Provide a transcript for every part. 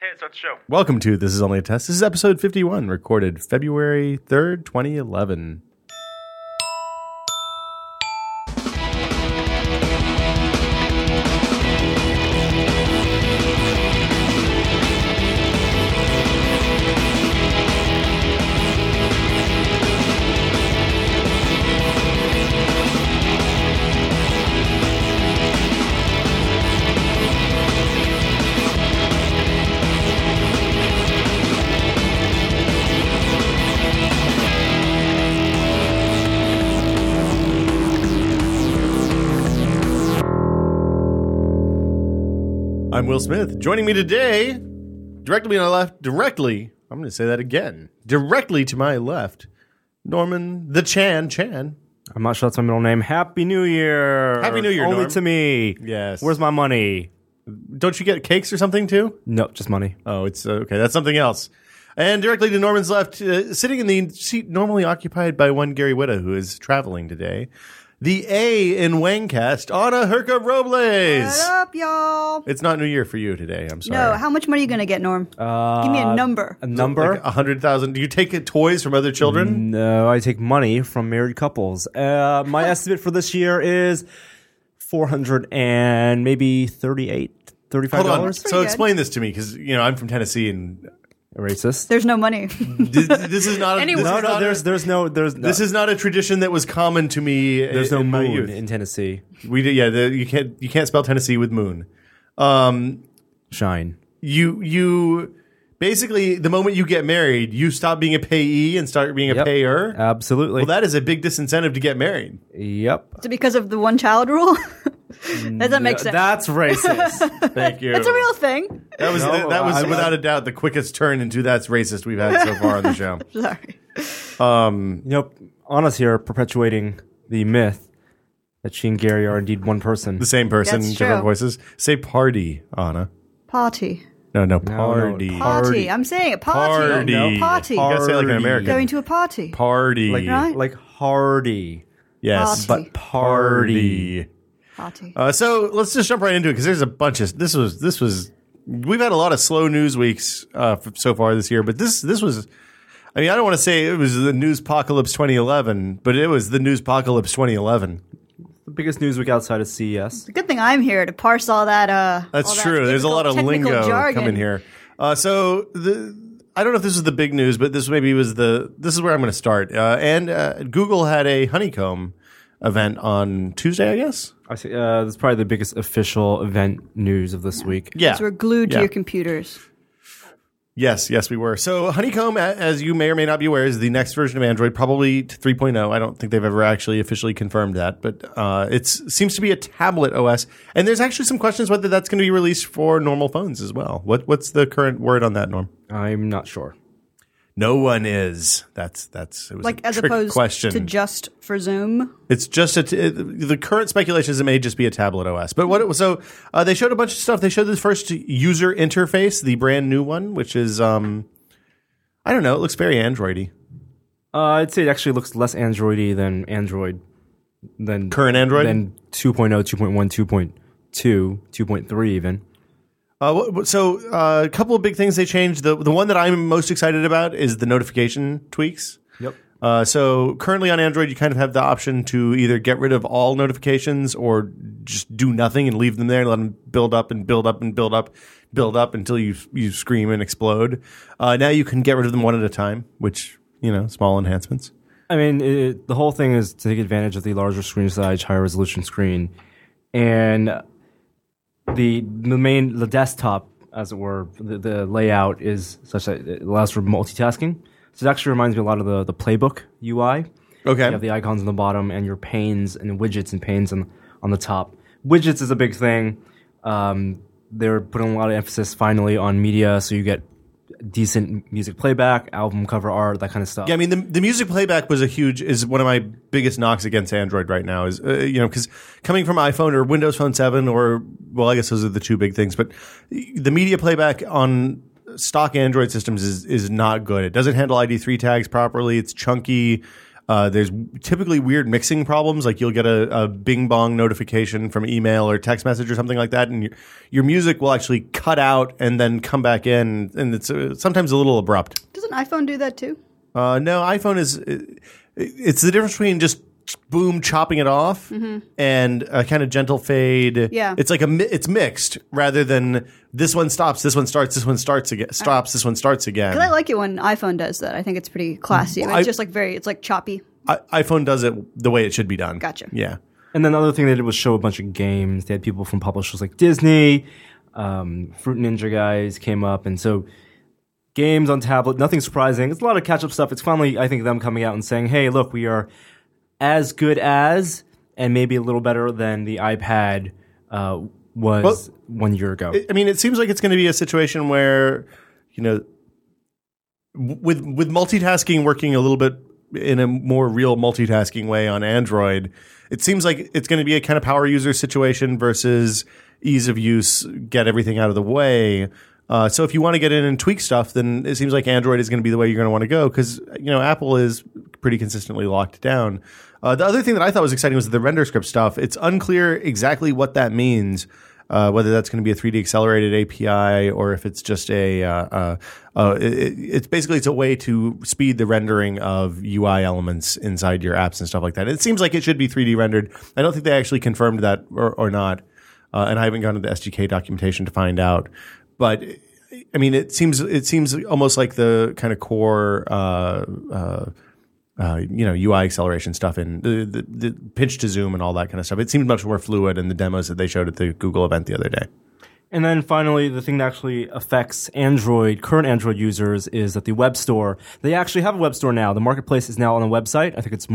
Okay, start the show. Welcome to This Is Only a Test. This is episode 51, recorded February 3rd, 2011. I'm Will Smith. Joining me today, directly to my left, directly, I'm going to say that again, directly to my left, Norman the Chan Chan. I'm not sure that's my middle name. Happy New Year. Happy New Year, Only Norm. to me. Yes. Where's my money? Don't you get cakes or something too? No, just money. Oh, it's okay. That's something else. And directly to Norman's left, uh, sitting in the seat normally occupied by one Gary Witta, who is traveling today, the A in Wangcast, Anna Herka Robles. What up, y'all? It's not New Year for you today. I'm sorry. No, how much money are you gonna get, Norm? Give me a number. A number? Like a hundred thousand. Do you take uh, toys from other children? uh, no, I take money from married couples. Uh, my estimate for this year is 400 and maybe 38, 35 Hold on. dollars. So good. explain this to me, because you know I'm from Tennessee, and Racist. There's no money. this, this is not. A, Anyway. this No, is not no, a- there's there's no there's This is not a tradition that was common to me. uh, there's no in my moon youth. in Tennessee. We did, yeah. The, you can't you can't spell Tennessee with moon. Um, Shine. you you basically the moment you get married, you stop being a payee and start being a Yep. Uh, payer. Absolutely. well, that is a big disincentive to get married. yep. Is it because of the one child rule? that doesn't Mm, make sense. That's racist. Thank you. That's a real thing. That was No, that, that was I- without a doubt the quickest turn into that's racist we've had so far on the show. Sorry. You know, Anna's here perpetuating the myth that she and Gary are indeed one person. The same person, That's different true. voices. Say party, Anna. Party. No, no, no, party. party. Party. I'm saying it. Party. Party. No, Party. You gotta say it like an American. Going to a party. Party. Like, Right? like Hardy. yes, Party. but party. Party. Uh, so let's just jump right into it because there's a bunch of this was this was we've had a lot of slow news weeks uh, f- so far this year, but this this was. I mean, I don't want to say it was the news apocalypse 2011, but it was the news apocalypse 2011. The biggest news week outside of E CES. It's a good thing I'm here to parse all that. Uh, all That's that true. There's a difficult lot of technical lingo jargon. coming here. Uh, so the. I don't know if this is the big news, but this maybe was the. This is where I'm going to start. Uh, and uh, Google had a honeycomb event on Tuesday, I guess. I see, uh, that's probably the biggest official event news of this week. Yeah, So we're glued Yeah. to your computers. Yes, yes, we were. So Honeycomb, a- as you may or may not be aware, is the next version of Android, probably to 3.0. oh. I don't think they've ever actually officially confirmed that, but uh, it seems to be a tablet OS. And there's actually some questions whether that's going to be released for normal phones as well. What What's the current word on that, Norm? I'm not sure. No one is. That's that's it was Like a as trick opposed question. to just for Zoom. It's just a t- it- the current speculation is it may just be a tablet OS. But what it was so uh, they showed a bunch of stuff. They showed the first user interface, the brand new one, which is um, I don't know. It looks very Androidy. Uh, I'd say it actually looks less Androidy than Android. Than Current Android. Than oh, 2.0, 2.1, 2.2, 2.3 even. uh, what- what- so uh, a couple of big things they changed. The the one that I'm most excited about is the notification tweaks. Yep. Uh, so currently on Android, you kind of have the option to either get rid of all notifications or just do nothing and leave them there and let them build up and build up and build up, build up until you you scream and explode. Uh, now you can get rid of them one at a time, which you know, small enhancements. I mean, it- it, the whole thing is to take advantage of the larger screen size, higher resolution screen, and the the main the desktop, as it were, the, the layout is such that it allows for multitasking. So it actually reminds me a lot of the the playbook UI. Okay. You have the icons on the bottom and your panes and widgets and panes on on the top. Widgets is a big thing. Um, they're putting a lot of emphasis finally on media, so you get decent music playback, album cover art, that kind of stuff. Yeah, I mean the, the music playback was a huge is one of my biggest knocks against Android right now is uh, you know because coming from iPhone or Windows Phone Seven or well I guess those are the two big things but the media playback on stock Android systems is is not good. It doesn't handle ID three tags properly. It's chunky. Uh, there's typically weird mixing problems, like you'll get a, a Bing Bong notification from email or text message or something like that, and your, your music will actually cut out and then come back in, and it's uh, sometimes a little abrupt. Doesn't iPhone do that too? Uh, no, iPhone is it- it's the difference between just boom chopping it off and a kind of gentle fade. Mm-hmm. Yeah. it's like a mi- it's mixed rather than this one stops, this one starts, this one starts again, stops, this one starts again. Uh-huh. 'Cause I like it when iPhone does that. I think it's pretty Mm. classy. I- it's just like very, it's like choppy. I- iPhone does it the way it should be done. Gotcha. Yeah. And then the other thing they did was show a bunch of games. They had people from publishers like Disney, um, Fruit Ninja guys came up, and so games on tablet. Nothing surprising. It's a lot of catch up stuff. It's finally, I think, them coming out and saying, "Hey, look, we are as good as, and maybe a little better than the iPad uh, was one year ago." I mean, it seems like it's going to be a situation where, you know, w- with with multitasking working a little bit in a more real multitasking way on Android, it seems like it's going to be a kind of power user situation versus ease of use, get everything out of the way. Uh, so if you want to get in and tweak stuff, then it seems like Android is going to be the way you're going to want to go because you know Apple is pretty consistently locked down. Uh, the other thing that I thought was exciting was the render script stuff. It's unclear exactly what that means uh, whether that's going to be a 3D accelerated API or if it's just a, uh, uh, uh, it, it's basically it's a way to speed the rendering of UI elements inside your apps and stuff like that. It seems like it should be 3D rendered. I don't think they actually confirmed that or, or not, uh, and I haven't gone to the SDK documentation to find out. But I mean, it seems it seems almost like the kind of core. Uh, uh, uh, you know UI acceleration stuff and the, the, the pinch to zoom and all that kind of stuff. It seemed much more fluid in the demos that they showed at the Google event the other day. And then finally, the thing that actually affects Android, current Android users, is that the web store, they actually have a web store now. The marketplace is now on a website. I think it's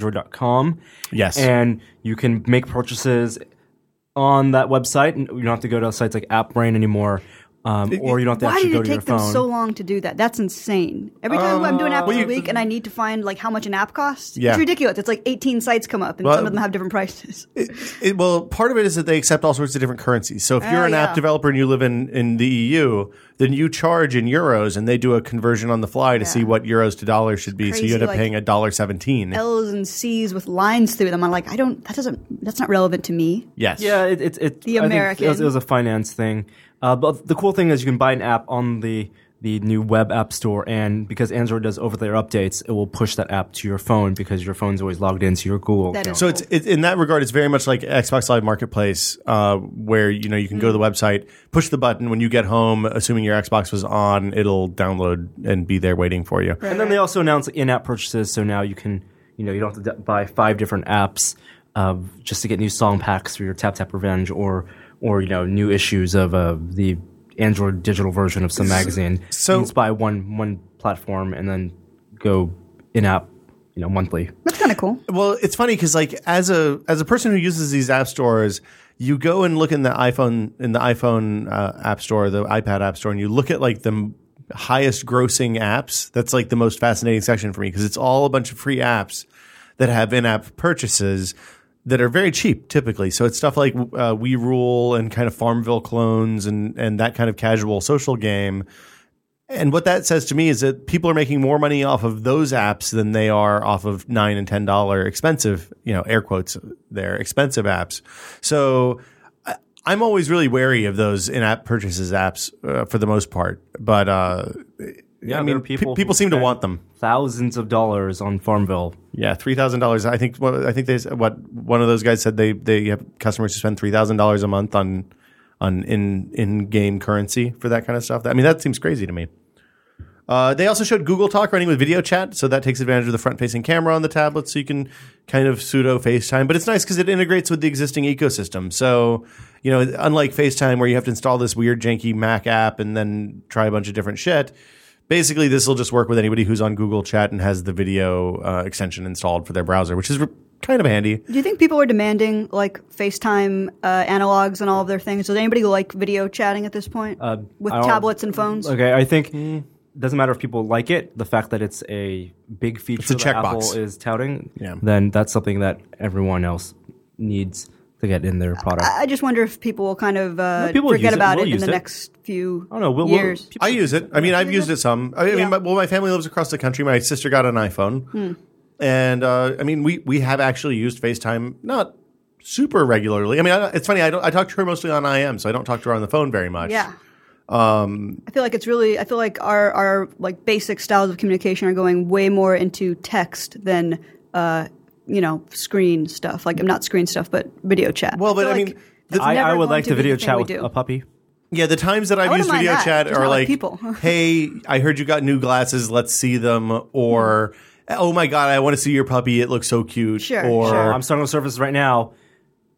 market.android.com. Yes. And you can make purchases on that website. And you don't have to go to sites like AppBrain anymore, um, or you don't have to Why actually did go it to your take them phone. Oh. so long to do that? That's insane. Every time I'm doing app of the week and I need to find like how much an app costs, Yeah. it's ridiculous. It's like 18 sites come up and Well, some of them have different prices. It, well, part of it is that they accept all sorts of different currencies. So if you're Oh, an yeah. app developer and you live in, in the EU, then you charge in euros and they do a conversion on the fly to see what euros to dollars should be. so crazy, you end up like- paying a dollar seventeen. L's and C's with lines through them. I'm like, I don't. That doesn't. That's not relevant to me. yes. Yeah, it, it, it, The I think It was, American. it was a finance thing. Uh, but the cool thing is you can buy an app on the, the new web app store, and because Android does over-the-air updates, it will push that app to your phone because your phone's always logged into your Google. That account. is So it's it, in that regard, it's very much like Xbox Live Marketplace, uh, where you know you can go Mm. to the website, push the button when you get home. Assuming your Xbox was on, it'll download and be there waiting for you. And then they also announced in-app purchases, so now you can, you know, you don't have to d- buy five different apps uh, just to get new song packs for your Tap Tap Revenge or, or you know, new issues of uh, the Android digital version of some magazine. so- you can just buy one one platform and then go in-app, you know, monthly. That's kind of cool. Well, it's funny because like as a as a person who uses these app stores, you go and look in the iPhone in the iPhone uh, app store, the iPad app store, and you look at like the m- highest grossing apps. That's like the most fascinating section for me because it's all a bunch of free apps that have in app purchases that are very cheap typically. So it's stuff like uh, We Rule and kind of Farmville clones and and that kind of casual social game. And what that says to me is that people are making more money off of those apps than they are off of nine and ten dollar expensive, you know, air quotes there, expensive apps. So I- I'm always really wary of those in-app purchases apps uh, for the most part, but uh, Yeah, I there are mean, pe- people people, who seem to spend- want them. Thousands of dollars on Farmville. Yeah, three thousand dollars. I think. Well, I think they s- what one of those guys said they they have customers who spend three thousand dollars a month on on in in game currency for that kind of stuff. I mean, that seems crazy to me. Uh, they also showed Google Talk running with video chat, so that takes advantage of the front facing camera on the tablet, so you can kind of pseudo FaceTime. But it's nice because it integrates with the existing ecosystem. So, you know, unlike FaceTime where you have to install this weird janky Mac app and then try a bunch of different shit, basically this will just work with anybody who's on Google Chat and has the video uh, extension installed for their browser, which is re- kind of handy. Do you think people were demanding like FaceTime uh, analogs and all of their things? Does anybody like video chatting at this point with Uh, I don't- tablets and phones? Okay, I think doesn't matter if people like it. The fact that it's a big feature It's a that checkbox. Apple is touting, Yeah. then that's something that everyone else needs to get in their product. I just wonder if people will kind of uh, No, people will forget use it. about We'll it in use the it. next few I don't know. We'll, we'll- years. people- I Hmm. use it. I mean, I've used it some. I, I mean, my, well, my family lives across the country. My sister got an iPhone, And uh, I mean, we we have actually used FaceTime not super regularly. I mean, I, it's funny. I don't. I talk to her mostly on IM, so I don't talk to her on the phone very much. Yeah. Um, I feel like it's really. I feel like our our like basic styles of communication are going way more into text than uh you know screen stuff. Like not screen stuff, but video chat. Well, but feel I like mean, it's the- I, never I would going like to be the video thing chat we with do. a puppy. Yeah, the times that I've wouldn't used mind video that. chat Just are not with like, people. "Hey, I heard you got new glasses. Let's see them." Or, "Oh my god, I want to see your puppy. It looks so cute." Hmm. Sure, or, sure. I'm starting on surface right now.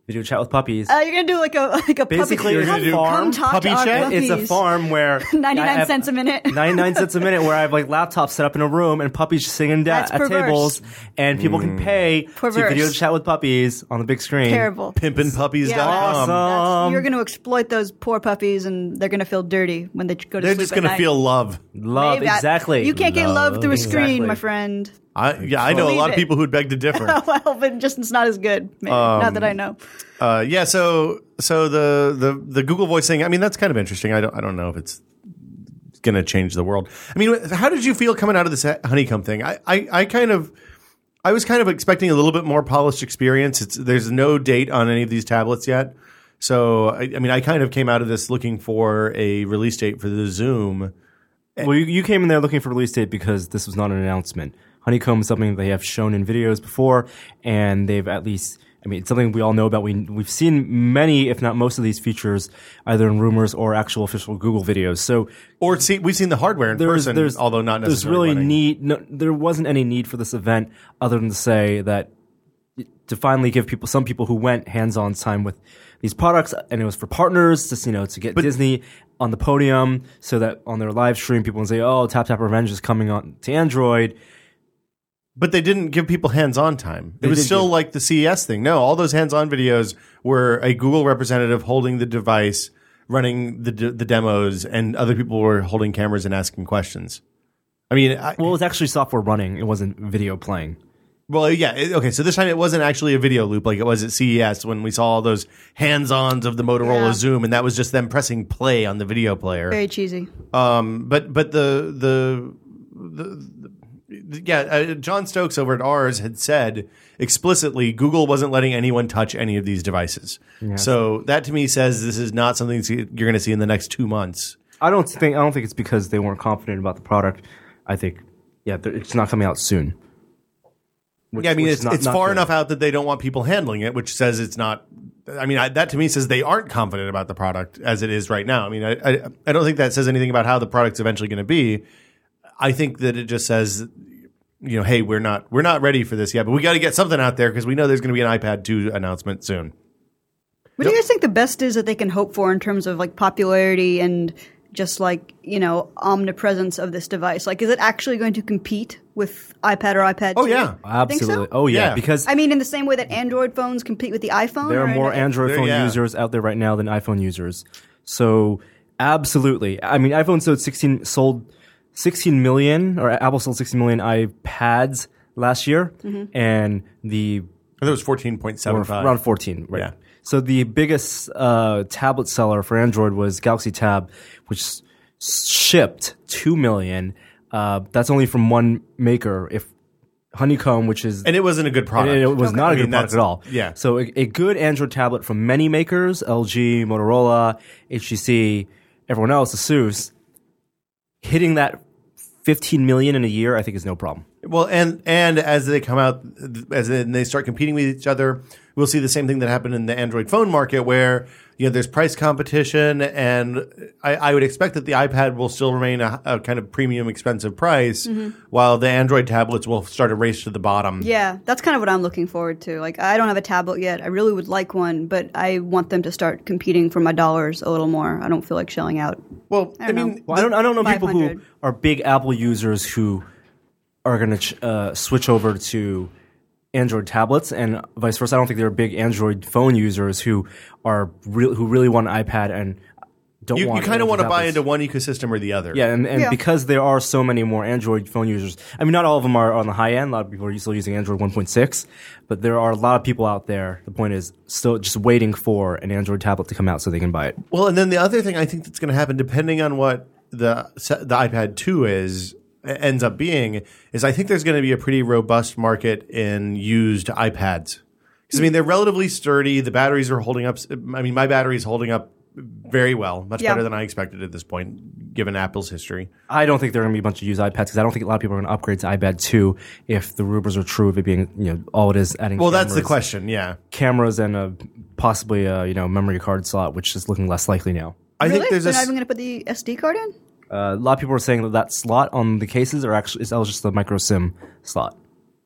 Video chat with puppies. Uh, you're gonna do like a like a Basically, puppy. you're come, gonna do come farm talk puppy to our chat? puppies. it's a farm where 99 I have- cents a minute. 99 cents a minute where I have like laptops set up in a room and puppies just sitting down That's at perverse. tables and people can pay to Perverse. video chat with puppies on the big screen. Terrible. pimpinpuppies.com. that's- Awesome. you're going to exploit those poor puppies, and they're going to feel dirty when they go to They're sleep. just going gonna to feel love. Love, exactly. You can't get love through a screen, Exactly. my friend. I, yeah, I know a Believe lot of it. people who'd beg to differ. well, but just it's not as good. Maybe. Um, not that I know. uh, yeah, so so the, the the Google Voice thing. I mean, that's kind of interesting. I don't I don't know if it's going to change the world. I mean, how did you feel coming out of this honeycomb thing? I, I, I kind of I was kind of expecting a little bit more polished experience. It's there's no date on any of these tablets yet. So I, I mean, I kind of came out of this looking for a release date for the Zoom. Well, you, you came in there looking for release date because this was not an announcement. Honeycomb is something they have shown in videos before, and they've at least. I mean, it's something we all know about. We, we've seen many, if not most of these features, either in rumors or actual official Google videos. So Or see, we've seen the hardware in there's, person, there's although not there's necessarily. really running. need no, there wasn't any need for this event other than to say that to finally give people some people who went hands-on time with these products and it was for partners just you know to get disney on the podium so that on their live stream people can say oh tap tap revenge is coming on to android But they didn't give people hands-on time. It was did still give- like the CES thing. No, all those hands-on videos were a Google representative holding the device, running the d- the demos, and other people were holding cameras and asking questions. I mean, I, well it was actually software running it wasn't video playing well, yeah, it- okay. So this time it wasn't actually a video loop like it was at CES when we saw all those hands-ons of the Motorola Yeah. Zoom, and that was just them pressing play on the video player. Very cheesy. Um, but but the the the, the yeah, uh, John Stokes over at ours had said explicitly Google wasn't letting anyone touch any of these devices. So that to me says this is not something that's- you're going to see in the next two months. i don't think i don't think it's because they weren't confident about the product i think yeah they're- it's not coming out soon Which- yeah, I mean which it's, is not- it's not far good. enough out that they don't want people handling it, which says it's not. I mean I, that to me says they aren't confident about the product as it is right now. I mean I I, I don't think that says anything about how the product's eventually going to be. I think that it just says you know, hey, we're not we're not ready for this yet, but we got to get something out there because we know there's going to be an iPad 2 announcement soon. What do you guys think the best is that they can hope for in terms of like popularity and just like you know omnipresence of this device? Like, is it actually going to compete with iPad or iPad? Oh, 2? yeah. Think so? absolutely oh yeah, Yeah. because I mean, in the same way that Android phones compete with the iPhone. There or are in more a- Android There- phone yeah. users out there right now than iPhone users. So absolutely. I mean, iPhone sold 16 sold 16 million or Apple sold 16 million iPads last year and the I think it was or 14.75. around 14, right? Yeah. So the biggest uh, tablet seller for Android was Galaxy Tab, which s- shipped 2 million. Uh, that's only from one maker. If Honeycomb, which is and it wasn't a good product. and it was not a I good mean, product that's- at all. Yeah. So a, a good Android tablet from many makers, LG, Motorola, HTC, everyone else, ASUS, hitting that 15 million in a year, I think is no problem. Well, and and as they come out, as in they start competing with each other, we'll see the same thing that happened in the Android phone market, where you know there's price competition, and I, I would expect that the iPad will still remain a, a kind of premium, expensive price, while the Android tablets will start a race to the bottom. Mm-hmm. Yeah, that's kind of what I'm looking forward to. Like, I don't have a tablet yet. I really would like one, but I want them to start competing for my dollars a little more. I don't feel like shelling out. Well, I, don't mean, know. Well, I don't, I don't know people who 500. are big Apple users who are going to ch- uh, switch over to Android tablets and vice versa. I don't think there are big Android phone users who are real who really want an iPad and don't you, want. you kind Android of want to buy tablets. into one ecosystem or the other. Yeah, and, and Yeah. because there are so many more Android phone users, I mean, not all of them are on the high end. A lot of people are still using Android 1.6, but there are a lot of people out there. The point is, still just waiting for an Android tablet to come out so they can buy it. Well, and then the other thing I think that's going to happen, depending on what the the iPad 2 is, e, ends up being is I think there's going to be a pretty robust market in used iPads. Because I mean, they're relatively sturdy. The batteries are holding up. I mean, my battery is holding up very well, much Yeah. better than I expected at this point, given Apple's history. I don't think there are going to be a bunch of used iPads because I don't think a lot of people are going to upgrade to iPad 2 if the rumors are true of it being, you know, all it is adding Well, that's the cameras- question. Yeah. Cameras and a, possibly a, you know, memory card slot, which is looking less likely now. I really? think there's They're a not even going to put the SD card in? Uh, a lot of people are saying that that slot on the cases are actually, that was just the micro SIM slot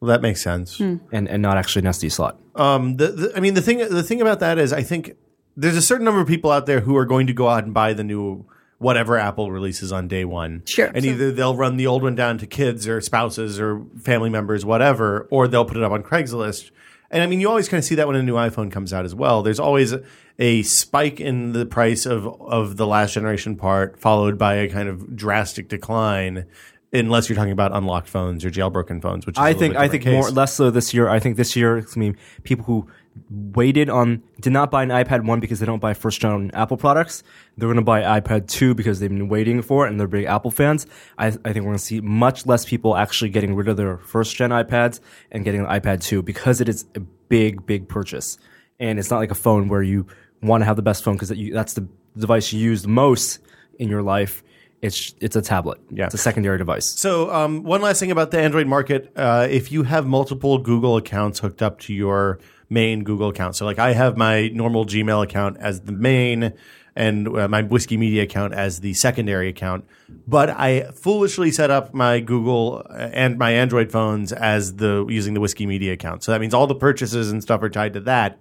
well, that makes sense. Hmm. and, and not actually an SD slot. Um, the, the, I mean, the thing the thing about that is, I think there's a certain number of people out there who are going to go out and buy the new whatever Apple releases on day one. Sure. And either they'll run the old one down to kids or spouses or family members, whatever, or they'll put it up on Craigslist. And I mean, you always kind of see that when a new iPhone comes out as well. There's always a spike in the price of of the last generation part, followed by a kind of drastic decline. Unless you're talking about unlocked phones or jailbroken phones, which is a I little think bit I think different case. more less so this year. I think this year, I mean, people who waited on did not buy an iPad one because they don't buy first gen Apple products. They're going to buy iPad two because they've been waiting for it and they're big Apple fans. I, I think we're going to see much less people actually getting rid of their first gen iPads and getting an iPad two because it is a big big purchase and it's not like a phone where you want to have the best phone because that you- that's the device you use the most in your life. It's it's a tablet. Yeah. it's a secondary device. So, um, one last thing about the Android market. Uh, if you have multiple Google accounts hooked up to your main Google account, so like I have my normal Gmail account as the main and uh, my Whiskey Media account as the secondary account, but I foolishly set up my Google uh, and my Android phones as the using the Whiskey Media account. So that means all the purchases and stuff are tied to that.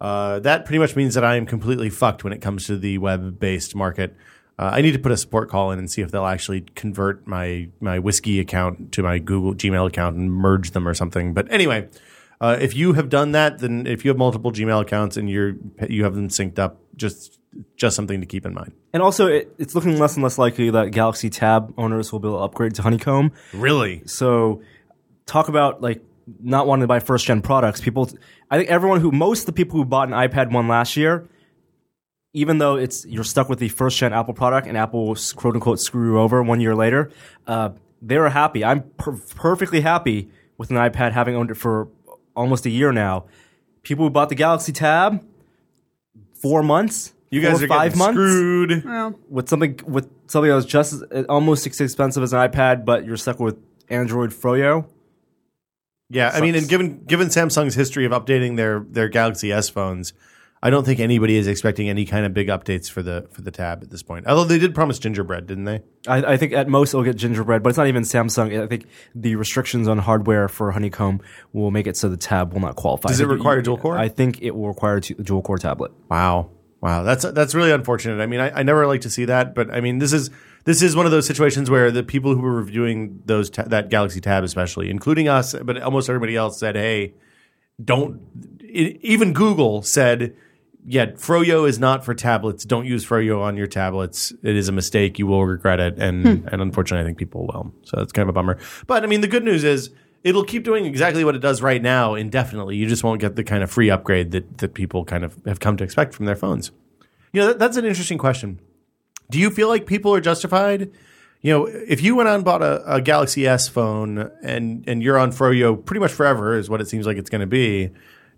Uh, that pretty much means that I am completely fucked when it comes to the web-based market. Uh, I need to put a support call in and see if they'll actually convert my my whiskey account to my Google Gmail account and merge them or something. But anyway, uh, if you have done that, then if you have multiple Gmail accounts and you're you have them synced up, just just something to keep in mind. And also, it, it's looking less and less likely that Galaxy Tab owners will be able to upgrade to Honeycomb. Really? So, talk about like not wanting to buy first gen products. People, I think everyone who most of the people who bought an iPad one last year, even though it's you're stuck with the first gen Apple product and Apple will quote unquote screw you over one year later, uh, they were happy. I'm per- perfectly happy with an iPad having owned it for almost a year now. People who bought the Galaxy Tab four months. You guys four, are five getting months screwed. with something with something that was just as, almost as expensive as an iPad, but you're stuck with Android Froyo. Yeah, I mean, and given given Samsung's history of updating their their Galaxy S phones, I don't think anybody is expecting any kind of big updates for the for the tab at this point. Although they did promise gingerbread, didn't they? I, I think at most it'll get gingerbread, but it's not even Samsung. I think the restrictions on hardware for Honeycomb will make it so the tab will not qualify. Does I it think require dual core? I think it will require a dual core tablet. Wow, wow, that's that's really unfortunate. I mean, I, I never like to see that, but I mean, this is this is one of those situations where the people who were reviewing those ta- that Galaxy Tab, especially, including us, but almost everybody else, said, "Hey, don't." e- even Google said. Yeah, Froyo is not for tablets. Don't use Froyo on your tablets. It is a mistake. You will regret it, and and unfortunately, I think people will. So that's kind of a bummer. But I mean, the good news is it'll keep doing exactly what it does right now indefinitely. You just won't get the kind of free upgrade that that people kind of have come to expect from their phones. You know, that, that's an interesting question. Do you feel like people are justified? You know, if you went out and bought a, a Galaxy S phone and and you're on Froyo pretty much forever is what it seems like it's going to be.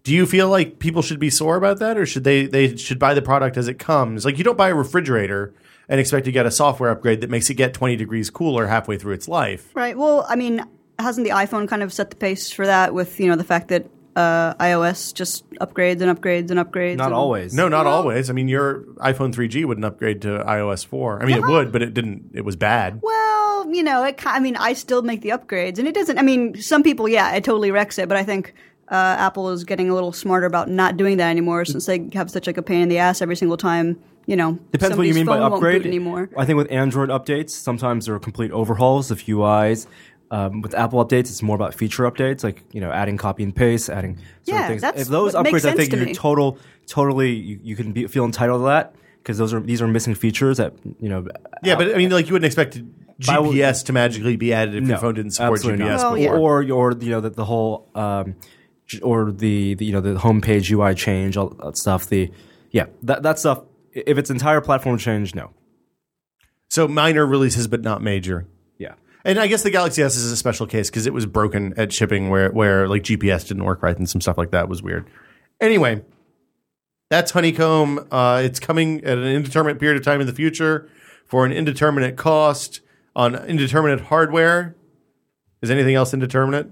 Do you feel like people should be sore about that, or should they they should buy the product as it comes? Like you don't buy a refrigerator and expect to get a software upgrade that makes it get 20 degrees cooler halfway through its life. Right. Well, I mean, hasn't the iPhone kind of set the pace for that with, you know, the fact that uh, iOS just upgrades and upgrades and upgrades? Not and- always. No, not always. I mean, your iPhone 3G wouldn't upgrade to iOS 4. I mean, it would, but it didn't. It was bad. Uh-huh. Well, you know, it, ki- I mean, I still make the upgrades, and it doesn't. I mean, some people, yeah, it totally wrecks it, but I think uh, Apple is getting a little smarter about not doing that anymore, since they have such like a pain in the ass every single time. You know, Depends what you somebody's mean by phone won't boot upgrade. anymore. I think with Android updates, sometimes there are complete overhauls of UIs. Um, with Apple updates, it's more about feature updates, like you know, adding copy and paste, adding certain Yeah, things. that's if those what makes upgrades, I sense think to you're me. total, totally, you, you can be, feel entitled to that because those are these are missing features that you know. Yeah, but I mean, like you wouldn't expect GPS to magically be added if your phone didn't support GPS. absolutely not. Well, before. Oh, yeah. or, or you know the, the whole um, j- or the, the you know the homepage UI change, all that stuff. The yeah, that that stuff. i- If it's entire platform change, no. So minor releases, but not major. Yeah. And I guess the Galaxy S is a special case because it was broken at shipping, where where like GPS didn't work right and some stuff like that was weird. Anyway, that's Honeycomb. Uh, it's coming at an indeterminate period of time in the future for an indeterminate cost on indeterminate hardware. Is anything else indeterminate?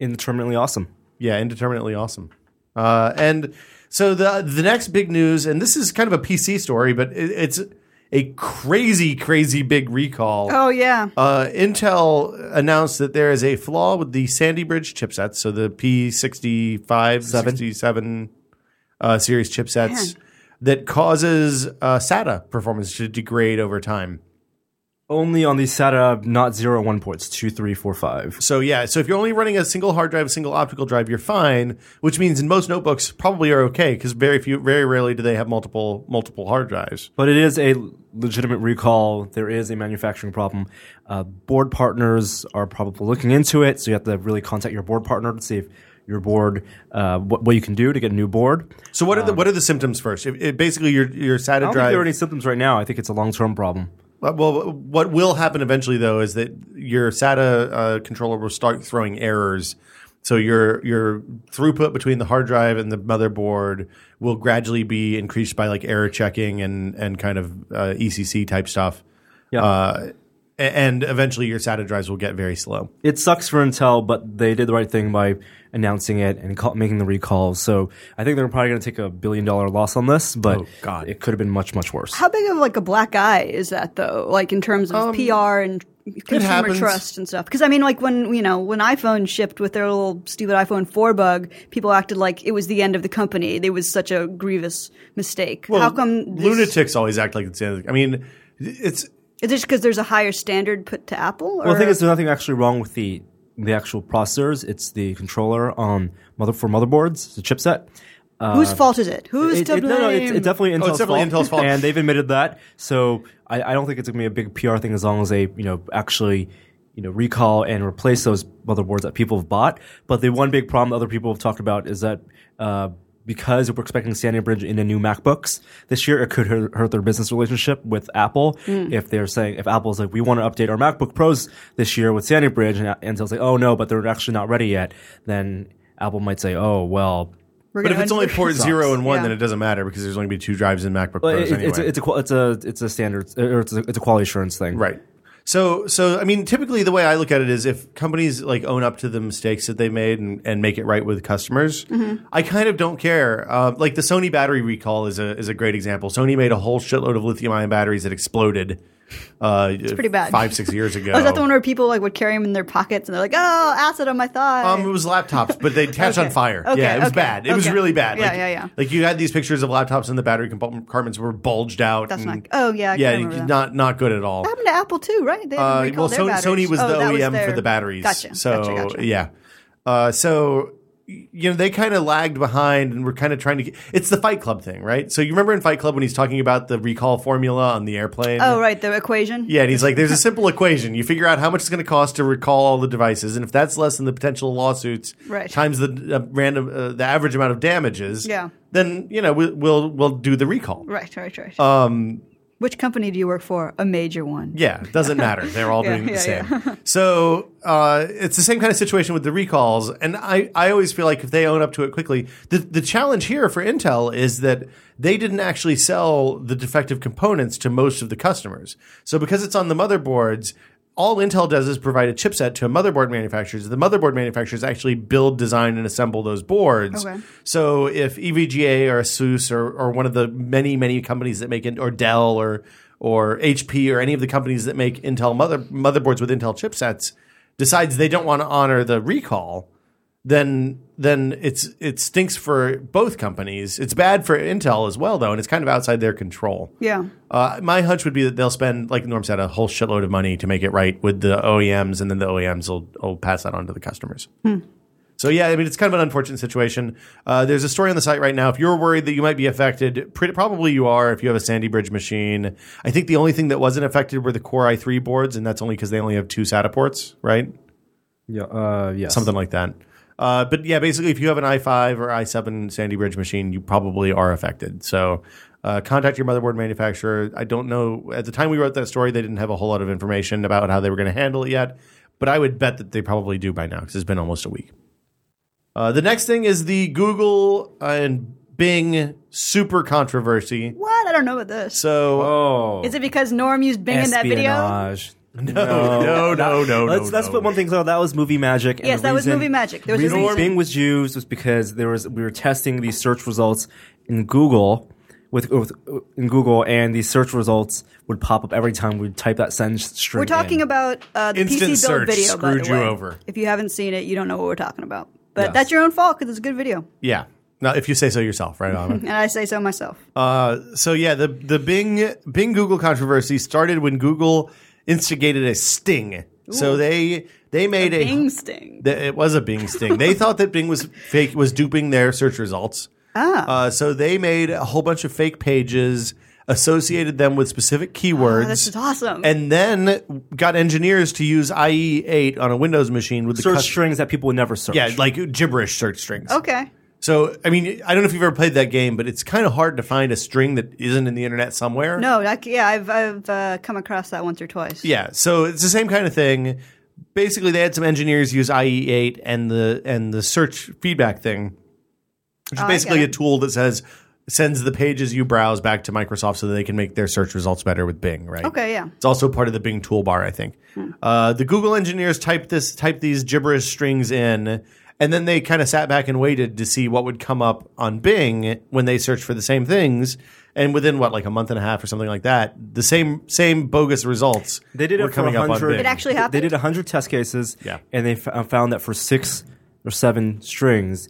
Indeterminately awesome. Yeah, indeterminately awesome. Uh, and so the the next big news, and this is kind of a PC story, but it, it's a crazy, crazy big recall. Oh yeah. Uh, Intel announced that there is a flaw with the Sandy Bridge chipsets, so the P65, 67 uh, series chipsets, that causes uh, SATA performance to degrade over time. Only on the SATA not zero one ports two three four five. So yeah, so if you're only running a single hard drive, a single optical drive, you're fine. Which means in most notebooks probably are okay because very few, very rarely do they have multiple multiple hard drives. But it is a legitimate recall. There is a manufacturing problem. Uh, board partners are probably looking into it, so you have to really contact your board partner to see if your board uh, what, what you can do to get a new board. So what are the what are the symptoms first? If, if basically, your your Um. I don't SATA think drive. there are any symptoms right now. I think it's a long term problem. Uh, Well, what will happen eventually, though, is that your SATA uh, controller will start throwing errors. So your your throughput between the hard drive and the motherboard will gradually be increased by like error checking and and kind of uh, ECC type stuff. Yeah. Uh, a- and eventually, your SATA drives will get very slow. it sucks for Intel, but they did the right thing by announcing it and call, making the recall. So I think they're probably going to take a billion dollar loss on this, but Oh, God. it could have been much much worse. How big of like a black eye is that though? Like in terms of PR and consumer Um, happens. trust and stuff. Because I mean, like when you know when iPhone shipped with their little stupid iPhone four bug, people acted like it was the end of the company. It was such a grievous mistake. How come this, lunatics always act like it's the end? of the- I mean, it's Is it because there's a higher standard put to Apple? Or? Well, the thing is, there's nothing actually wrong with the the actual processors. It's the controller on mother for motherboards, the chipset. uh, whose fault is it? Who's It- to it- blame? no, no, it's, it's definitely Intel's, definitely fault, Intel's fault. and they've admitted that. So I, I don't think it's going to be a big PR thing as long as they, you know, actually, you know, recall and replace those motherboards that people have bought. But the one big problem that other people have talked about is that uh, because we're expecting Sandy Bridge in the new MacBooks this year, it could hurt, hurt their business relationship with Apple. If they're saying, if Apple's like, we want to update our MacBook Pros this year with Sandy Bridge, and Intel's like, oh no, but they're actually not ready yet, then Apple might say, oh well. We're but if gonna it's only un- port zero and one, Yeah. then it doesn't matter because there's only gonna be two drives in MacBook But Pros it- anyway. it's, a, it's a qual- it's a it's a standard or it's a, it's a quality assurance thing. Right. So, so I mean, typically the way I look at it is if companies like own up to the mistakes that they made and, and make it right with customers, Mm-hmm. I kind of don't care. Uh, like the Sony battery recall is a is a great example. Sony made a whole shitload of lithium ion batteries that exploded. Uh, it's pretty bad. Five six years ago. Oh, is that the one where people like would carry them in their pockets and they're like, "Oh, acid on my thigh." Um, it was laptops, but they catch on Okay. fire. Okay, yeah, it was okay, bad. It was okay. really bad. Yeah, like, yeah, yeah. Like you had these pictures of laptops and the battery compart- compartments were bulged out. That's and- not- oh, yeah, I can yeah, remember that. not not good at all. That happened to Apple too, right? They had Uh, to recall well, their Sony, batteries. Sony was Oh, the that OEM for their- the batteries. Gotcha. So gotcha, gotcha. yeah, uh, so y- you know they kind of lagged behind, and we're kind of trying to. Get, it's the Fight Club thing, right? So you remember in Fight Club when he's talking about the recall formula on the airplane? Oh, right, the equation. Yeah, and he's like, "There's a simple equation. You figure out how much it's going to cost to recall all the devices, and if that's less than the potential lawsuits Right. times the uh, random, uh, the average amount of damages, Yeah. then you know we, we'll we'll do the recall. Right, right, right. Um, Which company do you work for? A major one. Yeah, it doesn't matter. They're all Yeah, doing the yeah, same. so uh, it's the same kind of situation with the recalls. And I, I always feel like if they own up to it quickly, the, the challenge here for Intel is that they didn't actually sell the defective components to most of the customers. So because it's on the motherboards, all Intel does is provide a chipset to a motherboard manufacturers. The motherboard manufacturers actually build, design, and assemble those boards. Okay. So if E EVGA or ASUS or, or one of the many many companies that make it, or Dell or or HP or any of the companies that make Intel mother motherboards with Intel chipsets decides they don't want to honor the recall, then then it's it stinks for both companies. It's bad for Intel as well though, and it's kind of outside their control. Yeah. Uh, my hunch would be that they'll spend, like Norm said, a whole shitload of money to make it right with the OEMs, and then the OEMs will, will pass that on to the customers. So yeah, I mean it's kind of an unfortunate situation. Uh, there's a story on the site right now. If you're worried that you might be affected, pretty, probably you are. If you have a Sandy Bridge machine, I think the only thing that wasn't affected were the Core i3 boards, and that's only because they only have two SATA ports, right? Yeah. Uh, yes. Something like that. Uh, but yeah, basically, if you have an i5 or i7 Sandy Bridge machine, you probably are affected. So Uh, contact your motherboard manufacturer. I don't know. At the time we wrote that story, they didn't have a whole lot of information about how they were going to handle it yet, but I would bet that they probably do by now because it's been almost a week. Uh, the next thing is the Google and Bing super controversy. What? I don't know about this. So Oh, Is it because Norm used Bing in that video? espionage. no, no, no, no. let's no, let's no. put one thing clear. That was movie magic. And Yes, the that was reason- movie magic. There was a reason reason. Bing was used was because there was we were testing these search results in Google with, with in Google, and these search results would pop up every time we'd type that sentence string. We're talking in. about uh, the Instant PC build search video. by the screwed you way. over. If you haven't seen it, you don't know what we're talking about. But Yes. that's your own fault because it's a good video, Yeah. Now, if you say so yourself, right, Anna? and I say so myself. Uh, so yeah, the the Bing Bing Google controversy started when Google instigated a sting. So they they made a, Bing sting. th- it was a Bing sting. they thought that Bing was fake was duping their search results. Ah. Uh, so they made a whole bunch of fake pages, associated them with specific keywords. Ah, this is awesome. And then got engineers to use IE8 on a Windows machine with the search cus- strings that people would never search. yeah, like gibberish search strings. okay. So, I mean, I don't know if you've ever played that game, but it's kind of hard to find a string that isn't in the internet somewhere. No, I, c- yeah, I've I've uh, come across that once or twice. Yeah, so it's the same kind of thing. Basically, they had some engineers use IE8 and the and the search feedback thing, which is Oh, I basically get a it. tool that says sends the pages you browse back to Microsoft so that they can make their search results better with Bing, right? Okay, yeah. It's also part of the Bing toolbar, I think. Uh, the Google engineers typed this, typed these gibberish strings in, and then they kind of sat back and waited to see what would come up on Bing when they searched for the same things. And within what, like a month and a half or something like that, the same same bogus results They did were it for coming up on 100. Bing. It actually they- They happened? did 100 test cases, Yeah. and they f- uh, found that for six or seven strings,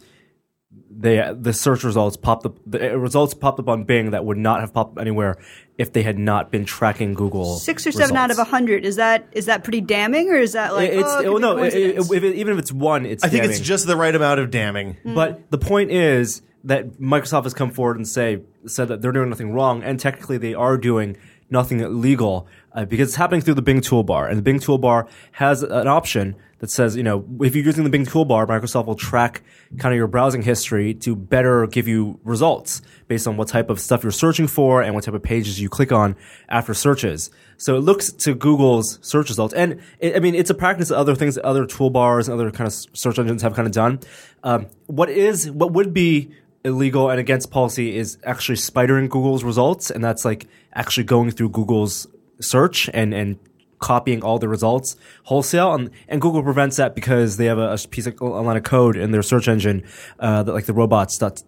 they uh, the search results popped up. The uh, results popped up on Bing that would not have popped up anywhere if they had not been tracking Google. Six or seven out of a results. hundred. Is that is that pretty damning, or is that like It- It's oh, it could oh, be no, it- it- coincidence? if it- even if it's one, it's. I think it's damning. just the right amount of damning. Mm-hmm. But the point is that Microsoft has come forward and say said that they're doing nothing wrong, and technically they are doing nothing illegal uh, because it's happening through the Bing toolbar, and the Bing toolbar has an option that says, you know, if you're using the Bing toolbar, Microsoft will track kind of your browsing history to better give you results based on what type of stuff you're searching for and what type of pages you click on after searches. So it looks to Google's search results, and it, I mean it's a practice that other things, other toolbars, and other kind of s- search engines have kind of done. Um, what is what would be illegal and against policy is actually spidering Google's results, and that's like actually going through Google's search and and copying all the results wholesale and, and google prevents that because they have a, a piece of a line of code in their search engine uh, that like the robots dot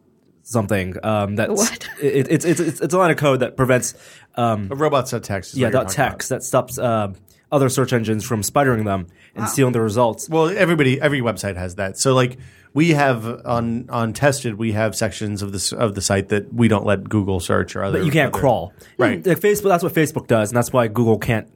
something um, that's What? It, it's, it's it's it's a line of code that prevents um, Robots.txt. Is yeah, what you're dot talking about. text that stops uh, other search engines from spidering them and stealing their results. Well, everybody, every website has that. So, like, we have on on tested, we have sections of this of the site that we don't let Google search or other. you can't other- crawl, Right. Like Facebook, that's what Facebook does, and that's why Google can't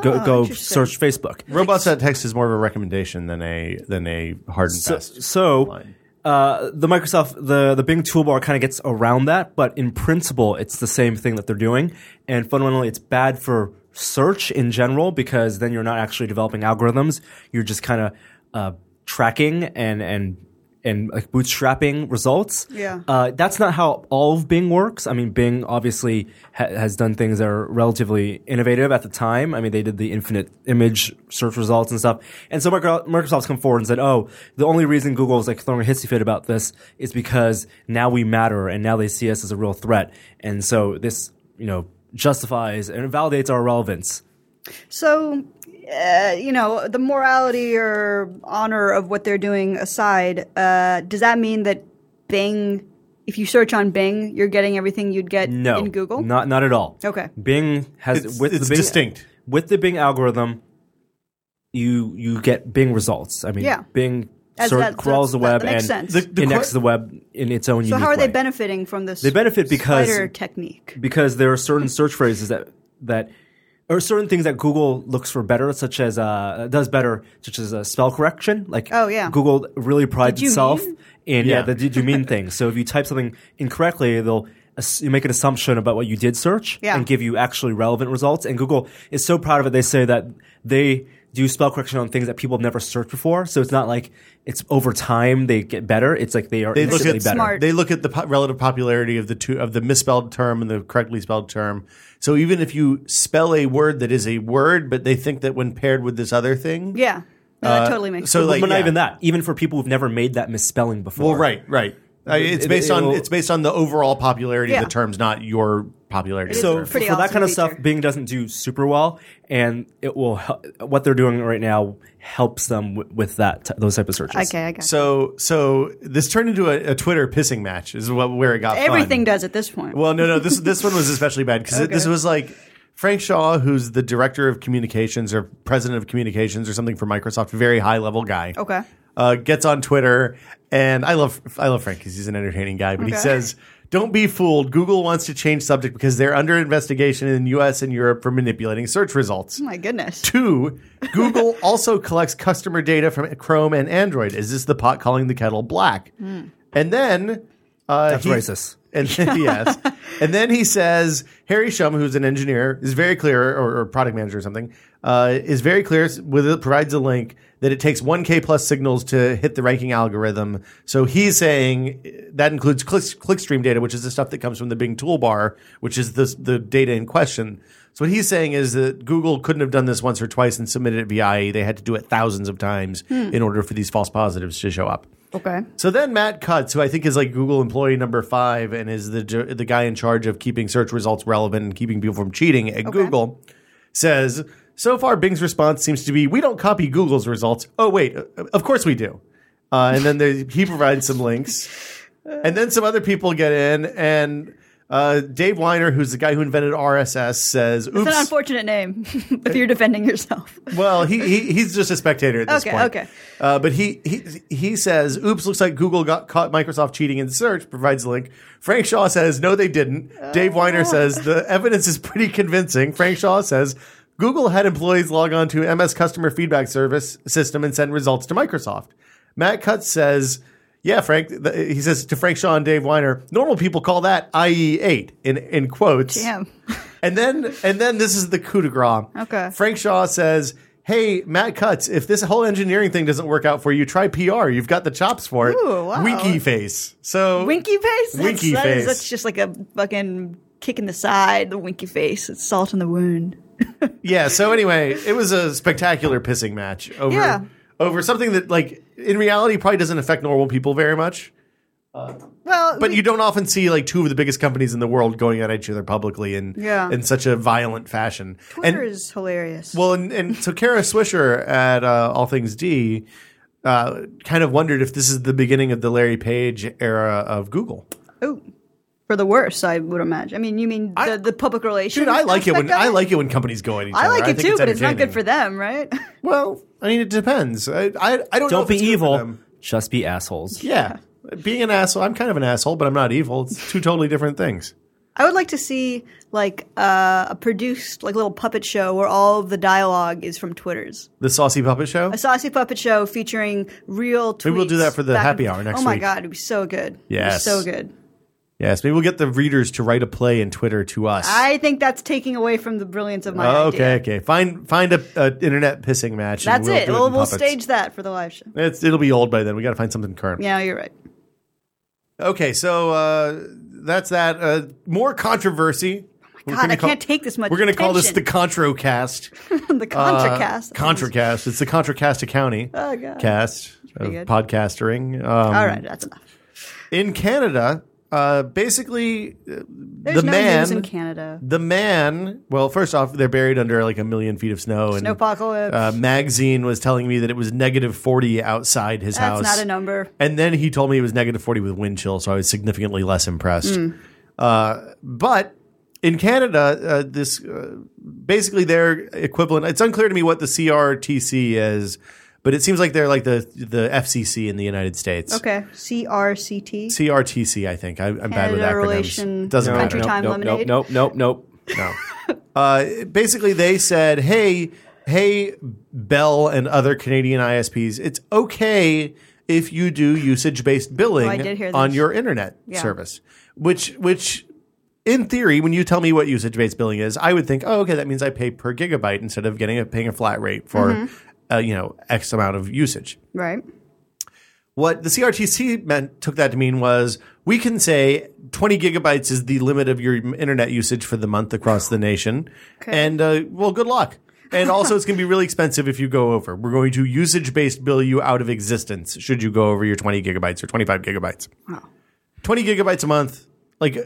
go, Oh, go interesting. search Facebook. Robots.txt is more of a recommendation than a than a hard and fast. So. line. Uh, the Microsoft, the, the Bing toolbar kind of gets around that, but in principle, it's the same thing that they're doing. And fundamentally, it's bad for search in general because then you're not actually developing algorithms. You're just kind of uh, tracking and, and, and like bootstrapping results. Yeah. Uh, that's not how all of Bing works. I mean, Bing obviously ha- has done things that are relatively innovative at the time. I mean, they did the infinite image search results and stuff. And so Micro- Microsoft's come forward and said, "Oh, the only reason Google is like throwing a hissy fit about this is because now we matter and now they see us as a real threat." And so this, you know, justifies and validates our relevance. So, uh, you know, the morality or honor of what they're doing aside, uh, does that mean that Bing, if you search on Bing, you're getting everything you'd get No, in Google? not not at all. Okay. Bing has It's- with it's the Bing, distinct. with the Bing algorithm. You you get Bing results. I mean, Yeah. Bing As sort- that- crawls the that- that web makes and sense. The- the connects que- the web in its own. So, unique how are they way. benefiting from this? They benefit because- spider technique. because there are certain search phrases that that or certain things that Google looks for better, such as uh, does better, such as uh, spell correction. Like Oh, yeah. Google really prides Did you itself mean? in yeah. Yeah. the did you mean thing. So if you type something incorrectly, they'll ass- make an assumption about what you did search Yeah. and give you actually relevant results. And Google is so proud of it, they say that they do spell correction on things that people have never searched before. So it's not like it's over time they get better. It's like they are They look instantly at better. Smart. they look at the po- relative popularity of the two of the misspelled term and the correctly spelled term. So even if you spell a word that is a word, but they think that when paired with this other thing, Yeah, no, Uh, that totally makes so, sense. like- but not yeah. even that. Even for people who've never made that misspelling before. Well, right, right. Uh, it's It- based on it'll- it's based on the overall popularity of Yeah. the terms, not your popularity. It is of the So term. for, pretty for that awesome kind of feature. stuff, Bing doesn't do super well, and it will hel- what they're doing right now helps them w- with that t- those type of searches. okay, I got it. so so this turned into a, a Twitter pissing match is what, where it got fun. Everything does at this point. Well, no, no. This this one was especially bad because this was like Frank Shaw, who's the director of communications or president of communications or something for Microsoft, very high level guy. Okay. Uh, gets on Twitter, and I love I love Frank because he's an entertaining guy. But he Okay. says, "Don't be fooled. Google wants to change subject because they're under investigation in the U.S. and Europe for manipulating search results." oh my goodness. Two, Google also collects customer data from Chrome and Android. Is this the pot calling the kettle black? Hmm. And then uh, That's he- racist. And then, yes, and then he says Harry Shum, who's an engineer, is very clear, or, or product manager or something, uh, is very clear with it provides a link that it takes 1k plus signals to hit the ranking algorithm. So he's saying eh, that includes click, clickstream data, which is the stuff that comes from the Bing toolbar, which is the the data in question. So what he's saying is that Google couldn't have done this once or twice and submitted it via. E. They had to do it thousands of times in order for these false positives to show up. Okay. So then Matt Cutts, who I think is like Google employee number five and is the the guy in charge of keeping search results relevant and keeping people from cheating at Google, says so far Bing's response seems to be we don't copy Google's results. Oh wait, uh, of course we do. Uh, and then they, he provides some links, and then some other people get in and. Uh, Dave Weiner, who's the guy who invented RSS, says, "Oops." It's an unfortunate name if you're defending yourself. Well, he, he he's just a spectator at this Okay, point. okay. Uh, but he, he he says, "Oops, looks like Google got caught Microsoft cheating in search." Provides a link. Frank Shaw says, "No, they didn't." Dave Oh. Weiner says, "The evidence is pretty convincing." Frank Shaw says. Google had employees log on to MS customer feedback service system and send results to Microsoft. Matt Cutts says, "Yeah, Frank." th- He says to Frank Shaw and Dave Weiner, "Normal people call that IE8 in in quotes." Damn. And then and then this is the coup de grace. Okay. Frank Shaw says, Hey, Matt Cutts, if this whole engineering thing doesn't work out for you, try PR. You've got the chops for it. Ooh, wow. Winky face. So Winky face? That's, Winky that is- face. that's just like a fucking kick in the side, the winky face. It's salt in the wound. yeah, so anyway, it was a spectacular pissing match over Yeah. over something that like in reality probably doesn't affect normal people very much. Well, But we- you don't often see like two of the biggest companies in the world going at each other publicly in Yeah. in such a violent fashion. Twitter and, is hilarious. Well, and, and so Kara Swisher at uh, All Things D uh, kind of wondered if this is the beginning of the Larry Page era of Google. oh, for the worse, I would imagine. I mean, you mean I- the, the public relations? Dude, I like it when aspect of I like it when companies go at each I other. like it think too, but it's not good entertaining. for them, right? Well, I mean, it depends. I I, I don't Don't know if be it's good for evil. them. Just be assholes. Yeah, being an asshole. I'm kind of an asshole, but I'm not evil. It's two totally different things. I would like to see like uh, a produced like little puppet show where all of the dialogue is from Twitter's. The Saucy Puppet Show. A saucy puppet show featuring real tweets. Maybe we'll do that for the back- happy hour next Oh my week. god, it'd be so good. It'd be Yes. so good. Yes, maybe we'll get the readers to write a play in Twitter to us. I think that's taking away from the brilliance of my idea. Oh, okay, okay. Find find a, a internet pissing match. That's and we'll it. Do it We'll, in we'll puppets. stage that for the live show. It's it'll be old by then. We got to find something current. Yeah, you're right. Okay, so uh, that's that. Uh, more controversy. We're Oh God, gonna I can't take this much We're gonna call this the attention. Controcast. the ContraCast. Uh, Contracast. It's the Contracasta County Oh, God. cast of pretty good. Uh, podcastering. Um, All right, that's enough. In Canada, uh, basically, uh, There's the no man. news in Canada. The man. Well, first off, they're buried under like a million feet of snow. And Snowpocalypse. Uh, magazine was telling me that it was negative forty outside his house. That's not a number. And then he told me it was negative 40 with wind chill, so I was significantly less impressed. Mm. Uh, but in Canada, uh, this uh, basically their equivalent. It's unclear to me what the CRTC is, but it seems like they're like the the FCC in the United States. Okay, CRCT. CRTC, I think. I, I'm bad with Canada acronyms. Relation Doesn't Country matter. Time nope, Lemonade. Nope, nope, nope, nope. No. uh, basically, they said, "Hey, hey, Bell and other Canadian ISPs, it's okay if you do usage-based billing Oh, did hear on this. your internet Yeah. service." Which, which in theory, when you tell me what usage based billing is, I would think, oh, okay, that means I pay per gigabyte instead of getting a paying a flat rate for Mm-hmm. uh, you know X amount of usage. Right. What the CRTC meant took that to mean was we can say 20 gigabytes is the limit of your internet usage for the month across the nation, and uh, well, good luck. And also, it's going to be really expensive if you go over. We're going to usage based bill you out of existence should you go over your 20 gigabytes or 25 gigabytes. 20 gigabytes a month. Like,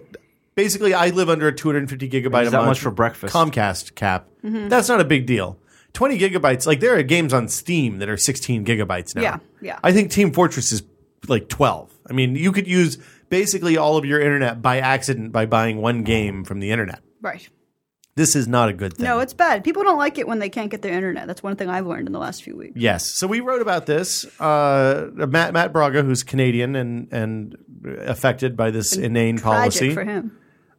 basically, I live under a 250 gigabyte a that month much for breakfast? Comcast cap. That's not a big deal. 20 gigabytes, like, there are games on Steam that are 16 gigabytes now. Yeah, yeah. I think Team Fortress is like 12. I mean, you could use basically all of your internet by accident by buying one game from the internet. Right. This is not a good thing. No, it's bad. People don't like it when they can't get their internet. That's one thing I've learned in the last few weeks. Yes. So we wrote about this. Uh, Matt Matt Braga, who's Canadian and and affected by this inane Tragic policy, for him.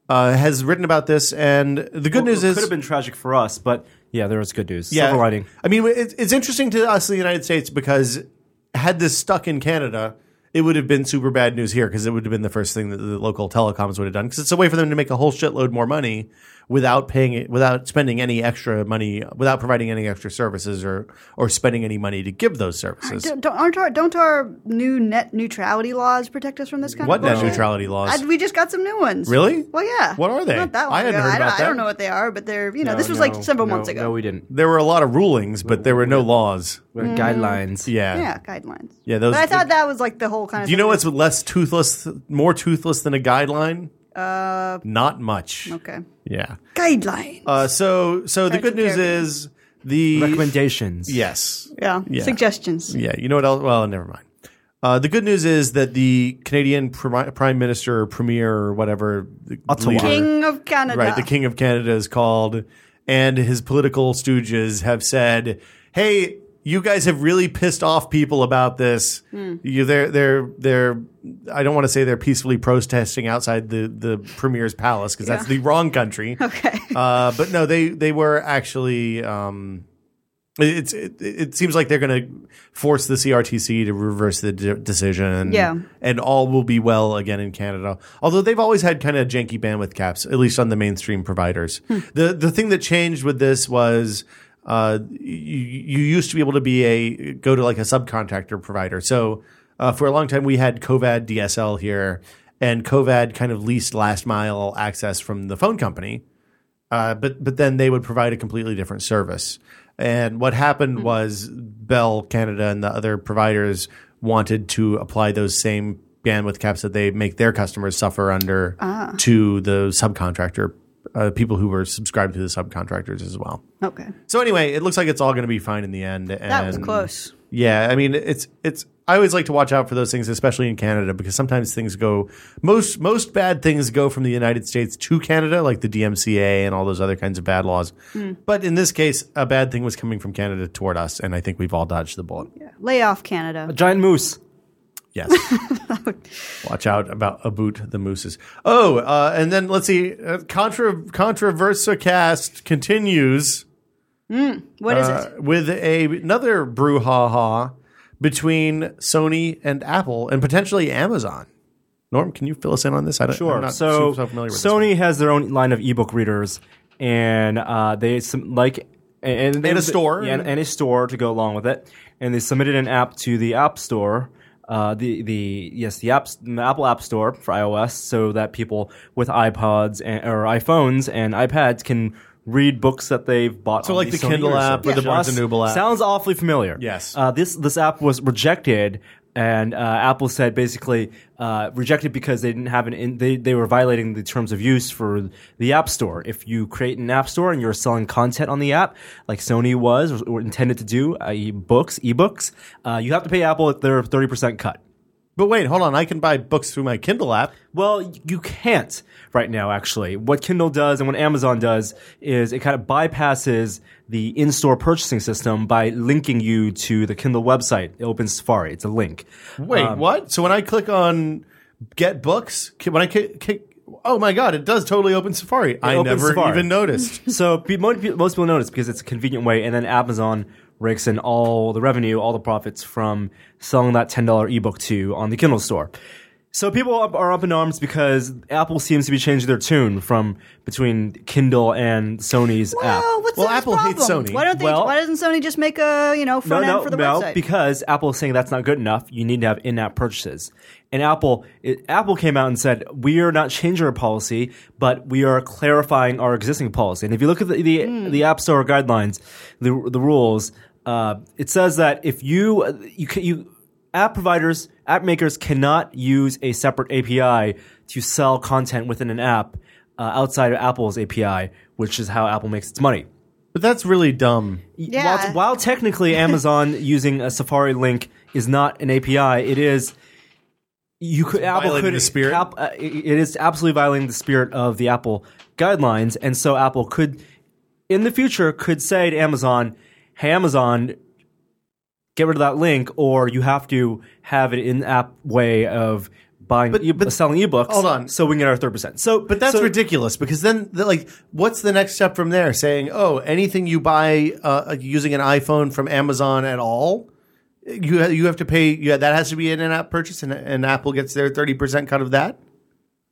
uh, has written about this. And the good news it is, could have been tragic for us, but yeah, there was good news. yeah, Silver lining. I mean, it, it's interesting to us in the United States because had this stuck in Canada. It would have been super bad news here because it would have been the first thing that the local telecoms would have done because it's a way for them to make a whole shitload more money without paying it, without spending any extra money, without providing any extra services or or spending any money to give those services. Don't, don't- aren't our, don't our new net neutrality laws protect us from this kind What of net bullshit? neutrality laws? I, we just got some new ones. Really? Well, yeah. What are they? Not that I one hadn't ago. heard I, don't- about I don't that. know what they are, but they're you know No, this was no, like several no, months ago. No, we didn't. There were a lot of rulings, but there were no laws. We Mm-hmm. had guidelines. Yeah. yeah, guidelines. Yeah, those- But I thought that was like the whole kind of. Do you thing. know what's less toothless, more toothless than a guideline? Uh, not much. Okay. Yeah. Guidelines. Uh, so, so the Cartoon good news character. is the Recommendations. Yes. yeah. yeah. Suggestions. Yeah. You know what else? Well, never mind. Uh, the good news is that the Canadian primi- prime minister or premier or whatever, the Ottawa. leader- King of Canada. Right, the King of Canada is called, and his political stooges have said, "Hey, you guys have really pissed off people about this. Hmm. You, they're, they're, they're. I don't want to say they're peacefully protesting outside the the premier's palace because that's the wrong country. Okay. uh, but no, they they were actually. Um, it- it's it, it seems like they're going to force the CRTC to reverse the de- decision. Yeah. and all will be well again in Canada. Although they've always had kind of janky bandwidth caps, at least on the mainstream providers. the The thing that changed with this was. Uh, you, you used to be able to be a go to like a subcontractor provider. So uh, for a long time, we had Covad DSL here, and Covad kind of leased last mile access from the phone company. Uh, but but then they would provide a completely different service. And what happened was Bell Canada and the other providers wanted to apply those same bandwidth caps that they make their customers suffer under to the subcontractor uh, people who were subscribed to the subcontractors as well. okay. So anyway, it looks like it's all going to be fine in the end. That was and- close. yeah, I mean it's it's I always like to watch out for those things, especially in Canada, because sometimes things go most most bad things go from the United States to Canada, like the DMCA and all those other kinds of bad laws. Hmm. But in this case, a bad thing was coming from Canada toward us, and I think we've all dodged the bullet. Yeah. Lay off Canada. A giant moose. Yes. Watch out about Aboot the Mooses. Oh, uh, and then let's see. Uh, contra Controversacast continues. What is uh, with a, another brouhaha between Sony and Apple and potentially Amazon. Norm, can you fill us in on this? I don't, I'm not so, super- so familiar with Sony This has their own line of ebook readers, and uh, they some, like and, they, And a store. yeah, and, and a store to go along with it. And they submitted an app to the App Store, uh, the the yes the apps the Apple App Store for iOS, so that people with iPods and, or iPhones and iPads can read books that they've bought. So like the Kindle app or the Barnes and Noble app. Sounds awfully familiar. Yes. Uh, this this app was rejected, and uh, Apple said basically uh, rejected because they didn't have an in, they they were violating the terms of use for the App Store. If you create an App Store and you're selling content on the app, like Sony was or, or intended to do, i.e., books, ebooks, uh, you have to pay Apple their thirty percent cut. but wait, hold on. I can buy books through my Kindle app. Well, you can't right now, actually. What Kindle does and what Amazon does is it kind of bypasses the in store purchasing system by linking you to the Kindle website. It opens Safari, it's a link. Wait, what? Um, So when I click on get books, can- when I click, oh my god, it does totally open Safari. I opens never Safari. even noticed. So pe- mo- pe- most people notice because it's a convenient way, and then Amazon rakes in all the revenue, all the profits from selling that $10 ebook to you on the Kindle store. So people up- are up in arms because Apple seems to be changing their tune from between Kindle and Sony's app. Well, what's Well, the Apple problem? hates Sony. Why don't they? Well- why doesn't Sony just make a you know front end for the website? because Apple is saying that's not good enough. You need to have in-app purchases. And Apple, it, Apple came out and said we are not changing our policy, but we are clarifying our existing policy. And if you look at the the, Hmm. the App Store guidelines, the the rules, uh, it says that if you you can, you app providers app makers cannot use a separate API to sell content within an app uh, outside of Apple's API, which is how Apple makes its money. But that's really dumb. Yeah. While, while technically Amazon using a Safari link is not an API, it is. You could Apple violating could the spirit. App- uh, it it is absolutely violating the spirit of the Apple guidelines, and so Apple could, in the future, could say to Amazon, "Hey, Amazon, get rid of that link, or you have to have an in-app way of buying, But- e- but- selling ebooks." hold on. so we can get our third percent. So, But that's so, ridiculous because then, the, like, what's the next step from there? Saying, oh, anything you buy uh, using an iPhone from Amazon at all, you ha- you have to pay. Yeah, that has to be an in-app purchase, and, and Apple gets their thirty percent cut of that.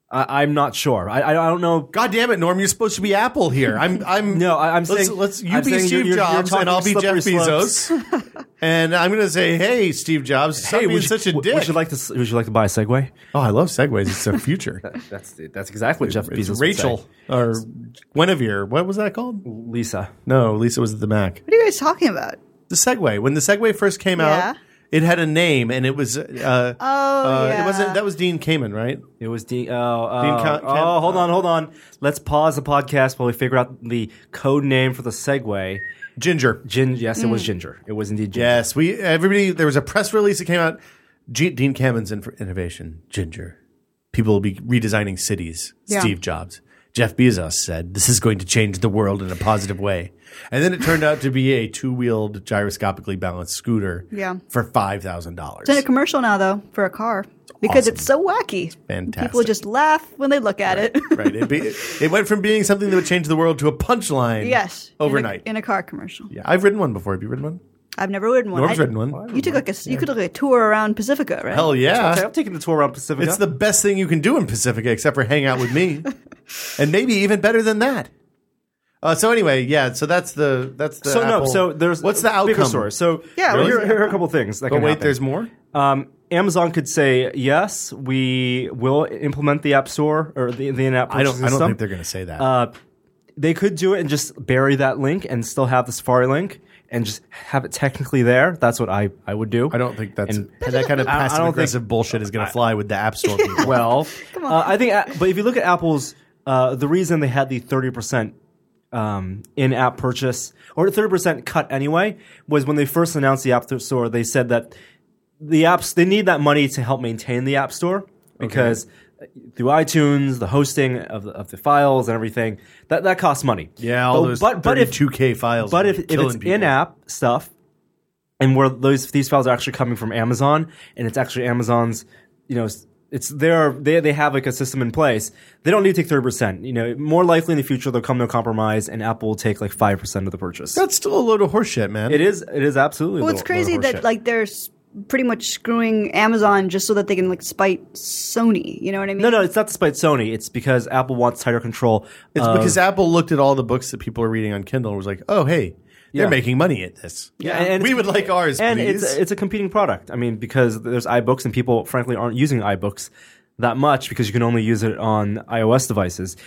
I, I'm not sure. I, I I don't know God damn it, Norm! You're supposed to be Apple here. I'm. I'm. No, I- I'm let's, saying- let's you I'm be saying Steve you're- you're- you're Jobs, talking and I'll be Jeff slippery slopes. Bezos. and I'm going to say, hey, Steve Jobs, stop being should- such a w- dick. We should like to. s- Would you like to buy a Segway? oh, I love segues. It's the future. That's that's exactly what Jeff it's Bezos. would Rachel say. or Guinevere. What was that called? Lisa. No, Lisa was at the Mac. what are you guys talking about? the Segway. When the Segway first came Yeah. out, it had a name, and it was uh, Oh uh, yeah. it wasn't that was Dean Kamen, right? It was Dean. Oh, oh, Dean Ca- Cam- oh, hold on, hold on. Let's pause the podcast while we figure out the code name for the Segway. Ginger. Gin. Yes, it was Ginger. It was indeed Ginger. Yes, we everybody. There was a press release that came out. G- Dean Kamen's in innovation, Ginger. People will be redesigning cities. Yeah. Steve Jobs. Jeff Bezos said, "This is going to change the world in a positive way," and then it turned out to be a two-wheeled, gyroscopically balanced scooter. Yeah. for five thousand dollars. It's in a commercial now though for a car because it's so wacky. Fantastic. People just laugh when they look at it. right, it, be, it went from being something that would change the world to a punchline. yes. in a- overnight. in a, car commercial. Yeah, I've ridden one before. Have you ridden one? I've never ridden one. Norm's I- ridden one. You took like a you could look like a tour around Pacifica, right? Hell Okay, yeah. I'm taking the tour around Pacifica. It's the best thing you can do in Pacifica except for hang out with me. and maybe even better than that. Uh, so anyway, yeah, so that's the that's the so no. Apple- So there's what's the bigger outcome? story. So Yeah, there- what here, is here are a couple things. That But can wait, happen. there's more? Um, Amazon could say yes, we will implement the App Store or the, the in-app. I don't purchasing I don't system. think they're gonna say that. uh, they could do it and just bury that link and still have the Safari link and just have it technically there. That's what I, I would do. I don't think that's and- that kind of I- I don't passive aggressive bullshit is gonna fly with the app store people. well, uh, I think, a- but if you look at Apple's, uh, the reason they had the 30% um, in app purchase or 30% cut anyway was when they first announced the App Store, they said that the apps, they need that money to help maintain the App Store because uh, through iTunes, the hosting of the, of the files and everything, that, that costs money. yeah, all But- those but, but if, 32k files. But are if, if killing it's people. in-app stuff, and where those these files are actually coming from Amazon, and it's actually Amazon's, you know, s- it's their they they have like a system in place. They don't need to take thirty percent. You know, more likely in the future they'll come to a compromise, and Apple will take like five percent of the purchase. that's still a load of horseshit, man. it is it is absolutely. Well, it's little- little crazy that horseshit. like they're s- pretty much screwing Amazon just so that they can like spite Sony. You know what I mean? no, no, it's not despite Sony. It's because Apple wants tighter control. It's because Apple looked at all the books that people are reading on Kindle and was like, "Oh, hey, they're Yeah. making money at this. Yeah, and we it's- would like ours, and please." it's it's a competing product. I mean, because there's iBooks and people frankly aren't using iBooks that much because you can only use it on iOS devices.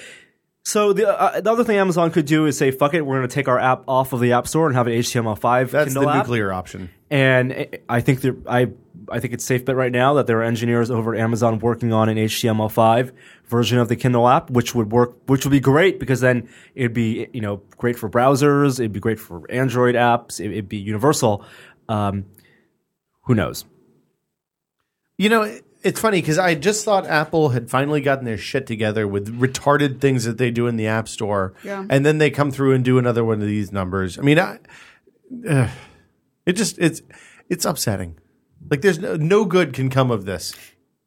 So the uh, the other thing Amazon could do is say, "Fuck it, we're going to take our app off of the App Store and have an HTML5 That's Kindle the app." nuclear option. And I- I think there, I I think it's safe bet right now that there are engineers over at Amazon working on an HTML5 version of the Kindle app, which would work, which would be great because then it'd be you know great for browsers, it'd be great for Android apps, it, would be universal. Um, who knows? You know, it- it's funny because I just thought Apple had finally gotten their shit together with retarded things that they do in the App Store, Yeah. and then they come through and do another one of these numbers. I mean, I, ugh. it just it's it's upsetting. Like, there's no, no good can come of this.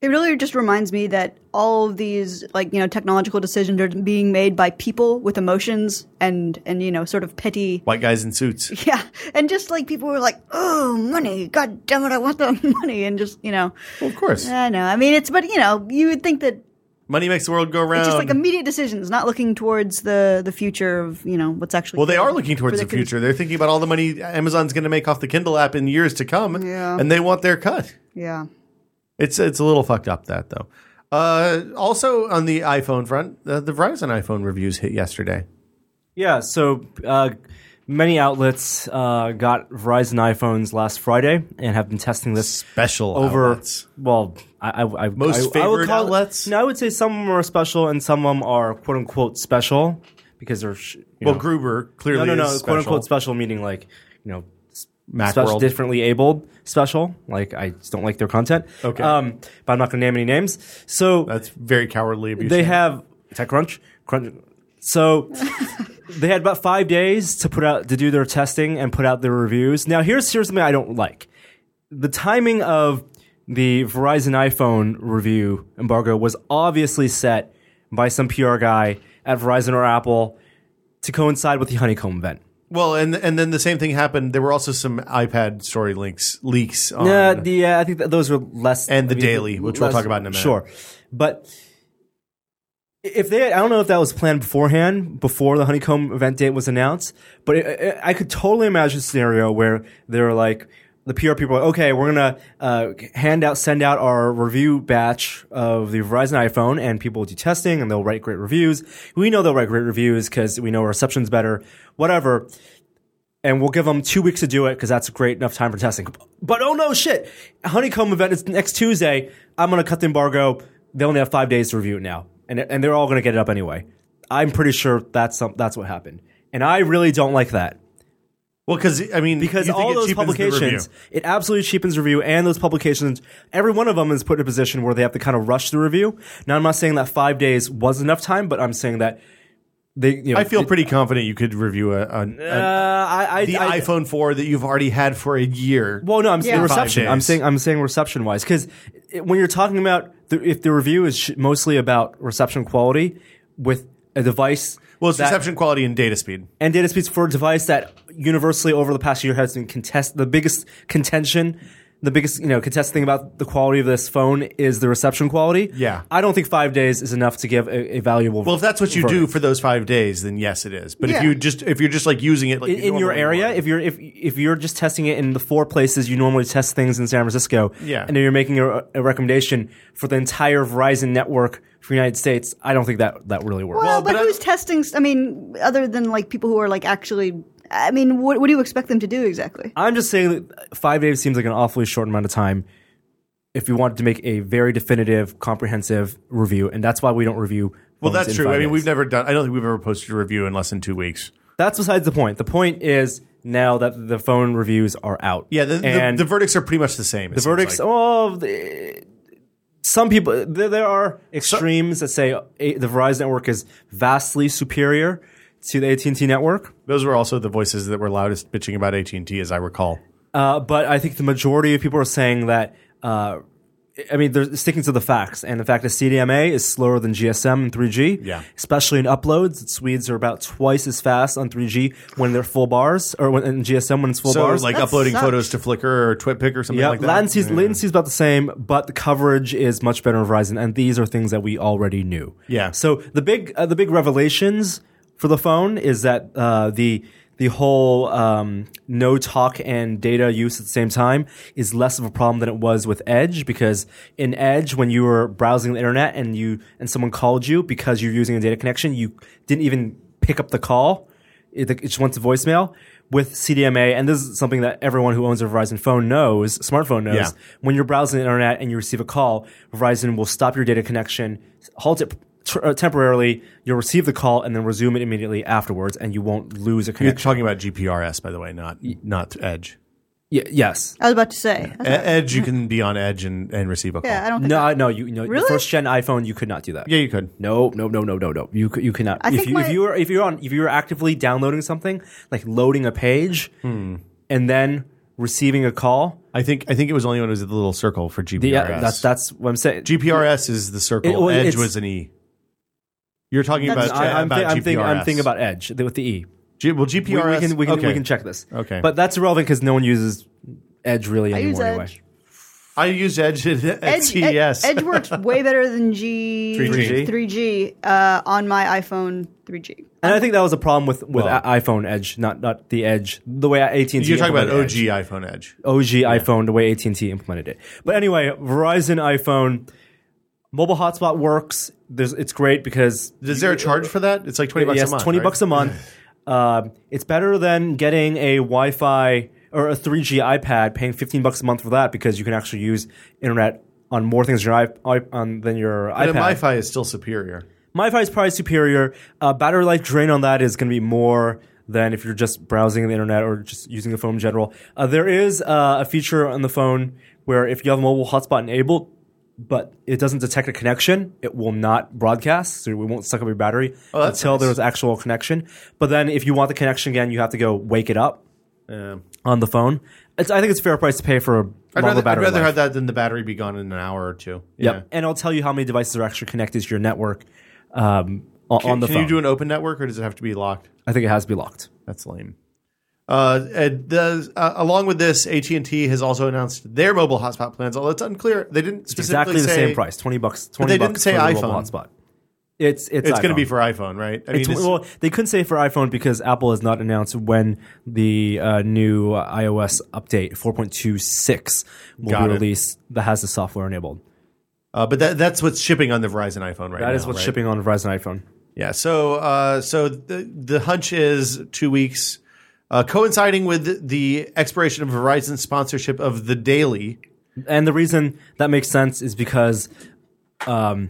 It really just reminds me that all of these like you know technological decisions are being made by people with emotions and and you know sort of petty White guys in suits. yeah and just like people were like oh money god damn it I want the money and just you know Well, of course. I know I mean it's but you know you would think that Money makes the world go round. it's just like immediate decisions not looking towards the the future of you know what's actually Well, they are looking towards the predicted- future. They're thinking about all the money Amazon's going to make off the Kindle app in years to come, Yeah. and they want their cut. yeah It's it's a little fucked up that though. Uh, also on the iPhone front, uh, the Verizon iPhone reviews hit yesterday. Yeah, so uh, many outlets uh, got Verizon iPhones last Friday and have been testing this Special over. outlets. Well, I, I, I Most I, I favored would call, outlets? No, I would say some of them are special and some of them are quote unquote special because they're sh- you Well, know- Gruber no clearly no no is quote unquote special special. meaning like you know special, Macworld. differently abled special like I just don't like their content. Okay. um, but I'm not going to name any names. So That's very cowardly of you. they Shane. have TechCrunch. Crunch. So they had about five days to put out to do their testing and put out their reviews. Now here's here's something I don't like: the timing of the Verizon iPhone review embargo was obviously set by some PR guy at Verizon or Apple to coincide with the Honeycomb event. well, and and then the same thing happened. There were also some iPad story links leaks. On, Yeah, the uh, I think that those were less And the I mean, Daily, which we'll less- talk about in a minute. Sure, but if they, I don't know if that was planned beforehand, before the honeycomb event date was announced, but it, it, I could totally imagine a scenario where they're like. The PR people are okay. We're gonna uh, hand out, send out our review batch of the Verizon iPhone, and people will do testing, and they'll write great reviews. We know they'll write great reviews because we know reception's better, whatever and we'll give them two weeks to do it because that's great enough time for testing. But oh no, shit! Honeycomb event is next Tuesday. I'm gonna cut the embargo. They only have five days to review it now, and and they're all gonna get it up anyway. I'm pretty sure that's some, that's what happened, and I really don't like that well, because I mean, because you think all it those cheapens the review. publications, it absolutely cheapens review, and those publications, every one of them is put in a position where they have to kind of rush the review. Now, I'm not saying that five days was enough time, but I'm saying that they. You know, I feel it- pretty confident you could review a, a, a- Uh, I, I, the I, iPhone 4 that you've already had for a year. Well, no, I'm saying Yeah. Five reception. I'm days. saying I'm saying reception wise because when you're talking about the, if the review is sh- mostly about reception quality with a device, well, it's that- reception quality and data speed. and data speeds for a device that universally over the past year has been contest the biggest contention. The biggest, you know, contested thing about the quality of this phone is the reception quality. Yeah. I don't think five days is enough to give a, a valuable. Well, if that's what you do verdict. for those five days, then yes, it is. But if Yeah. you just if you're just like using it like in, you in your normally area, would. if you're if if you're just testing it in the four places you normally test things in San Francisco, Yeah. and then you're making a, a recommendation for the entire Verizon network for the United States, I don't think that that really works. Well, but, but I- who's testing? I mean, other than like people who are like actually. I mean, what, what do you expect them to do exactly? I'm just saying that five days seems like an awfully short amount of time if you wanted to make a very definitive, comprehensive review, and that's why we don't review. well, phones that's in true. five I mean, days. we've never done. I don't think we've ever posted a review in less than two weeks. that's besides the point. The point is now that the phone reviews are out. Yeah, the, and the, the verdicts are pretty much the same. The verdicts. oh, the- some people there, there are extremes that say uh, a- the Verizon network is vastly superior to the AT and T network, those were also the voices that were loudest bitching about AT and T, as I recall. uh, but I think the majority of people are saying that. Uh, I mean, they're sticking to the facts, and the fact that CDMA is slower than GSM and 3G, Yeah. especially in uploads. Swedes are about twice as fast on 3G when they're full bars, or when, in GSM when it's full So, bars. like That uploading sucks. photos to Flickr or TwitPic or something Yeah, like that. latency's latency's about the same, but the coverage is much better in Verizon, and these are things that we already knew. Yeah. So the big uh, the big revelations for the phone is that uh, the the whole um, no talk and data use at the same time is less of a problem than it was with Edge because in Edge when you were browsing the internet and you and someone called you because you're using a data connection you didn't even pick up the call it, it just went to voicemail with CDMA, and this is something that everyone who owns a Verizon phone knows, smartphone knows. Yeah. When you're browsing the internet and you receive a call, Verizon will stop your data connection, halt it t- uh, temporarily. You'll receive the call and then resume it immediately afterwards, and you won't lose a You're connection. talking about GPRS, by the way, not not Edge. Ye- yes. I was about to say. E- Edge, you can be on Edge and, and receive a call. Yeah, I don't think. No, I- no, you no. Really? The first gen iPhone, you could not do that. yeah, you could. No, no, no, no, no, no. You c- you cannot. if think you my- if you are if Hmm. you're on if you're actively downloading something like loading a page and then receiving a call. I think I think it was only when it was the little circle for GPRS. Yeah, that's that's what I'm saying. GPRS is the circle. It- well, Edge it's- was an E. You're talking That's- about, I, I'm, about thi- GPRS. I'm, thinking, I'm thinking about Edge the- with the E. G- well, We, we GPRS. can we can, okay. we can check this. Okay. but that's irrelevant because no one uses Edge really I anymore. use anyway. Edge. I used Edge at, E at Edge, Ed- CES. Edge works way better than G 3G. 3G uh, on my iPhone 3G. And I think that was a problem with with Well- i- iPhone Edge, not not the Edge. The way AT and T. You're talking about OG iPhone Edge. OG iPhone, the way AT and T implemented it. But anyway, Verizon iPhone mobile hotspot works. There's, it's great because Is there a charge for that? It's like twenty bucks yes, a month. twenty right? bucks a month. Uh, it's better than getting a Wi-Fi or a 3G iPad, paying fifteen bucks a month for that because you can actually use internet on more things than your, iP- iP- on, than your And iPad. Wi-Fi is still superior. MiFi is probably superior. Uh, battery life drain on that is going to be more than if you're just browsing the internet or just using the phone in general. Uh, there is uh, a feature on the phone where if you have a mobile hotspot enabled, but it doesn't detect a connection, it will not broadcast, so we won't suck up your battery Oh, that's until nice. there's actual connection. But then if you want the connection again, you have to go wake it up on the phone. It's, I think it's a fair price to pay for a I'd longer rather, I'd battery rather life. have that than the battery be gone in an hour or two. Yep. Yeah. And it'll tell you how many devices are actually connected to your network um, o- Can, on the can phone. you do an open network or does it have to be locked? I think it has to be locked. That's lame. Uh, and the, uh, along with this, AT and T has also announced their mobile hotspot plans. Although it's unclear, they didn't specifically Exactly the say same price, twenty bucks. Twenty they bucks didn't say for the mobile iPhone. hotspot. It's it's It's going to iPhone. be for iPhone, right? I mean, It's- it's- well, they couldn't say for iPhone because Apple has not announced when the uh, new iOS update 4.26 will Got be it. released that has the software enabled. uh, but that, that's what's shipping on the Verizon iPhone right now. That is what's right? shipping on a Verizon iPhone. Yeah. So uh, so the the hunch is two weeks, uh, coinciding with the expiration of Verizon's sponsorship of the Daily. And the reason that makes sense is because um,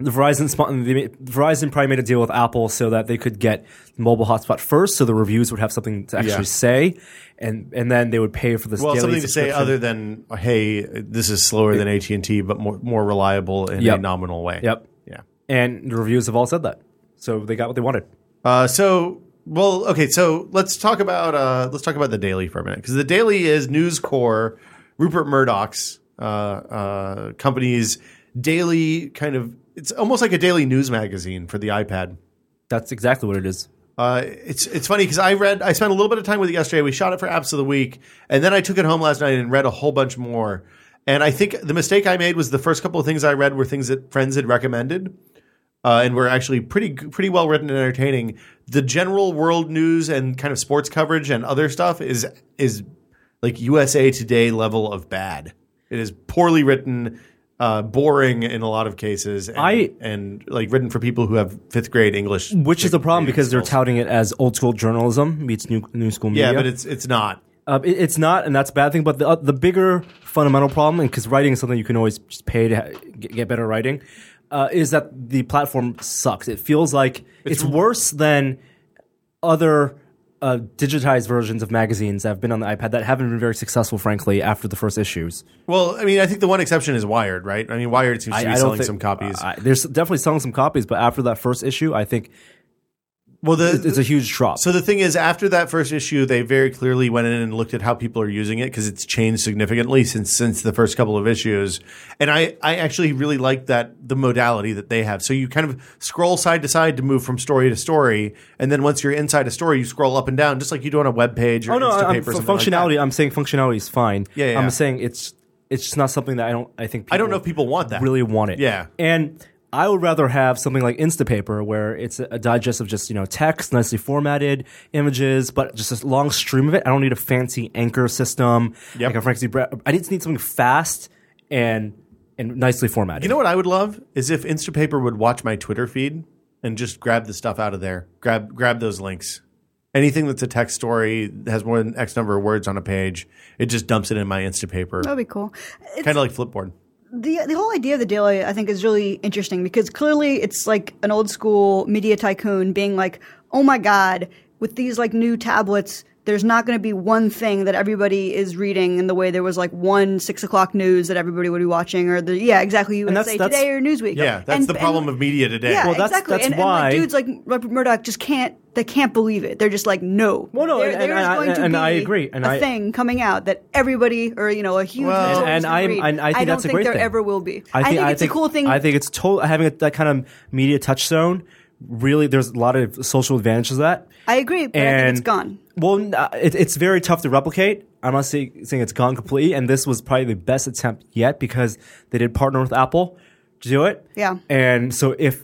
the Verizon spon- the- Verizon probably made a deal with Apple so that they could get mobile hotspot first, so the reviews would have something to actually Yeah. say, and and then they would pay for this. Well, daily something to say subscription. other than hey, this is slower than AT and T, but more more reliable in Yep. a nominal way. Yep. Yeah. And the reviews have all said that, so they got what they wanted. Uh, so well, okay. So let's talk about uh, let's talk about the Daily for a minute because the Daily is News Corp, Rupert Murdoch's uh, uh, company's daily kind of. It's almost like a daily news magazine for the iPad. That's exactly what it is. Uh, it's it's funny because I read I spent a little bit of time with it yesterday. We shot it for apps of the week, and then I took it home last night and read a whole bunch more. And I think the mistake I made was the first couple of things I read were things that friends had recommended, uh, and were actually pretty pretty well written and entertaining. The general world news and kind of sports coverage and other stuff is is like USA Today level of bad. It is poorly written, uh, boring in a lot of cases, and, I- and like written for people who have fifth grade English, Which is the problem because they're skills. touting it as old school journalism meets new new school media. Yeah, but it's it's not. uh, it- it's not, and that's a bad thing. But the uh, the bigger fundamental problem, and because writing is something you can always just pay to ha- get, get better writing, uh, is that the platform sucks. It feels like it's, worse than other. Uh, digitized versions of magazines that have been on the iPad that haven't been very successful, frankly, after the first issues. Well, I mean, I think the one exception is Wired, right? I mean, Wired seems to be don't selling think- some copies. I, there's definitely selling some copies, but after that first issue, I think well, the, it's a huge drop. so the thing is, after that first issue, they very clearly went in and looked at how people are using it because it's changed significantly since since the first couple of issues. And I I actually really like that the modality that they have. So you kind of scroll side to side to move from story to story, and then once you're inside a story, you scroll up and down just like you do on a web page or Oh no, Instapaper I'm, or for something like that. functionality. I'm saying functionality is fine. Yeah, yeah, yeah. I'm saying it's it's just not something that I don't. I think people I don't know if people want that. really want it. Yeah. and I would rather have something like Instapaper where it's a, a digest of just you know text, nicely formatted images, but just a long stream of it. I don't need a fancy anchor system. Yep. Like a fancy. bra- I just need something fast and and nicely formatted. You know what I would love is if Instapaper would watch my Twitter feed and just grab the stuff out of there. Grab grab those links. Anything that's a text story that has more than X number of words on a page, it just dumps it in my Instapaper. That'd be cool. It's, Kind of like Flipboard. the the whole idea of the daily, I think, is really interesting because clearly it's like an old school media tycoon being like, "Oh my god, with these like new tablets, there's not going to be one thing that everybody is reading in the way there was like one six o'clock news that everybody would be watching or the yeah exactly you would that's- say that's- today or Newsweek Yeah, that's And- the problem and- of media today. yeah Well, that's- exactly that's and, why- and like, dudes like Rupert Murdoch just can't they can't believe it they're just like no Well, no, there, and- there and is I- going to and be I agree, and a I- thing coming out that everybody or you know a huge Well- majority And- and should I'm- read. and I think don't that's a think great there thing. ever will be I think, it's a cool thing I think it's total having a, that kind of media touchstone. Really, there's a lot of social advantages to that. I agree but I and think it's gone Well, n- uh, it, it's very tough to replicate. I'm not say, saying it's gone completely, and this was probably the best attempt yet because they did partner with Apple to do it. Yeah. and so if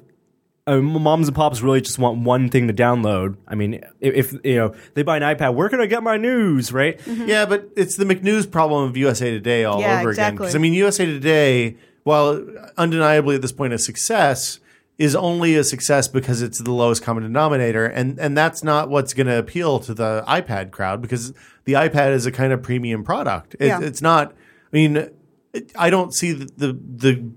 uh, moms and pops really just want one thing to download, I mean, if, if you know they buy an iPad, where can I get my news? Right? Mm-hmm. Yeah, but it's the McNews problem of USA Today all Yeah, over again. exactly. Because I mean, USA Today, while undeniably at this point a success, is only a success because it's the lowest common denominator, and and that's not what's going to appeal to the iPad crowd because the iPad is a kind of premium product. It, Yeah. It's not. I mean, it, I don't see the the. the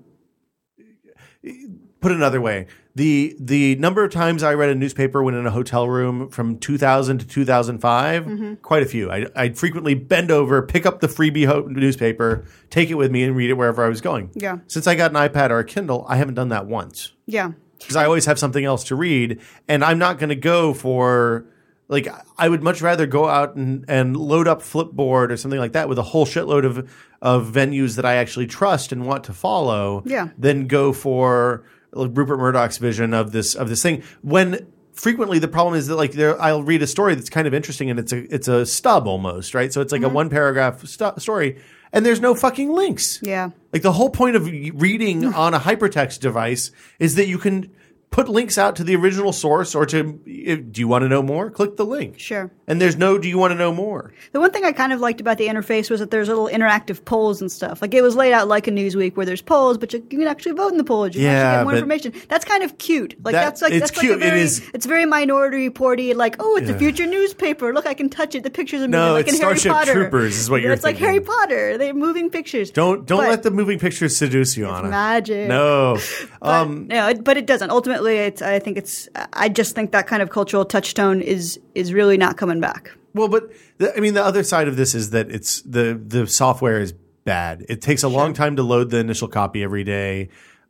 Put it another way, the the number of times I read a newspaper when in a hotel room from 2000 to 2005, quite a few. I, I'd frequently bend over, pick up the freebie ho- newspaper, take it with me, and read it wherever I was going. Yeah. Since I got an iPad or a Kindle, I haven't done that once yeah because I always have something else to read, and I'm not going to go for like I would much rather go out and, and load up Flipboard or something like that with a whole shitload of of venues that I actually trust and want to follow. Yeah. Than go for like, Rupert Murdoch's vision of this of this thing when. Frequently, the problem is that like there, I'll read a story that's kind of interesting, and it's a it's a stub almost, right? So it's Mm-hmm. like a one paragraph stu- story, and there's no fucking links. Yeah. Like the whole point of reading on a hypertext device is that you can put links out to the original source or to if, do you want to know more? Click the link. Sure. And there's no do you want to know more? The one thing I kind of liked about the interface was that there's little interactive polls and stuff. Like it was laid out like a Newsweek where there's polls, but you, you can actually vote in the polls. You can Yeah, actually get more but- information. That's kind of cute. Like That- that's like it's that's cute. like a It very is- it's very minority reporty. Like oh, it's a future newspaper. Look, I can touch it. The pictures are moving. No, like it's in Harry Starship Potter. Troopers is what you're It's thinking. like Harry Potter. They're moving pictures. Don't don't But- let the moving pictures seduce you, Anna. magic. No. but, um, no, it- but it doesn't. Ultimately, it's. I think it's. I just think that kind of cultural touchstone is is really not coming back. Well, but the, I mean, the other side of this is that it's the the software is bad. It takes a long time to load the initial copy every day.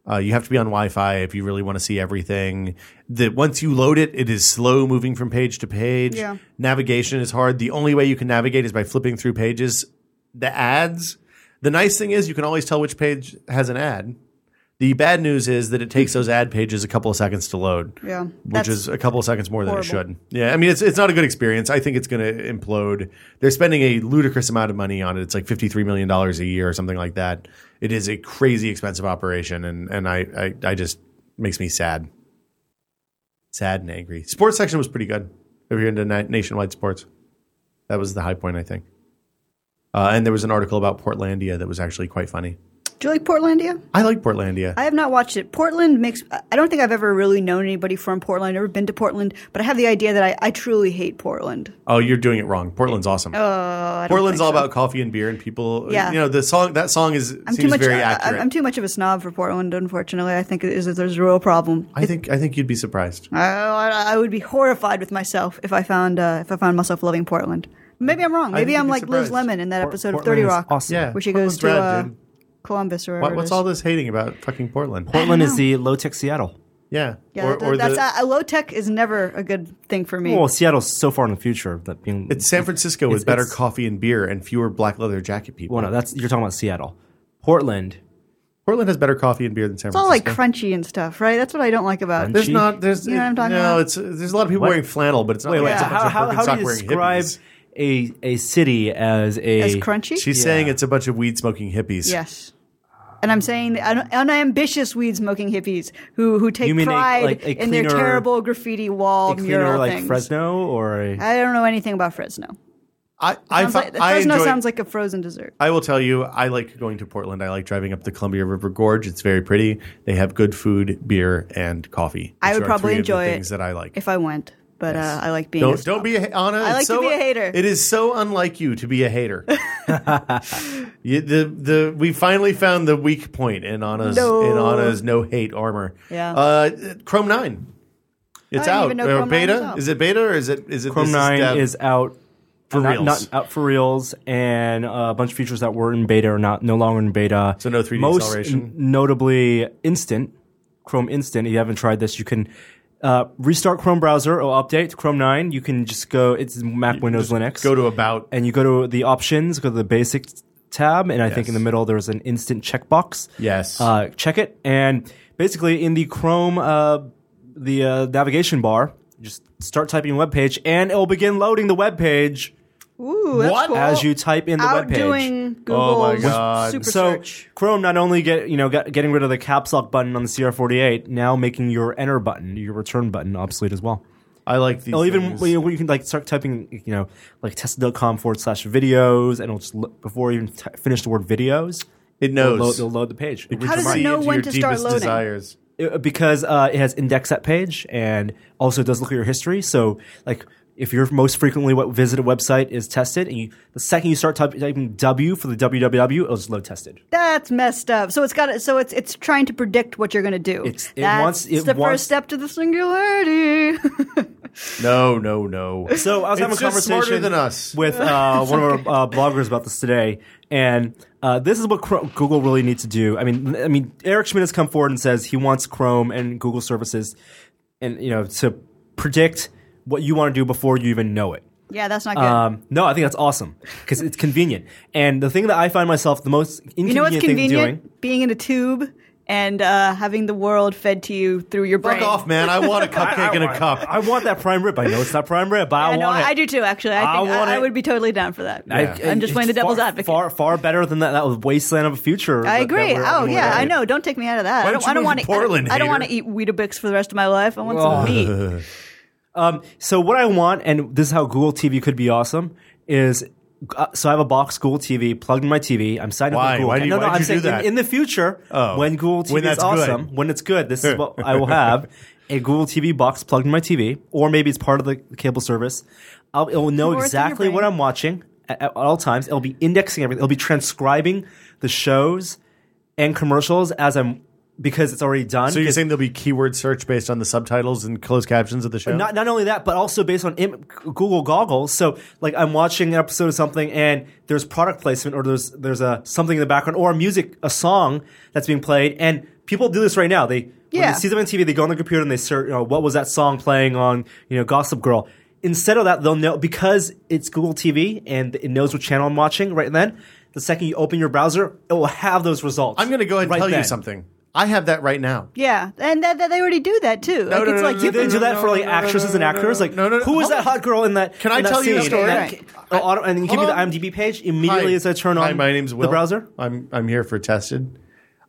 Uh, you have to be on Wi-Fi if you really want to see everything. That once you load it, it is slow moving from page to page. Yeah. Navigation is hard. The only way you can navigate is by flipping through pages. The ads. The nice thing is you can always tell which page has an ad. The bad news is that it takes those ad pages a couple of seconds to load. Yeah, Which that's- is a couple of seconds more than it Horrible. should. Yeah, I mean it's it's not a good experience. I think it's going to implode. They're spending a ludicrous amount of money on it. It's like fifty three million dollars a year or something like that. It is a crazy expensive operation, and and I I, I just makes me sad, sad and angry. Sports section was pretty good. If you're into na- nationwide sports, that was the high point I think. Uh, and there was an article about Portlandia that was actually quite funny. Do you like Portlandia? I like Portlandia. I have not watched it. Portland makes. I don't think I've ever really known anybody from Portland. Never been to Portland, but I have the idea that I, I truly hate Portland. Oh, you're doing it wrong. Portland's Oh, awesome. Portland's all about coffee and beer and people. Yeah. you know the song. That song is I'm seems too much. very I- accurate. I, am too much of a snob for Portland. Unfortunately, I think it is that there's a real problem. I think I think you'd be surprised. I, I, I would be horrified with myself if I found uh, if I found myself loving Portland. Maybe I'm wrong. Maybe think I'm you'd be like Liz surprised. Lemon in that episode of Portland Thirty is Rock, awesome. Yeah, where she Portland's goes to rad, uh, dude. Columbus or wherever What, it what's is. all this hating about fucking Portland? Portland is the low tech Seattle. yeah, Yeah, or, or that's the, uh, low tech is never a good thing for me. Well, Seattle's so far in the future that being it's San Francisco with It's- better it's- coffee and beer and fewer black leather jacket people. well, no, that's you're talking about Seattle, Portland. Portland has better coffee and beer than San It's all like Francisco. crunchy and stuff, right? That's what I don't like about. there's not there's You know what I'm talking no about? it's there's a lot of people wearing flannel, but it's not Wait, like wait. it's So a bunch how, of how, how do Birkenstock you wearing describe hippies. a a city as a As crunchy? She's saying it's a bunch of weed smoking hippies. Yes. And I'm saying the un- unambitious weed smoking hippies who who take You mean a- pride like a in their cleaner- terrible graffiti wall a cleaner mural like things. Fresno or a I don't know anything about Fresno. I I, Sounds fi- like- I Fresno enjoy- sounds like a frozen dessert. I will tell you, I like going to Portland. I like driving up the Columbia River Gorge. It's very pretty. They have good food, beer, and coffee. I which would are probably three of the enjoy it things that I like. If I went, but uh, I like being. a don't snob. don't be a, Anna. I like to be a hater. It is so unlike you to be a hater. you, the the we finally found the weak point in Anna's No. in Anna's no hate armor. Yeah. Uh, Chrome nine. I It's didn't out. even know Uh, Chrome 9 beta? was out. Is it beta or is it is it Chrome this Nine dev? is out For not, reals. not out for reals, and uh, a bunch of features that were in beta are not no longer in beta. So no 3D Most acceleration. n- notably, Instant Chrome Instant. If you haven't tried this, you can uh, restart Chrome browser or update to Chrome nine. You can just go. It's Mac, Windows, Linux. Go to about and you go to the options, go to the basic tab, and I think Yes. in the middle there's an instant checkbox. Yes. Uh, check it, and basically in the Chrome, uh, the uh, navigation bar, just start typing web page, and it'll begin loading the web page Ooh, that's What? cool. as you type in the web page. Outdoing Oh my Google's God. super so search. Chrome not only get you know got, getting rid of the caps lock button on the CR48, now making your enter button, your return button obsolete as well. I like these. Or even things. you, know, when you can like start typing, you know, like tesla.com forward slash videos, and it'll just look, before you even t- finish the word videos, it it'll knows. load, it'll load the page How does it See know into when your to start deepest loading? Desires. It- because uh, it has index that page and also does look at your history. So like if your most frequently what visited website is tested, and you, the second you start type, typing W for the www, it'll just load tested. That's messed up. So it's got it. So it's it's trying to predict what you're going to do. It's- it That's wants- it the wants- first step to the singularity. No, no, no. So I was having a It's just conversation smarter than us. with uh, one of our uh, bloggers about this today, and uh, this is what Chr- Google really needs to do. I mean, I mean, Eric Schmidt has come forward and says he wants Chrome and Google services, and you know, to predict what you want to do before you even know it. yeah, that's not good. Um, no, I think that's awesome because it's convenient. And the thing that I find myself the most inconvenient you know what's thing convenient? doing. Being in a tube and uh, having the world fed to you through your brain. Fuck off, man. I want a cupcake and a cup. I want that prime rib. I know it's not prime rib, but I I, know, want it. I do too. Actually, I I think want I, I it. would be totally down for that. I, I, am just playing the it's devil's far, advocate. Far, far better than that. That was wasteland of a future. I that- agree. that we're- oh we're yeah, I in. know. Don't take me out of that. Why I don't, don't you I don't move want to to. I Portland, don't, want to hater? eat Weetabix for the rest of my life. I want some meat. So what I want, and this is how Google TV could be awesome, is uh, so I have a box Google TV plugged in my TV. I'm signed Why? up. With Google. Why do you- no, no, why did I'm you saying do that? In, in the future, Oh. when Google TV When is that's good. awesome, when it's good, this is what I will have a Google TV box plugged in my TV, or maybe it's part of the cable service. I'll, it will know Or it's in your exactly what brain. I'm watching at, at all times. It'll be indexing everything. It'll be transcribing the shows and commercials as I'm because it's already done. So you're Because- saying there'll be keyword search based on the subtitles and closed captions of the show? not not only that, but also based on Im- Google goggles. So like I'm watching an episode of something and there's product placement or there's there's a something in the background or music, a song that's being played, and people do this right now. They when Yeah. they see them on TV, they go on their computer and they search, you know, what was that song playing on, you know, Gossip Girl. Instead of that, they'll know because it's Google TV and it knows what channel I'm watching right then. The second you open your browser, it will have those results. I'm going to go ahead and right tell you then. something. I have that right now. Yeah, and that, that they already do that too. like, no, it's no, like no, Do you they can do that for like No, no, no, actors as an no, no, actors? no, Like, no, no, no. who was Hold that on. hot girl in that? Can I in that tell you a scene? story? And, that- oh, auto- and you give me Hold the on. IMDb page immediately Hi. as I turn on Hi, my name's Will. the browser. I'm I'm here for tested.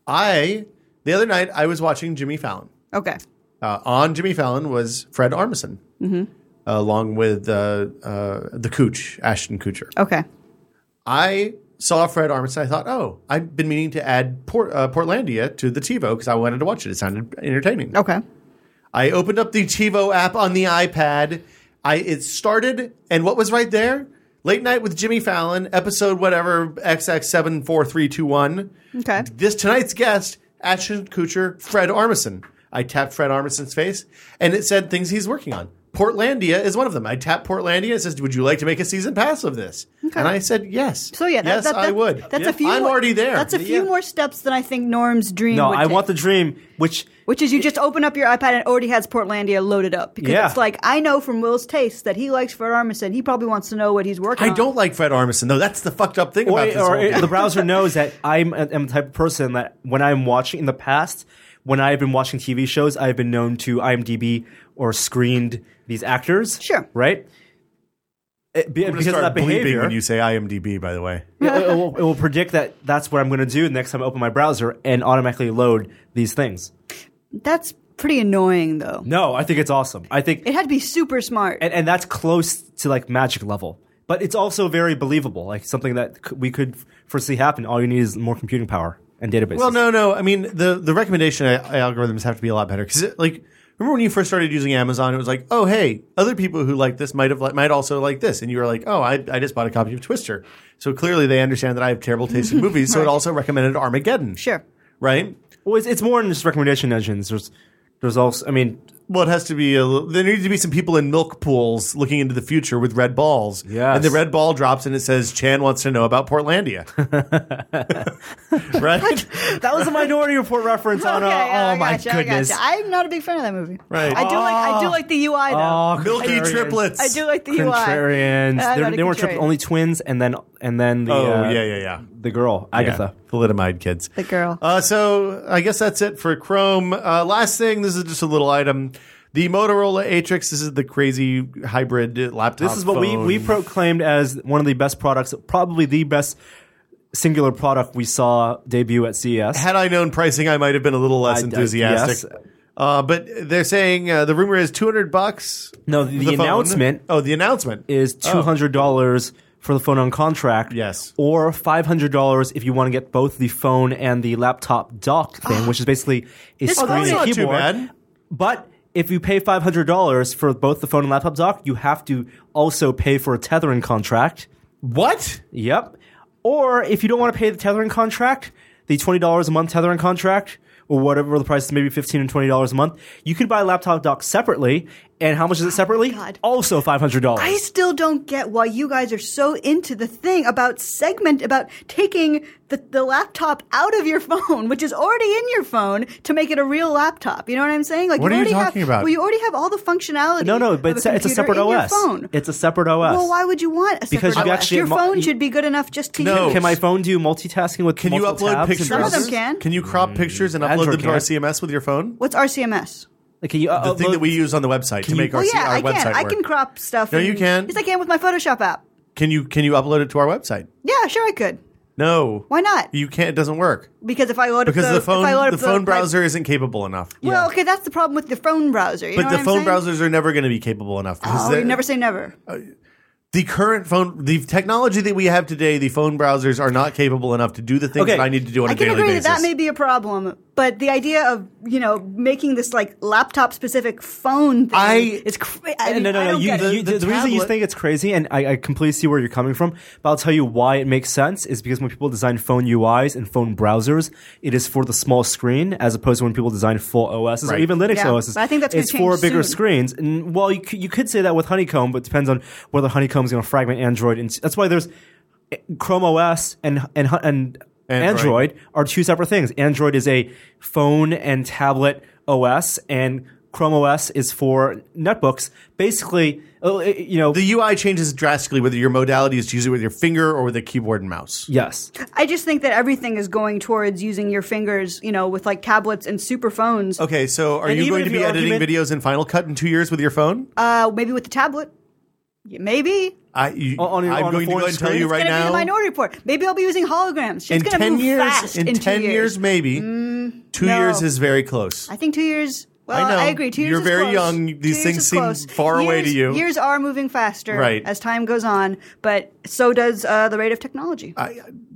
I the other night I was watching Jimmy Fallon. Okay. Uh, on Jimmy Fallon was Fred Armisen, Mm-hmm. along with uh, uh, the Cooch Ashton Kutcher. Okay. I saw Fred Armisen. I thought, oh, I've been meaning to add Port, uh, Portlandia to the TiVo because I wanted to watch it. It sounded entertaining. Okay. I opened up the TiVo app on the iPad. I it started, and what was right there? Late night with Jimmy Fallon, episode whatever XX seven four three two one. Okay. This tonight's guest, Ashton Kutcher, Fred Armisen. I tapped Fred Armisen's face, and it said things he's working on. Portlandia is one of them. I tapped Portlandia. It says, "Would you like to make a season pass of this?" And I said, "Yes." So yeah, that, yes, that, that, I would. That's a few. I'm more, already there. That's a few more steps than I think Norm's dream. No, would I take. want the dream, which Which is you just open up your iPad and it already has Portlandia loaded up because Yeah. it's like I know from Will's taste that he likes Fred Armisen. He probably wants to know what he's working. I on. don't like Fred Armisen though. That's the fucked up thing or, about this. or whole deal. the browser knows that I'm, a- I'm the type of person that when I'm watching in the past, when I've been watching TV shows, I've been known to IMDb or screened these actors. Sure. right? It- be- I'm gonna because of start that behavior, bleeping when you say IMDb. By the way, Yeah, it, it will, it will predict that that's what I'm going to do next time I open my browser and automatically load these things. That's pretty annoying though. No, I think it's awesome. I think, It had to be super smart. and, and that's close to like magic level, but it's also very believable, like something that c- we could foresee happen. All you need is more computing power and databases. Well, no, no. I mean, the the recommendation al- algorithms have to be a lot better because, like, remember when you first started using Amazon? It was like, oh, hey, other people who like this might have li- might also like this, and you were like, oh, I, I just bought a copy of Twister, so clearly they understand that I have terrible taste in movies, so it also recommended Armageddon. sure. right? Well, it's, it's more than just recommendation engines. There's, there's also, I mean, Well, it has to be. A, li- there needs to be some people in milk pools looking into the future with red balls. Yes. And the red ball drops and it says, Chan wants to know about Portlandia. right? That was a Minority Report reference on. Uh, Okay, I oh my gotcha, I goodness. Ah. gotcha. I'm not a big fan of that movie. Right. I do like I do like the UI though. Oh, Milky contrarian. triplets. I do like the Contrarians. UI. I'm They're- not a they weren't contrarian. tripl- only twins, and then and then the. Oh, uh, yeah, yeah, yeah. The girl Agatha. Yeah, the Thalidomide kids. The girl. Uh, so I guess that's it for Chrome. Uh, last thing, this is just a little item. The Motorola Atrix. This is the crazy hybrid laptop. This is what we, phone. we proclaimed as one of the best products, probably the best singular product we saw debut at E CES. Had I known pricing, I might have been a little less I- I- enthusiastic. yes. Uh, but they're saying uh, the rumor is two hundred bucks. No, the, phone. announcement Oh, the announcement is two hundred dollars for the phone on contract. Oh. Yes. or five hundred dollars if you want to get both the phone and the laptop dock thing, which is basically a This screen phone and is- Not too keyboard. bad. But if you pay five hundred dollars for both the phone and laptop dock, you have to also pay for a tethering contract. What? Yep. Or if you don't want to pay the tethering contract, the twenty dollars a month tethering contract, or whatever the price is, maybe fifteen and twenty dollars a month, you could buy a laptop dock separately. And how much is it separately? God. Also five hundred dollars. I still don't get why you guys are so into the thing about segment about taking the, the laptop out of your phone, which is already in your phone, to make it a real laptop. You know what I'm saying? Like What you are you already talking have, about? Well, you already have all the functionality. No, no, but of it's a, it's a computer separate in your OS. phone. It's a separate OS. well, why would you want a Because separate you OS? actually your mo- phone you- should be good enough just to No. use. can my phone do multitasking with Can you multiple upload tabs and pictures? Some of them browsers? can. Can you crop pictures and upload Android them to our can. CMS with your phone? What's RCMS? Like, can you The uh, thing upload- that we use on the website to you- make our, Well, Oh, yeah, our I website can. I work. can crop stuff. No, and- you can. Yes, I can with my Photoshop app. Can you can you upload it to our website? Yeah, sure, I could. No. Why not? You can't. It doesn't work Because if I load up because the, the phone if I load up the phone my- browser isn't capable enough. Well, okay, that's the problem with the phone browser. You know But the what I'm phone saying? browsers are never going to be capable enough. because Oh, the, you never say never. the current phone, the technology that we have today, the phone browsers are not capable enough to do the things Okay. that I need to do on a I can daily agree basis. that that may be a problem, but the idea of you know making this like laptop specific phone thing I- is cra- I, no, no, I no. don't You, get it. you, the, reason you tablet- think it's crazy, and I, I completely see where you're coming from, but I'll tell you why it makes sense is because when people design phone UIs and phone browsers, it is for the small screen as opposed to when people design full OSs or Right. even Linux Yeah, OSs. but I think that's gonna it's for change bigger soon. screens. And well, you, c- you could say that with Honeycomb, but it depends on whether Honeycomb is going to fragment Android. And that's why there's eh, Chrome OS and and and Android. Android. are two separate things. Android is a phone and tablet OS, and Chrome OS is for netbooks. Basically, uh, you know, the UI changes drastically whether your modality is to use it with your finger or with a keyboard and mouse. yes, I just think that everything is going towards using your fingers, you know, with like tablets and super phones. Okay, so are And you even going if to be your editing argument- videos in Final Cut in two years with your phone? Uh, maybe with the tablet, Yeah, maybe. I, you, On- on your- I'm on the going to go fourth ahead and tell screen? you It's right It's gonna be the now. Minority Report. Maybe I'll be using holograms. She's in gonna ten move years, fast in, two ten years, maybe two no. years is very close. I think two years. Well, I I, know. agree. Two years. You're is very close. young. These Two years things is seem close. far years, away to you. Years are moving faster, Right. as time goes on, but so does uh, the rate of technology.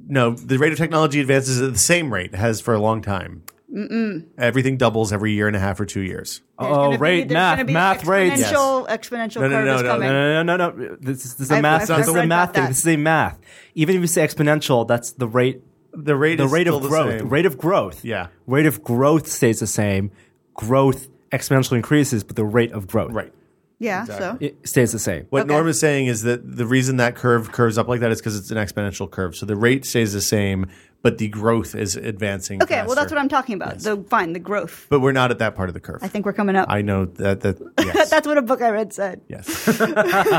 no, the rate of technology advances at the same rate it has for a long time. Mm-mm. Everything doubles every year and a half or two years. There's gonna Oh, be- rate, there's math, gonna be math, rates. Yes. Exponential, exponential No, no, curve no, is no, no, coming. no, no, no, no. This is, this is a I've- math. I've this is read a math about thing. that. This is a math. Even if you say exponential, that's the rate. The rate, The is rate still of growth. The same. Rate of growth. Yeah. Rate of growth stays the same. Growth exponentially increases, but the rate of growth right. Yeah, so it stays the same. What Okay. Norm is saying is that the reason that curve curves up like that is because it's an exponential curve. So the rate stays the same, but the growth is advancing. okay, well that's what I'm talking about. The fine, the growth. But we're not at that part of the curve. I think we're coming up. I know that. That yes, That's what a book I read said. yes.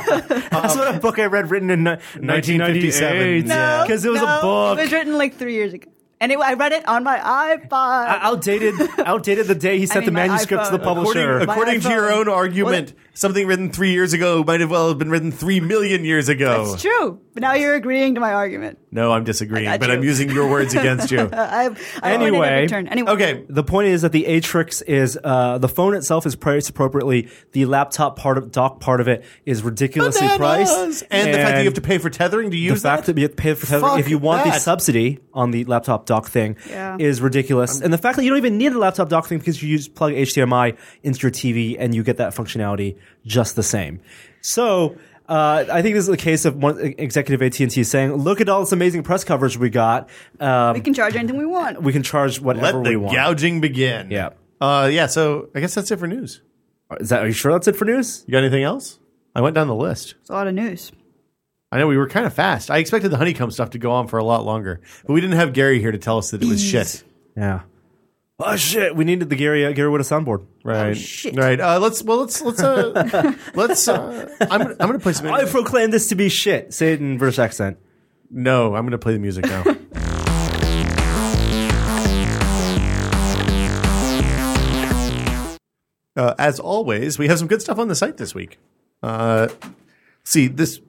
That's what a book I read written in ni- 1997. 1957. No, because it was no, a book. It was written like three years ago. Anyway, I read it on my iPod. I- outdated, outdated the day he sent mean, the my manuscript to the iPhone. publisher. According, according to your iPhone. own argument, something written three years ago might have well have been written three million years ago. it's true. But now you're agreeing to my argument. No, I'm disagreeing, got but you. I'm using your words against you. I, I own it every Anyway. turn. Anyway. Okay, the point is that the Atrix is uh, the phone itself is priced appropriately. The laptop part of dock part of it is ridiculously Bananas! priced, and, the fact that you have to pay for tethering to the use fact that. that you have to pay for tether- Fuck if you want the that. subsidy on the laptop dock thing Yeah. is ridiculous, Um, and the fact that you don't even need a laptop dock thing because you just plug HDMI into your TV and you get that functionality just the same. So. Uh, I think this is the case of one executive AT and T saying, "Look at all this amazing press coverage we got. Um, We can charge anything we want. we can charge whatever Let we the want." gouging begin. Yeah. Uh, yeah. So I guess that's it for news. Is that, are you sure that's it for news? You got anything else? I went down the list. It's a lot of news. I know we were kind of fast. I expected the honeycomb stuff to go on for a lot longer, but we didn't have Gary here to tell us that it was shit. Yeah. Oh shit! We needed the Gary uh, Gary Witta soundboard. Right. Oh, shit. Right. Uh, let's. Well, let's. Let's. Uh, let's. Uh, I'm. I'm gonna play some. I proclaim this to be shit. Say it in British accent. no, I'm gonna play the music now. Uh, as always, we have some good stuff on the site this week. Uh, see this.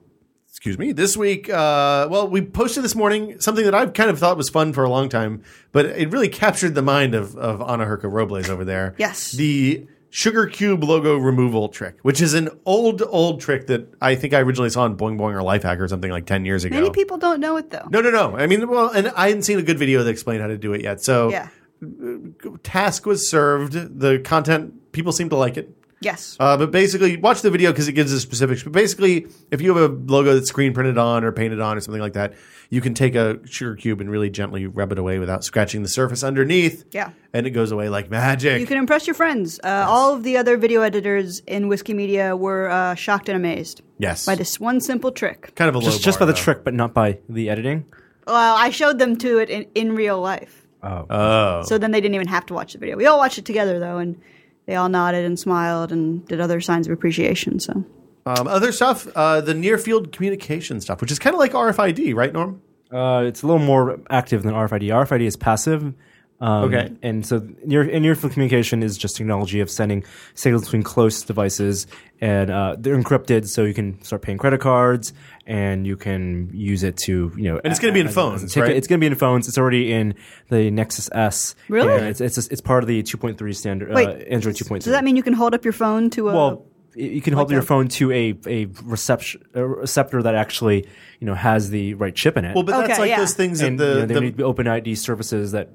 Excuse me. This week, uh, well, we posted this morning something that I've kind of thought was fun for a long time, but it really captured the mind of of Ana Herca Robles over there. Yes. the sugar cube logo removal trick, which is an old old trick that I think I originally saw in Boing Boing or Lifehacker or something like ten years ago. Many people don't know it though. No, no, no. I mean, well, and I hadn't seen a good video that explained how to do it yet. So Yeah. task was served. The content people seem to like it. Yes. Uh, but basically, watch the video because it gives the specifics. But basically, if you have a logo that's screen printed on or painted on or something like that, you can take a sugar cube and really gently rub it away without scratching the surface underneath. Yeah. and it goes away like magic. you can impress your friends. Uh, All of the other video editors in Whiskey Media were uh, shocked and amazed yes, by this one simple trick. kind of a low Just just by the bar, though. trick, but not by the editing. Well, I showed them to it in, in real life. Uh, Oh, So then they didn't even have to watch the video. We all watched it together though, and they all nodded and smiled and did other signs of appreciation. So um, other stuff, uh, the near field communication stuff, which is kind of like RFID, right, Norm? Uh, it's a little more active than RFID. RFID is passive. Um, Okay. And so near and near field communication is just technology of sending signals between close devices, and uh, they're encrypted, so you can start paying credit cards, and you can use it to you know. And it's gonna be in as- as a phones, ticket. right? It's going to be in phones. It's already in the Nexus S. Really? And It's it's, it's part of the 2.3 standard. Wait, uh, Android 2.3. does that mean you can hold up your phone to a? Well, y- you can hold like your a- phone to a a reception a receptor that actually you know has the right chip in it. Well, but that's Okay, like yeah. those things that and you know, the, there the need to be open ID services that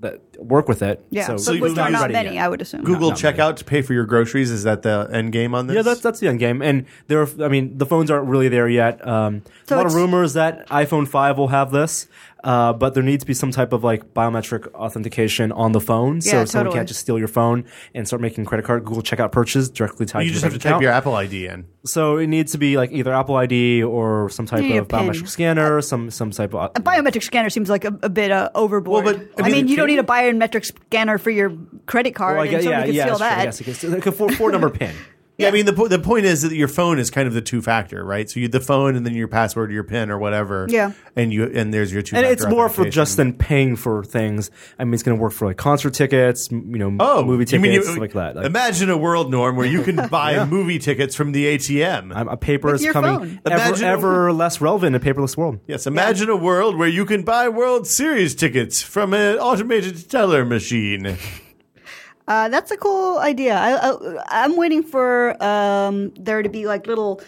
that work with it. yeah, so, but so which you've are not not ready many, yet. I would assume. Google not checkout to pay for your groceries. Is that the end game on this? yeah, that's that's the end game, and there are, I mean the phones aren't really there yet. Um, So a lot of it's- rumors that iPhone five will have this, uh, but there needs to be some type of like biometric authentication on the phone, so Yeah, someone totally. can't just steal your phone and start making credit card Google checkout purchases directly tied you to just your have to bank type account. your Apple ID in. So it needs to be like either Apple ID or some type need a of biometric pin. scanner, some some type of A biometric scanner seems like a, a bit uh, overboard. Well, but, I, I mean, mean, you you don't need can't- a biometric scanner for your credit card, Well, I and guess- somebody yeah, can yeah, steal that's true. that. Yes, it gets- like a four four number pin. Yeah, I mean the po- the point is that your phone is kind of the two factor, right? So you the phone and then your password or your PIN or whatever. Yeah. and you and there's your two. And it's more for just than paying for things. I mean, it's going to work for like concert tickets, m- you know, oh movie you tickets, mean you- stuff like that. Like, imagine a world, Norm, where you can buy movie tickets from the ATM. I'm- a paper With is your coming phone. ever, Imagine- ever less relevant in a paperless world. yes, imagine a world where you can buy World Series tickets from an automated teller machine. Uh, that's a cool idea. I, I, I'm waiting for um, there to be like little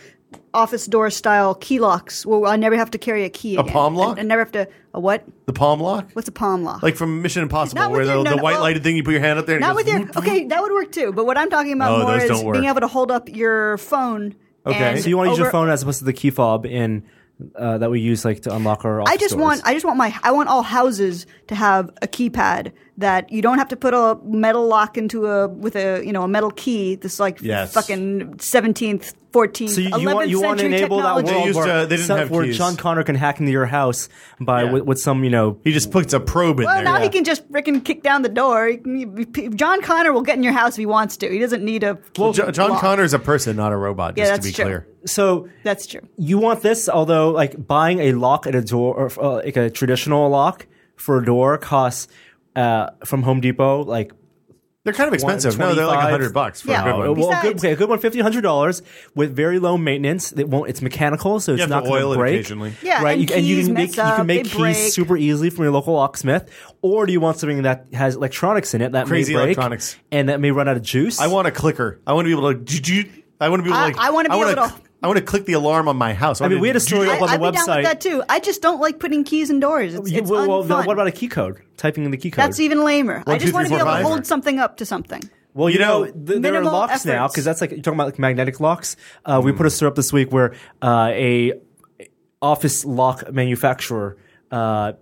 office door style key locks where I never have to carry a key. A again. palm lock? I, I never have to. A what? The palm lock, What's a palm lock? like from Mission Impossible, Not with where your- no, the, the no, white well, lighted thing you put your hand up there. And it Not with goes your. whoop, whoop. Okay, that would work too. But what I'm talking about No, more those is don't work. being able to hold up your phone. Okay. and So you want to use your over- phone as opposed to the key fob in uh, that we use like to unlock our. I office just doors. want I just want my I want all houses to have a keypad that you don't have to put a metal lock into a with a you know a metal key this like Yes. fucking 17th 14th So you, 11th you want you century want to enable technology. that They world used, where, uh, they didn't some- have where keys. John Connor can hack into your house by Yeah. with, with some you know He just puts a probe in Well, there. now he can just frickin' kick down the door. He can- he- he- John Connor will get in your house if he wants to. He doesn't need a Well, Jo- John lock. Connor is a person, not a robot. Yeah, Just that's to be true. clear. so That's true. you want this although like buying a lock at a door or uh, like a traditional lock for a door costs uh, from home depot like They're kind of expensive. No, they're like 25. hundred bucks for Yeah. a good one. Well, well, a good, Besides- okay, a good one, fifty, hundred dollars with very low maintenance. It won't. It's mechanical, so it's have not to going oil it break. occasionally. Yeah, right. and you, can- and you keys can mess make you up, can make they keys break. super easily from your local locksmith, or do you want something that has electronics in it that Crazy may break electronics. and that may run out of juice? I want a clicker. I want to be able to. Do, do, I want to be able to. I- Like, I wanna be wanna able to- cl- I want to click the alarm on my house. I mean, wanna- we had a story I, up on I'd the be down with website. that too. I just don't like putting keys in doors. It's, You- it's well, well, no, unfun. what about a key code? Typing in the key code. That's even lamer. One, I two, just want three, to be four, able to five. hold something up to something. Well, you, You know, know, th- there are minimal locks now efforts. Mm. because that's like you're talking about like magnetic locks. Uh, We put a story up this week where uh, a office lock manufacturer uh,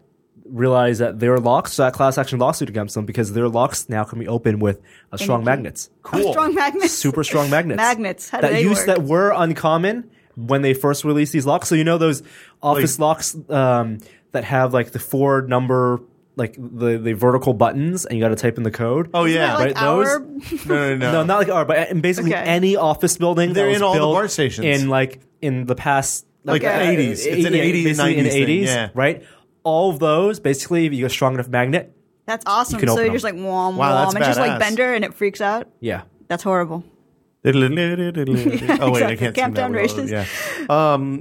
realize that their locks, that class action lawsuit against them, because their locks now can be opened with uh, strong magnets. Oh, strong magnets. Super strong magnets. Magnets. How do that they use work? that were uncommon when they first released these locks. So you know those office locks um, that have like the four number, like the the vertical buttons, and you got to type in the code. Oh yeah, Isn't that like right, those? our- No, no, no. No, not like our, but in basically Okay. any office building. They're that was in all the built bar stations. in like in the past, Like the Okay. 80s. It's an yeah, 80s, basically in 90s thing, eighties, yeah. right? All of those, basically, if you get a strong enough magnet, That's awesome. can so open you're just like wom Wow, wom, that's and just like badass. Bender, and it freaks out. yeah, That's horrible. oh wait, I exactly. can't. sing Countdown that races. Yeah. Um,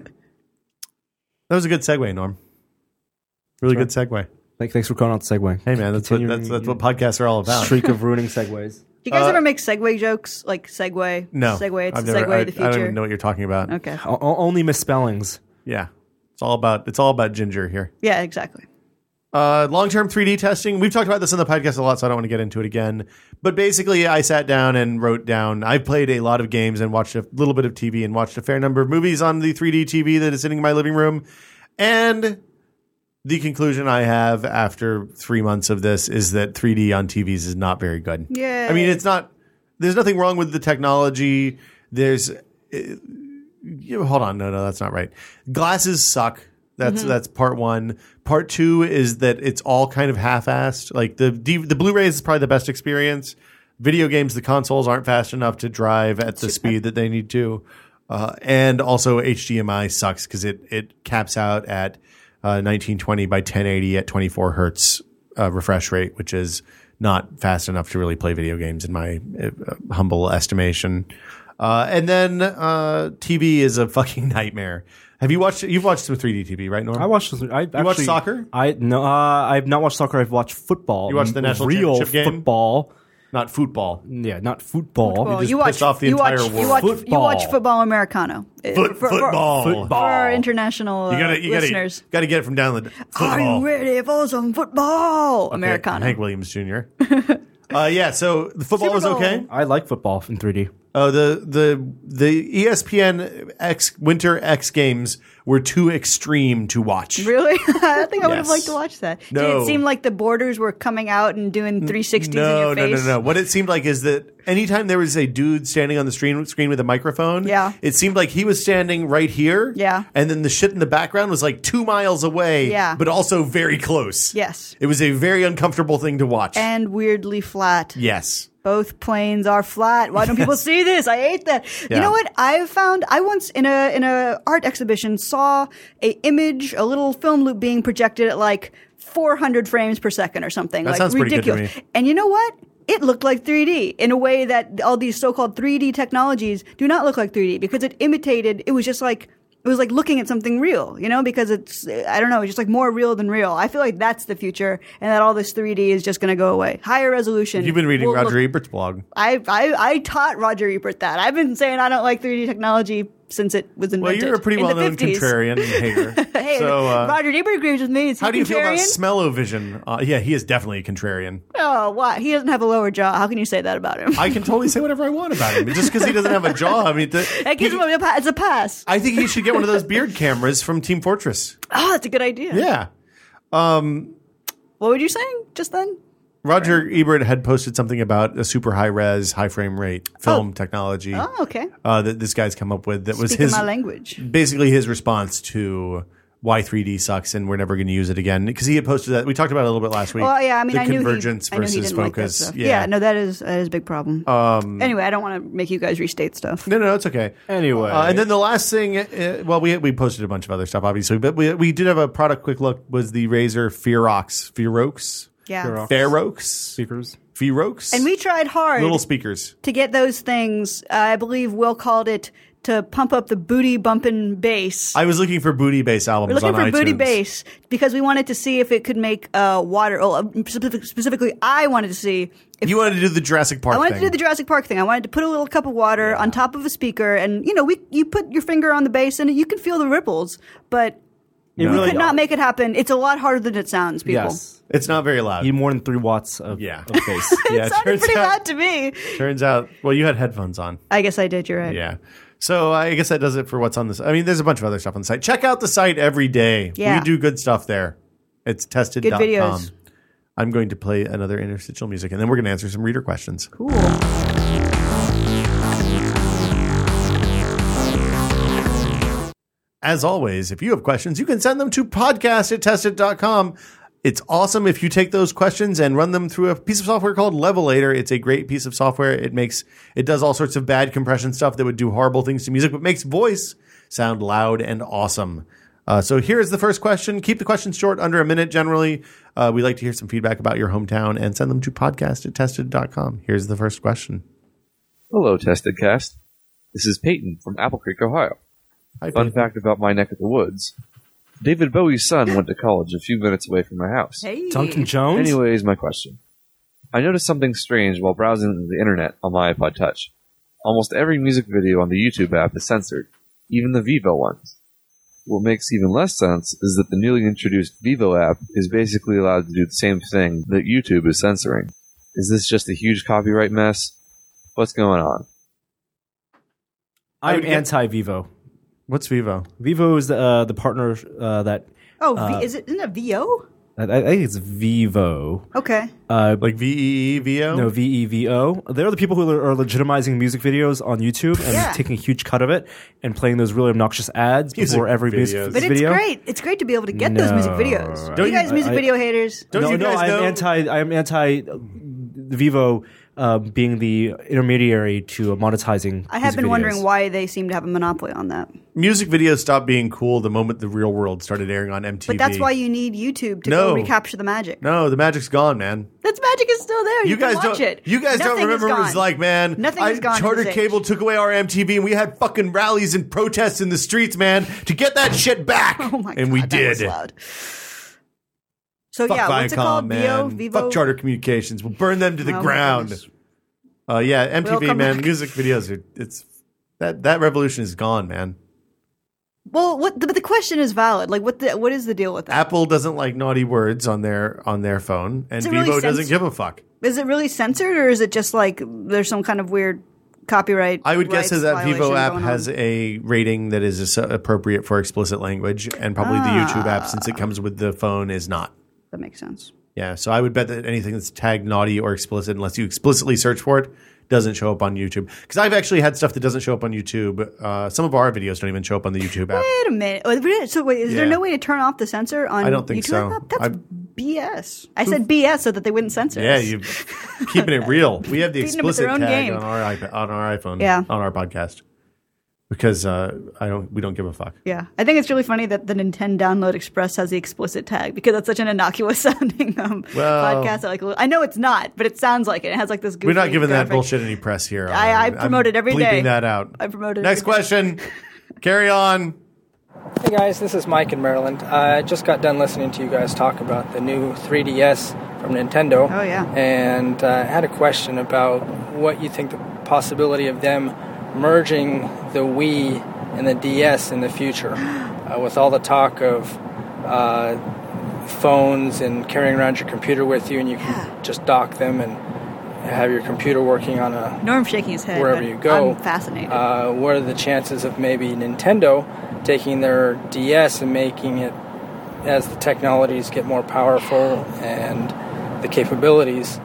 that was a good segue, Norm. Really good segue. Like, thanks for calling out the segue. Hey man, that's what Continuing that's, that's what podcasts are all about. Streak of ruining segues. Do you guys ever make segue jokes? Like segue? Uh, No, Segue. It's a I've never- segue I, of the I don't future. even know what you're talking about. Okay. O- o- only misspellings. Yeah, it's all about it's all about ginger here. Yeah, exactly. Uh, long-term 3D testing. We've talked about this on the podcast a lot, so I don't want to get into it again. But basically, I sat down and wrote down. I played a lot of games and watched a little bit of TV and watched a fair number of movies on the 3D TV that is sitting in my living room. And the conclusion I have after three months of this is that 3D on TVs is not very good. Yay. I mean, it's not. There's nothing wrong with the technology. There's yeah, hold on. No, no, that's not right. Glasses suck. That's that's part one. Part two is that it's all kind of half-assed. Like the D- the Blu-rays is probably the best experience. Video games, the consoles aren't fast enough to drive at the speed that they need to, uh, and also HDMI sucks because it it caps out at uh, 1920 by 1080 at 24 hertz uh, refresh rate, which is not fast enough to really play video games in my uh, humble estimation. Uh, and then uh, TV is a fucking nightmare. Have you watched? You've watched some 3D TV, right, Norm? I watched. this- I actually, watch soccer? I no, uh, I've not watched soccer. I've watched football. You watched the national real championship game? football. not football. Yeah, not football. Well, just you pissed watch off the you watch, entire You world. watch, you Football. watch football americano. Uh, Foot, for- for- football. For our international uh, You gotta, you listeners. gotta, gotta get it from down the Are football. you ready for some football? Americano. Hank Williams Jr. uh, yeah, so the football Super was Bowl. okay. I like football in 3D. Oh, the the the E ESPN X Winter X Games were too extreme to watch. Really? I don't think I would have Yes. liked to watch that. Did No. it seem like the borders were coming out and doing 360s in No, your no, face? no, no. What it seemed like is that anytime there was a dude standing on the screen screen with a microphone, Yeah. it seemed like he was standing right here, Yeah. and then the shit in the background was like two miles away, Yeah. but also very close. Yes. it was a very uncomfortable thing to watch. And weirdly flat. yes, Both planes are flat. Why don't people see this? I hate that. Yeah. You know what? I found I once in a in a art exhibition saw a image, a little film loop being projected at like 400 frames per second or something. That like sounds pretty good to ridiculous. me. And you know what? It looked like 3D in a way that all these so-called 3D technologies do not look like 3D because it imitated. It was just like it was like looking at something real, you know? Because it's I don't know, it's just like more real than real. I feel like that's the future, and that all this 3D is just going to go away. Higher resolution. you've been reading will Roger look- Ebert's blog. I, I I taught Roger Ebert that. I've been saying I don't like 3D technology since it was Well, invented. you're a pretty in the well known 50s. contrarian hater. Hey, so, uh, Roger Ebert agrees with me. Is he how do you feel about contrarian? smell-o-vision? Uh, yeah, he is definitely a contrarian. Oh, why? He doesn't have a lower jaw. How can you say that about him? I can totally say whatever I want about him. Just because he doesn't have a jaw, I mean, the- that gives him a, pa- it's a pass. I think he should get one of those beard cameras from Team Fortress. Oh, that's a good idea. Yeah. What were you saying just then? Roger Ebert had posted something about a super high res, high frame rate film technology Oh, okay. uh, that this guy's come up with that was Speaking his my language. basically his response to why 3D sucks and we're never going to use it again because he had posted that we talked about it a little bit last week. Well, yeah, I mean, the I knew convergence he, I knew versus he didn't focus. Like that stuff. yeah. Um, no, that is that is a big problem. anyway, I don't want to make you guys restate stuff. No, no, it's okay. Anyway. uh, and then the last thing, uh, well, we we posted a bunch of other stuff, obviously, but we we did have a product quick look. Was the Razer Ferox, Ferox, Yeah. Ferox. Ferox, Speakers. Ferox, And we tried hard little speakers. to get those things. I believe Will called it to pump up the booty bumping bass. I was looking for booty bass albums. We're looking on for booty iTunes. bass because we wanted to see if it could make uh, water. Oh, uh, specific, specifically, I wanted to see if You wanted to do the Jurassic Park. I wanted thing. to do the Jurassic Park thing. I wanted to put a little cup of water on top of a speaker, and you know, we you put your finger on the bass and you can feel the ripples, but It we could not make it happen. It's a lot harder than it sounds, people. Yes. It's not very loud. You need more than three watts of, Yeah. of bass. yeah, it sounded pretty out, loud to me. turns out. Well, you had headphones on. I guess I did. You're right. Yeah. So I guess that does it for what's on this. I mean, there's a bunch of other stuff on the site. Check out the site every day. Yeah. We do good stuff there. It's tested. Good videos. I'm going to play another interstitial music, and then we're going to answer some reader questions. Cool. As always, if you have questions, you can send them to podcast at testit.com. It's awesome if you take those questions and run them through a piece of software called Levelator. It's a great piece of software. It makes it does all sorts of bad compression stuff that would do horrible things to music, but makes voice sound loud and awesome. Uh, so here is the first question. Keep the questions short, under a minute generally. Uh, we like to hear some feedback about your hometown and send them to podcast at tested.com. Here's the first question. Hello, Tested Cast. This is Peyton from Apple Creek, Ohio. Hi, Fun Peyton. fact about my neck of the woods David Bowie's son went to college a few minutes away from my house. Hey. Duncan Jones. Anyways, my question. I noticed something strange while browsing the internet on my iPod Touch. Almost every music video on the YouTube app is censored, even the Vivo ones. What makes even less sense is that the newly introduced Vivo app is basically allowed to do the same thing that YouTube is censoring. Is this just a huge copyright mess? What's going on? I'm anti Vivo. What's Vivo? Vivo is the, uh, the partner uh, that Oh, v- is it isn't it VO? I, I think it's Vivo. Okay. Uh, Like V E E V O? no, V E V O. They're the people who are are legitimizing music videos on YouTube and Yeah. taking a huge cut of it and playing those really obnoxious ads Music before every videos. music But it's video. great. It's great to be able to get those music No. videos. Don't you you- guys, music I- video haters. Don't no, you no, guys I'm know- anti. I'm anti uh, Vivo uh, being the intermediary to monetizing. I have music been wondering videos. why they seem to have a monopoly on that. Music videos stopped being cool the moment the real world started airing on MTV. But that's why you need YouTube to No. go recapture the magic. No, the magic's gone, man. That's magic is still there. You, You guys can watch don't. it. You guys Nothing don't remember. Is It gone. was like, man, Nothing I, is gone. Charter It was cable it. took away our MTV, and we had fucking rallies and protests in the streets, man, to get that shit back. Oh my god. and we that did. was loud. So Fuck yeah, Viacom, what's it called? man. VO, Vivo. Fuck Charter Communications. We'll burn them to the Oh my ground. goodness. Uh, yeah, We'll MTV, come man. back. Music videos are. It's that that revolution is gone, man. Well, what? But the question is valid. Like, what? The, what is the deal with that? Apple doesn't like naughty words on their on their phone, and Is it Vivo really doesn't censor- give a fuck. Is it really censored, or is it just like there's some kind of weird copyright? I would guess rights that that Vivo violation app going on? has a rating that is as- appropriate for explicit language, and probably Ah. the YouTube app, since it comes with the phone, is not. That makes sense. Yeah, so I would bet that anything that's tagged naughty or explicit, unless you explicitly search for it, doesn't show up on YouTube. Because I've actually had stuff that doesn't show up on YouTube. Uh, some of our videos don't even show up on the YouTube app. Wait a minute. Oh, really? So wait, is there Yeah. no way to turn off the censor on? I don't think YouTube so. Like that? That's I've- BS. I said BS so that they wouldn't censor. Yeah, us. you keeping it real. We have the Beating them with explicit their tag own game. on our iPad, on our iPhone, Yeah. on our podcast because uh, I don't. We don't give a fuck. Yeah, I think it's really funny that the Nintendo Download Express has the explicit tag because that's such an innocuous sounding um, Well- podcast. that, Like, I know it's not, but it sounds like it. It has like this. Goofy We're not giving that graphic. bullshit any press here. um, I- I I'm promote it every bleeping day. that out. I promote it Next every day. question. Carry on. Hey guys, this is Mike in Maryland. I just got done listening to you guys talk about the new 3DS from Nintendo. Oh, yeah. And uh, I had a question about what you think the possibility of them merging the Wii and the DS in the future, uh, with all the talk of uh, phones and carrying around your computer with you, and you can just dock them and have your computer working on a Norm shaking his head. wherever but you go. I'm fascinated. Uh, what are the chances of maybe Nintendo taking their DS and making it as the technologies get more powerful and the capabilities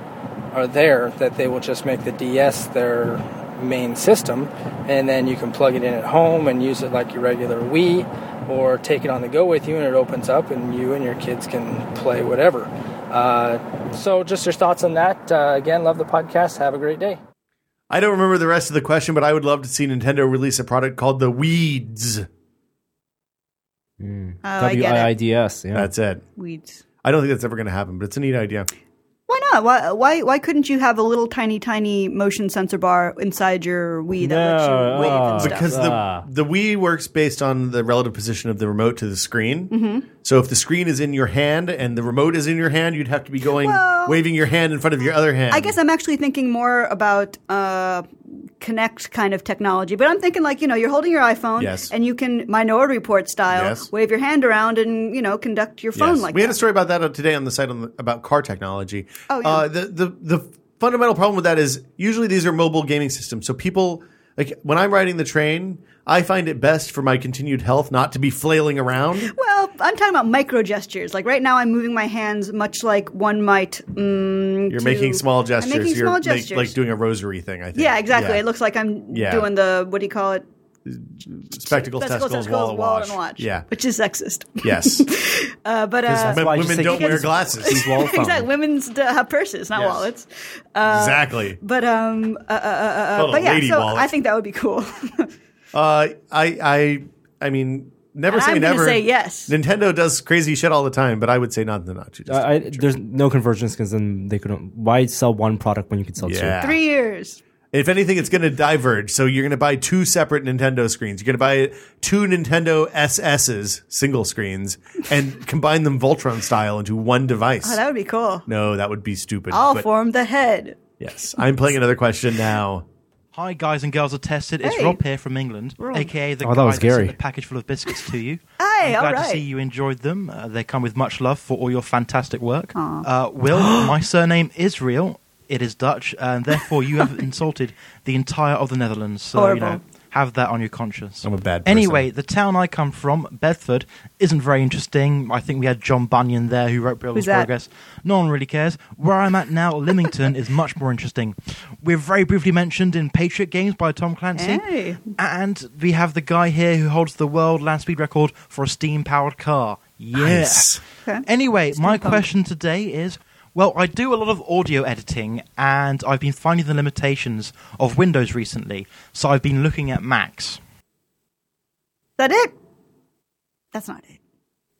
are there that they will just make the DS their main system and then you can plug it in at home and use it like your regular Wii or take it on the go with you and it opens up and you and your kids can play whatever. Uh, so just your thoughts on that. Uh, again, love the podcast. Have a great day. I don't remember the rest of the question, but I would love to see Nintendo release a product called the Weeds. oh, I get it. WIIDS, Yeah. That's it. Weeds. I don't think that's ever going to happen, but it's a neat idea. Why not? Why, why why couldn't you have a little tiny tiny motion sensor bar inside your Wii that lets No, you wave uh, and stuff? Because Ah. the the Wii works based on the relative position of the remote to the screen. Mm-hmm. So if the screen is in your hand and the remote is in your hand, you'd have to be going Well- waving your hand in front of your other hand. I guess I'm actually thinking more about uh, connect kind of technology, but I'm thinking like you know you're holding your iPhone Yes. and you can Minority Report style Yes. wave your hand around and you know conduct your phone Yes. like we had that. a story about that uh, today on the site on the, about car technology. Oh, yeah. uh, the the the fundamental problem with that is usually these are mobile gaming systems, so people. Like when I'm riding the train, I find it best for my continued health not to be flailing around. Well, I'm talking about micro gestures. Like right now, I'm moving my hands much like one might. Mm, You're to- making small gestures. I'm making You're small ma- gestures. like doing a rosary thing. I think. yeah, exactly. Yeah. It looks like I'm Yeah. doing the what do you call it? spectacles, testicles, wall, and watch. Yeah. which is sexist. Yes. Uh, but uh, But why I just women say- don't wear Because- glasses. wall phone. exactly, women's uh, have purses, not Yes. wallets. uh, exactly. But um, uh, uh, uh, uh, Called uh, a but yeah, lady so wallet. I think that would be cool. Uh, I I I mean, never And say I'm gonna never. say yes. Nintendo does crazy shit all the time, but I would say not in the not too Uh, distant I, I, future. there's no convergence because then they couldn't. Why sell one product when you could sell yeah. Three years. If anything, it's going to diverge. So you're going to buy two separate Nintendo screens. You're going to buy two Nintendo SSs, single screens, and combine them Voltron style into one device. Oh, that would be cool. no, that would be stupid. I'll but form the head. yes, I'm playing another question now. Hi, guys and girls are tested. It's Hey. Rob here from England, aka the Oh, that guy was that Gary. sent the package full of biscuits to you. Hey, I'm glad all to see right. you enjoyed them. Uh, they come with much love for all your fantastic work. Uh, Will, my surname is real. It is Dutch, and therefore you have insulted the entire of the Netherlands. So you know, Horrible. have that on your conscience. I'm a bad person. Anyway, the town I come from, Bedford, isn't very interesting. I think we had John Bunyan there who wrote Bill's Who's that? Progress. No one really cares. Where I'm at now, Lymington, is much more interesting. We're very briefly mentioned in Patriot Games by Tom Clancy. Hey. And we have the guy here who holds the world land speed record for a steam powered car. Yes. Okay. Anyway, my question today is well, I do a lot of audio editing and I've been finding the limitations of Windows recently, so I've been looking at Macs. That it? That's not it.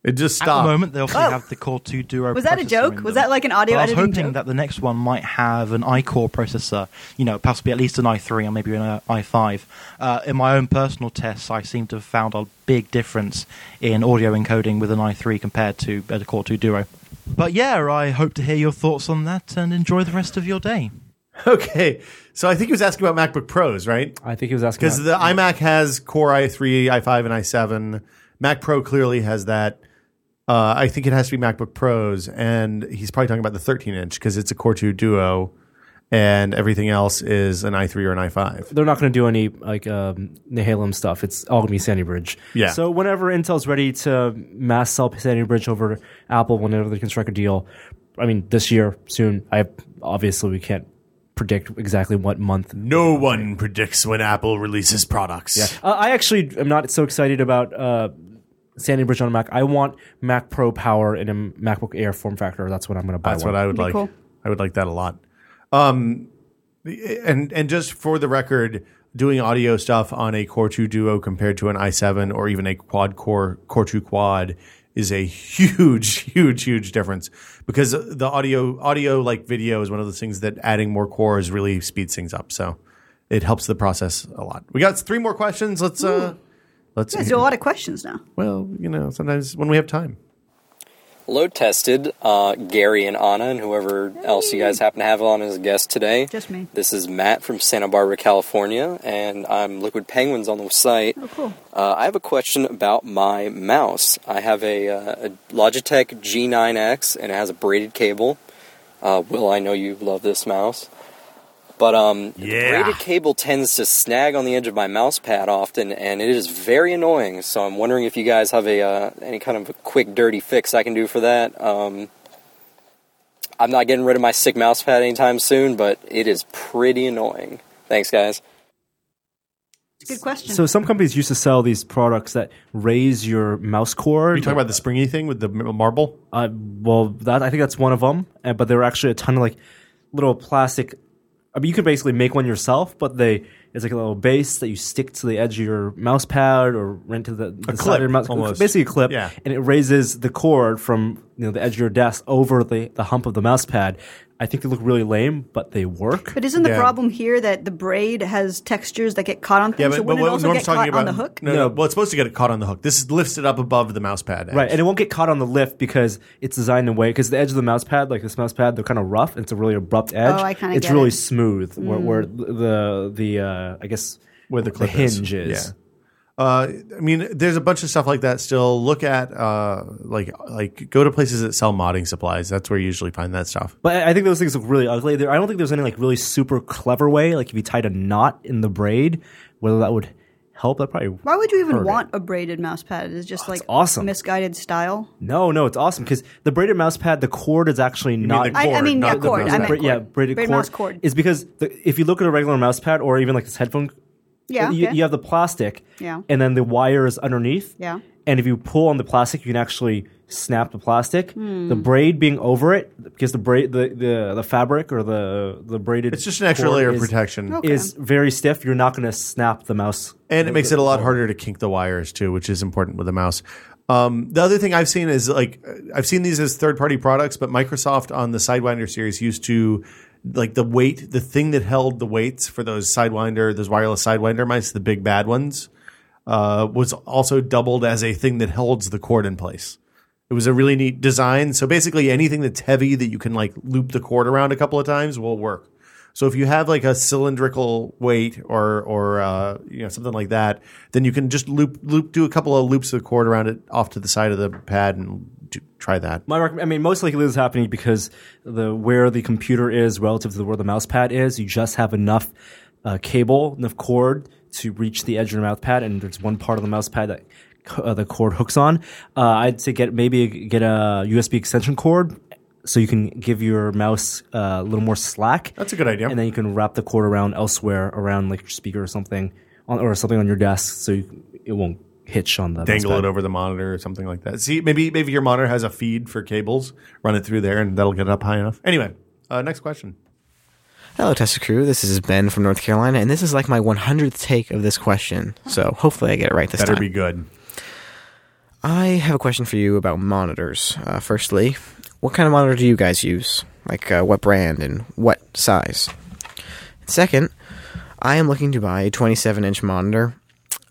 It just At stopped. the moment, they obviously Oh. have the Core 2 Duo. Was that a processor joke? in Was them. that like an audio But I was editing hoping joke? that the next one might have an iCore processor, you know, possibly at least an i3 or maybe an uh, i5. Uh, in my own personal tests, I seem to have found a big difference in audio encoding with an i3 compared to a Core 2 Duo. But yeah, I hope to hear your thoughts on that and enjoy the rest of your day. Okay, so I think he was asking about MacBook Pros, right? I think he was asking. Because About, the iMac has Core i3, i5, and i7. Mac Pro clearly has that. Uh, I think it has to be MacBook Pros, and he's probably talking about the 13 inch because it's a Core 2 Duo, and everything else is an i3 or an i5. they're not going to do any like um, Nehalem stuff. It's all going to be Sandy Bridge. Yeah. So whenever Intel's ready to mass sell Sandy Bridge over Apple, whenever they can strike a deal, I mean this year soon. I obviously we can't predict exactly what month No one predicts when Apple releases products. Yeah. Uh, I actually am not so excited about uh, Sandy Bridge on a Mac. I want Mac Pro power in a MacBook Air form factor. That's what I'm going to buy. That's one. what I would Be like. cool. I would like that a lot. Um, the- and and just for the record, doing audio stuff on a Core 2 Duo compared to an i7 or even a quad core Core 2 Quad is a huge, huge, huge difference because the audio audio like video is one of those things that adding more cores really speeds things up. So it helps the process a lot. We got three more questions. Let's uh, let's You guys do a lot of questions now. well, you know, sometimes when we have time. Load tested, uh, Gary and Anna, and whoever else you guys happen to have on as a guest today. Just me. This is Matt from Santa Barbara, California, and I'm Liquid Penguins on the site. Oh, cool. Uh, I have a question about my mouse. I have a, uh, a Logitech G9X, and it has a braided cable. Uh, Will, I know you love this mouse. But um, Yeah. the braided cable tends to snag on the edge of my mouse pad often, and it is very annoying. So I'm wondering if you guys have a uh, any kind of a quick, dirty fix I can do for that. Um, I'm not getting rid of my sick mouse pad anytime soon, but it is pretty annoying. Thanks, guys. It's a good question. So some companies used to sell these products that raise your mouse cord. Are you talking about the springy thing with the m- marble? Uh, well, that I think that's one of them. Uh, but there were actually a ton of like little plastic. I mean, you could basically make one yourself, but they it's like a little base that you stick to the edge of your mouse pad or rent to the, the side clip, of your mouse, almost. basically a clip, Yeah. and it raises the cord from you know the edge of your desk over the, the hump of the mouse pad. I think they look really lame, but they work. but isn't the Yeah. problem here that the braid has textures that get caught on things? Yeah, but, so but wouldn't what it also Norm's get caught talking about on the hook? No, no, well, it's supposed to get it caught on the hook. This is lifted up above the mouse pad. edge. Right, and it won't get caught on the lift because it's designed in a way because the edge of the mouse pad, like this mouse pad, they're kind of rough. It's a really abrupt edge. Oh, I kinda It's get really it. Mm. smooth where, where the the uh, I guess where the clip hinge is. Yeah. Uh, I mean, there's a bunch of stuff like that still. Look at uh, like like go to places that sell modding supplies. That's where you usually find that stuff. But I I think those things look really ugly. There, I don't think there's any like really super clever way. Like if you tied a knot in the braid, whether that would help. That probably Why would you even hurt it. want a braided mouse pad? It's Oh, just like awesome. misguided style. No, no, it's awesome because the braided mouse pad, the cord is actually not. the I- I, Cord, mean, not yeah, the cord. mouse I pad. meant Bra- cord. yeah, braided braided, cord, mouse cord. is because the, if you look at a regular mouse pad or even like this headphone, Yeah, you, okay. you have the plastic, Yeah. and then the wire is underneath, Yeah. And if you pull on the plastic, you can actually snap the plastic. The Hmm. braid being over it because the braid, the, the, the fabric or the the braided, It's just an extra cord layer of is- protection, Okay. Is very stiff. You're not going to snap the mouse. and it makes it a lot harder to kink the wires too, which is important with a mouse. Um, the other thing I've seen is like I've seen these as third party products, but Microsoft on the Sidewinder series used to like the weight, the thing that held the weights for those Sidewinder, those wireless Sidewinder mice, the big bad ones, uh, was also doubled as a thing that holds the cord in place. It was a really neat design. So basically, anything that's heavy that you can like loop the cord around a couple of times will work. So if you have like a cylindrical weight or or uh, you know something like that, then you can just loop loop do a couple of loops of the cord around it off to the side of the pad and do, try that. My rec- I mean, most likely this is happening because the where the computer is relative to where the mouse pad is, you just have enough uh, cable, enough cord to reach the edge of your mouth pad, and there's one part of the mouse pad that c- uh, the cord hooks on. Uh, I'd say get maybe get a USB extension cord so you can give your mouse uh, a little more slack. That's a good idea. And then you can wrap the cord around elsewhere, around like your speaker or something, on, or something on your desk, so you, it won't hitch on the mouse Dangle pad. it over the monitor or something like that. See, maybe maybe your monitor has a feed for cables. Run it through there, and that'll get it up high enough. Anyway, uh, next question. Hello, Tester Crew. This is Ben from North Carolina, and this is like my 100th take of this question. So hopefully I get it right this Better time. be good. I have a question for you about monitors. Uh, firstly, what kind of monitor do you guys use? Like uh, what brand and what size? Second, I am looking to buy a 27 inch monitor,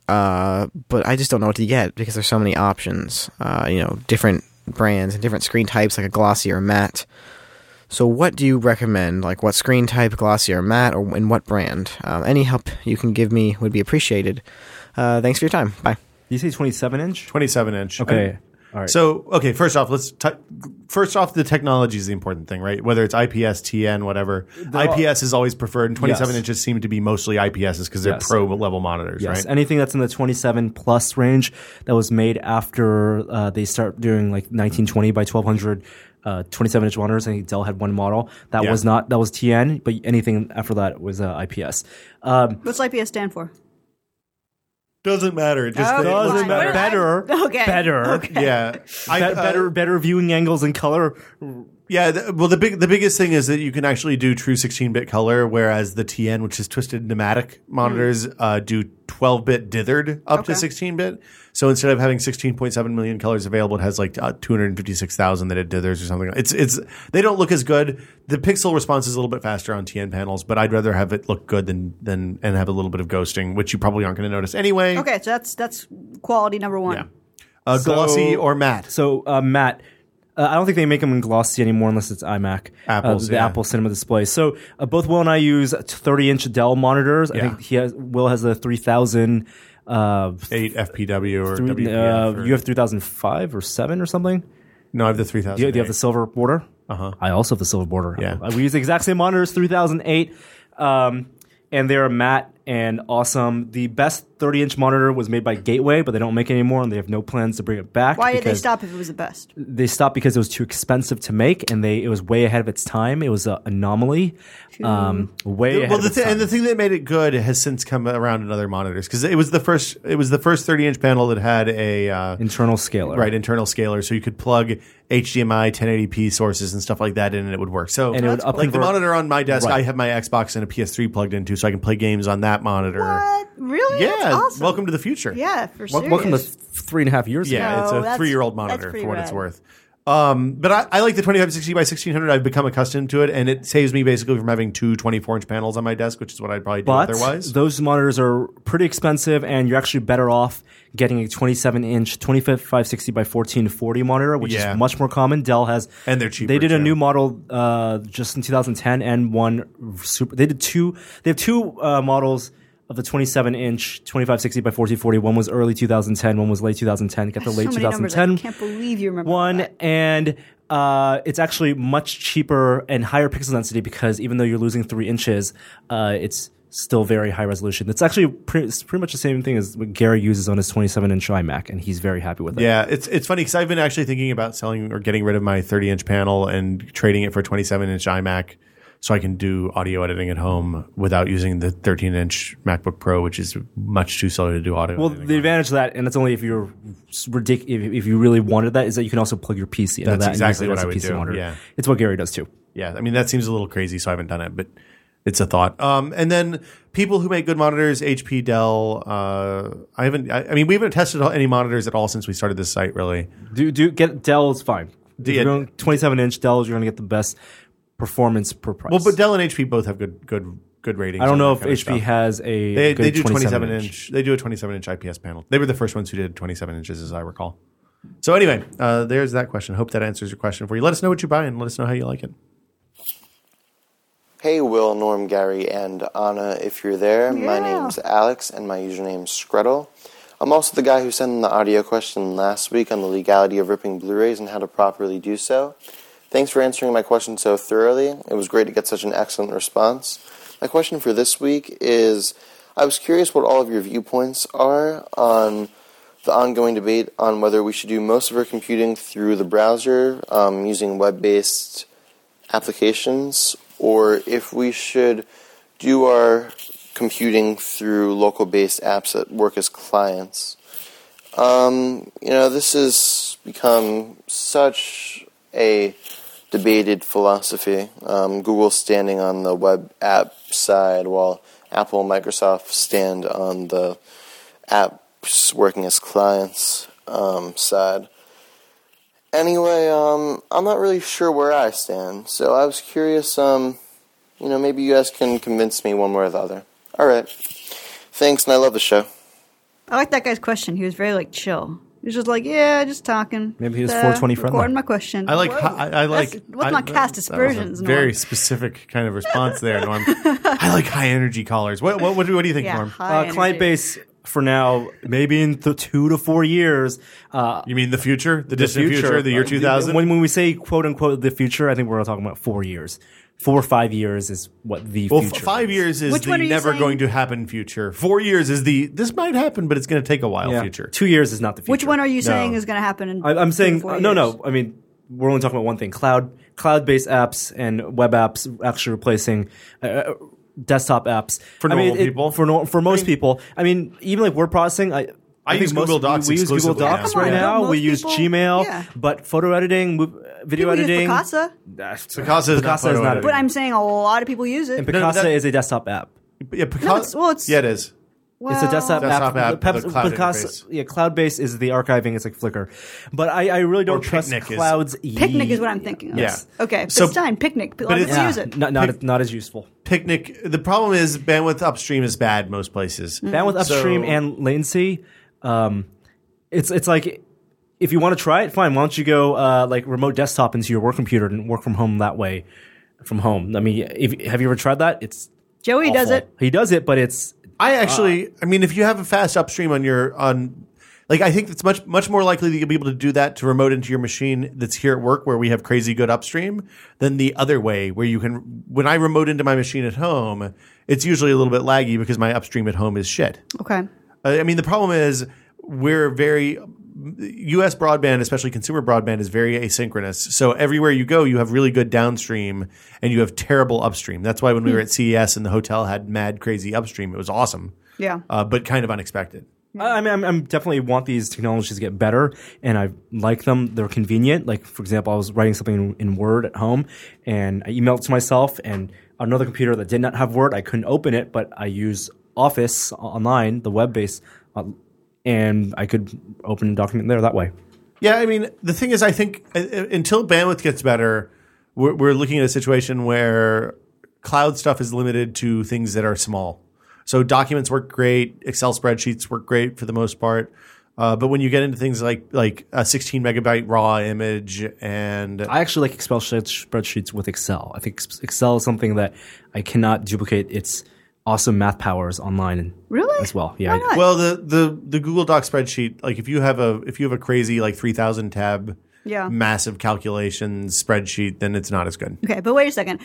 uh, but I just don't know what to get because there's so many options. Uh, you know, different brands and different screen types, like a glossy or matte. So, what do you recommend? Like, what screen type, glossy or matte, or in what brand? Um, any help you can give me would be appreciated. Uh, thanks for your time. Bye. Did you say 27 inch? Twenty-seven inch. Okay. All right. So okay, first off, let's t- first off the technology is the important thing, right? Whether it's IPS, TN, whatever. IPS is always preferred, and 27 Yes. inches seem to be mostly IPSs because they're Yes. pro level monitors, Yes, right? anything that's in the 27 plus range that was made after uh, they start doing like 1920 by 1200 uh, 27 inch monitors. I think Dell had one model that Yeah. was not that was TN, but anything after that was uh, IPS. Um, What's IPS stand for? Doesn't matter. It just Oh, Okay, it- Doesn't fine. matter. Better, Okay. better, Yeah, I, Be- better, better viewing angles and color. Yeah, th- well, the big the biggest thing is that you can actually do true 16 bit color, whereas the TN, which is twisted pneumatic monitors, uh, do 12 bit dithered up to 16 bit. So instead of having 16.7 million colors available, it has like uh, 256,000 that it dithers or something. It's it's they don't look as good. The pixel response is a little bit faster on TN panels, but I'd rather have it look good than than and have a little bit of ghosting, which you probably aren't going to notice anyway. Okay, so that's that's quality number one. Yeah. Uh, glossy or matte. So uh, Matt, uh, I don't think they make them in glossy anymore unless it's iMac, Apple's, uh, the yeah. Apple Cinema Display. So uh, both Will and I use 30 inch Dell monitors. I think he has Will has the 3000. Uh, Eight FPW or three, WPF. uh, or- you have 3005 or 7 or something? no, I have the 3000. Do you, do you have the silver border? Uh-huh. I also have the silver border. Yeah. Uh, we use the exact same monitors, 3008. Um, and they're matte and awesome. The best 30 inch monitor was made by Gateway, but they don't make it anymore and they have no plans to bring it back. Why did they because- stop if it was the best? they stopped because it was too expensive to make, and they it was way ahead of its time. It was an anomaly, um, way ahead well, the of its th- time. and the thing that made it good has since come around in other monitors because it was the first it was the first 30 inch panel that had a uh, internal scalar, right internal scaler, so you could plug HDMI 1080p sources and stuff like that in, and it would work. So And it would That's cool. like the upconvert- monitor on my desk, Right. I have my Xbox and a PS3 plugged into, so I can play games on that monitor. What? Really? Yeah, That's awesome. welcome to the future. Yeah, for Wel- serious. Welcome to th- three and a half years ago. Yeah, No, it's a that's- three year old that's monitor pretty for what it's rad. worth. Um, but I, I like the 2560 by 1600. I've become accustomed to it, and it saves me basically from having two 24 inch panels on my desk, which is what I'd probably do But otherwise. those monitors are pretty expensive, and you're actually better off getting a 27 inch 2560 by 1440 monitor, which Yeah. is much more common. Dell has, And they're cheaper, They did a too. new model uh, just in 2010, and one super. They did two. They have two uh, models. of the 27 inch 2560 by 1440. One was early 2010, one was late 2010. Got the late so many numbers. I 2010 can't believe you remember. one, that. and uh, it's actually much cheaper and higher pixel density because even though you're losing three inches, uh, it's still very high resolution. It's actually pre- it's pretty much the same thing as what Gary uses on his 27 inch iMac, and he's very happy with it. Yeah, it's it's funny because I've been actually thinking about selling or getting rid of my 30 inch panel and trading it for a 27 inch iMac, so I can do audio editing at home without using the 13 inch MacBook Pro, which is much too slow to do audio. Well, editing. the advantage of that, and that's only if you're ridic- if, if you really wanted that, is that you can also plug your PC into That's that. and use exactly it what as I a would PC do, monitor. yeah. it's what Gary does too. yeah, I mean that seems a little crazy, so I haven't done it, but it's a thought. Um, and then people who make good monitors, HP, Dell. Uh, I haven't. I, I mean, we haven't tested any monitors at all since we started this site, really. Do do get Dell's fine. If Yeah. you're going 27 inch Dell's, you're going to get the best performance per price. Well, but Dell and HP both have good good good ratings. I don't on know that if kind HP of stuff. has a They, good they do 27 inch. inch. They do a 27 inch IPS panel. They were the first ones who did 27 inches, as I recall. So anyway, uh, there's that question. Hope that answers your question for you. Let us know what you buy and let us know how you like it. Hey, Will, Norm, Gary, and Anna, if you're there. My name's Alex, and my username's Screttle. I'm also the guy who sent in the audio question last week on the legality of ripping Blu rays and how to properly do so. Thanks for answering my question so thoroughly. It was great to get such an excellent response. My question for this week is I was curious what all of your viewpoints are on the ongoing debate on whether we should do most of our computing through the browser um, using web based applications or if we should do our computing through local based apps that work as clients. Um, you know, this has become such a debated philosophy. Um, Google standing on the web app side, while Apple and Microsoft stand on the apps working as clients um, side. Anyway, um, I'm not really sure where I stand, so I was curious, um, you know, maybe you guys can convince me one way or the other. Alright. Thanks, and I love the show. I like that guy's question. He was very like chill. He was just like, yeah, just talking. Maybe he was Uh, 420 friendly. Recording my question. I like. Whoa. I, I like. That's- Let's I- not cast that was a aspersions. Norm. Very specific kind of response there, Norm. I like high energy callers. What what, what, do, what do you think, yeah, Norm? high Uh, client energy. base for now, maybe in th- two to four years. Uh, You mean the future, the, distant future, the year uh, 2000? When, when we say quote unquote the future, I think we're talking about four years. Four or five years is what the well, f- future. five years is Which the one are you never saying? going to happen future. Four years is the this might happen, but it's going to take a while Yeah. future. Two years is not the future. Which one are you No. saying is going to happen? In I, I'm three or saying four no, years? no. I mean, we're only talking about one thing: cloud, cloud-based apps and web apps actually replacing uh, uh, desktop apps For I mean, normal it- people? For nor- for most people, I mean, even like word processing, I. I think use Google most- Docs We, we use Google exclusively now. Docs Come right on, now. don't We most use people- Gmail, yeah. but photo editing, mov- uh, video People use editing. Picasa, Picasa is not Picasa is photo not. editing. a- but I'm saying a lot of people use it. and no, Picasa that- is a desktop app. Yeah, Picasso. it's- well, it's- yeah, it is. It's a Well- desktop, Desktop app, Perhaps- the cloud because- interface. yeah, cloud based is the archiving. It's like Flickr, but I, I really don't trust Picnic is- clouds. Picnic ye- is what I'm thinking of. Yeah. Okay. But So- Stein, picnic. But but let's it's- Yeah, use it. Not not, not as useful. Picnic. The problem is bandwidth upstream is bad most places. bandwidth So- upstream and latency. Um, it's it's like if you want to try it, fine. Why don't you go uh, like remote desktop into your work computer and work from home that way? From home. I mean, if, have you ever tried that? It's Joey does awful. it. He does it, but it's I actually, I mean, if you have a fast upstream on your on, like I think it's much much more likely that you'll be able to do that to remote into your machine that's here at work where we have crazy good upstream than the other way where you can. When I remote into my machine at home, it's usually a little bit laggy because my upstream at home is shit. Okay. Uh, I I mean, the problem is we're very U.S. broadband, especially consumer broadband, is very asynchronous. So everywhere you go, you have really good downstream and you have terrible upstream. That's why when we were at CES and the hotel had mad crazy upstream, it was awesome. Yeah. uh, but kind of unexpected. I I mean, I'm, I'm definitely want these technologies to get better, and I like them. They're convenient. Like for example, I was writing something in, in Word at home, and I emailed it to myself, and another computer that did not have Word, I couldn't open it, but I use Office o- online, the web-based, uh, and I could open a document there that way. Yeah, I mean, the thing is, I think uh, uh, until bandwidth gets better, we're, we're looking at a situation where cloud stuff is limited to things that are small. So documents work great, Excel spreadsheets work great for the most part. Uh, but when you get into things like like a 16 megabyte raw image and I actually like Excel sheet- spreadsheets with Excel. I think Ex- Excel is something that I cannot duplicate. It's awesome math powers online Really? as well. Why Yeah, not? Well, the, the the Google Doc spreadsheet, like if you have a if you have a crazy like three thousand tab, Yeah. massive calculations spreadsheet, then it's not as good. Okay, but wait a second.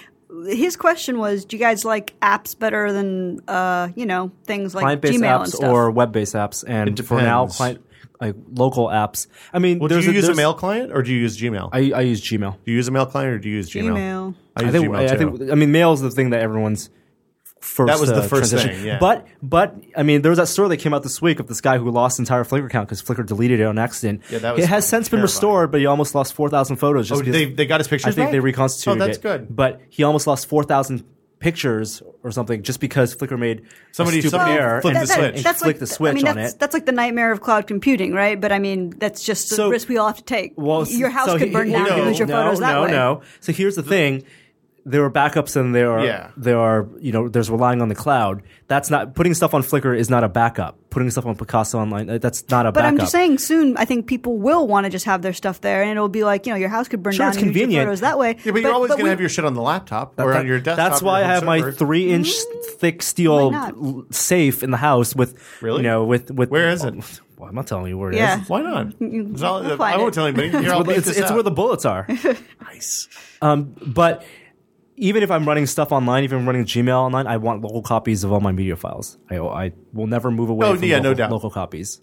His question was, do you guys like apps better than uh, you know things like client-based Gmail and apps stuff? or web-based apps, and It for now, depends. client like local apps. I mean, Well, do there's you use a there's- mail client or do you use Gmail? I, I use Gmail. do you use a mail client or do you use Gmail? Gmail. I, use I think, Gmail I, I too. think I mean mail is the thing that everyone's first. That was the uh, first transition. thing, yeah. But but I mean, there was that story that came out this week of this guy who lost his entire Flickr account because Flickr deleted it on accident. Yeah, that was it has since been terrifying. restored, but he almost lost four thousand photos. Just oh, because- they they got his I pictures. think back? they reconstituted. Oh, that's it. good. But he almost lost four thousand pictures or something just because Flickr made Somebody- a stupid somebody error. flipped and- the switch. and That's like flicked the switch I mean, on that's, it. that's like the nightmare of cloud computing, right? But I mean, that's just the So- risk we all have to take. Well, your house so could he- burn he- down if no, you lose your no, photos that no, way. No, So here's the thing: there are backups, and there are Yeah. there are you know there's relying on the cloud. That's not putting stuff on Flickr is not a backup. Putting stuff on Picasso online uh, that's not a But backup. I'm just saying, soon I think people will want to just have their stuff there, and it'll be like you know your house could burn Sure, down it's and lose your convenient. photos that way. Yeah, but, you're always going to we- have your shit on the laptop or That- on your desktop. That's or why your I have home my server. three inch thick Mm. Why steel not? l- safe in the house with Really? you know with with Where is it? Well, I'm not telling you where it is. Yeah. Why not? It's not- We'll I find won't it. tell anybody. Here, I'll Well, bleep it's, this it's out. where the bullets are. Um, nice. But even if I'm running stuff online, even running Gmail online, I want local copies of all my media files. I, I will never move away Oh, from yeah, no local, doubt. local copies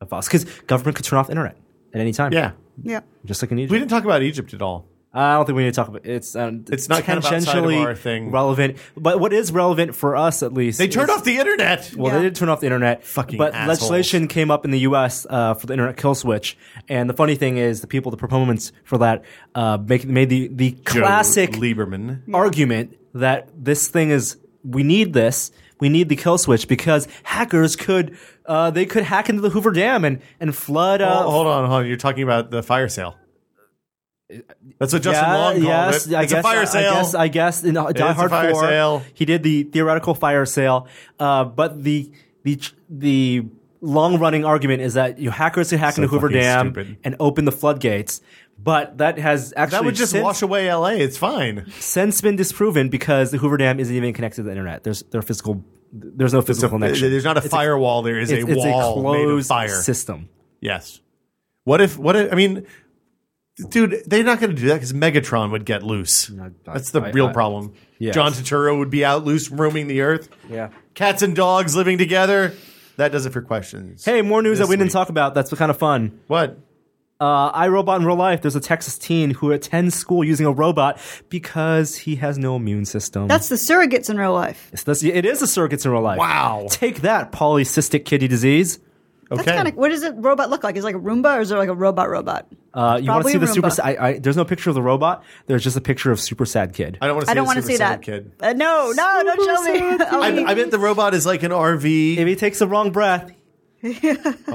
of files because government could turn off the internet at any time. Yeah, yeah. just like in we Egypt. didn't talk about Egypt at all. I don't think we need to talk about it's. Um, It's not kind of outside of tangentially our thing. relevant, but what is relevant for us at least? They turned is- off the internet. Well, Yeah. they did turn off the internet. Fucking But assholes. legislation came up in the U.S. Uh, for the internet kill switch, and the funny thing is, the people, the proponents for that, uh, make, made the the Joe classic Lieberman. argument that this thing is we need this we need the kill switch because hackers could uh, they could hack into the hoover dam and and flood uh, Oh, hold on, hold on. You're talking about the fire sale. That's what Justin Long called yes, it. I it's guess, a fire sale. I guess, I guess in Die a Hard fire 4, sale. he did the theoretical fire sale. Uh, but the the the long running argument is that you know, hackers can hack So into Hoover fucking Dam stupid. and open the floodgates. But that has actually that would just since, wash away LA. It's fine. since been disproven because the Hoover Dam isn't even connected to the internet. There's there are physical there's no physical connection. There's not a firewall. there is a wall made of closed fire. system. Yes. What if? What if? I mean, dude, they're not going to do that because Megatron would get loose. That's the I- real I- problem. Yes. John Turturro would be out loose, roaming the earth. Yeah. Cats and dogs living together. That does it for questions. Hey, more news This that we didn't week. talk about. That's kind of fun. What? Uh, iRobot in real life. There's a Texas teen who attends school using a robot because he has no immune system. That's the surrogates in real life. It's- that's- it is a circuits in real life. Wow. Take that, polycystic kidney disease. Okay. That's kind of what does a robot look like? Is it like a Roomba or is there like a robot robot? Uh, you want to Probably see the Roomba. super? I, I, there's no picture of the robot. There's just a picture of super sad kid. I don't want to. I don't want to see that. Kid. Uh, no, no, don't show me. Oh, I'll I, be- I bet the robot is like an RV. if he takes the wrong breath, Oh,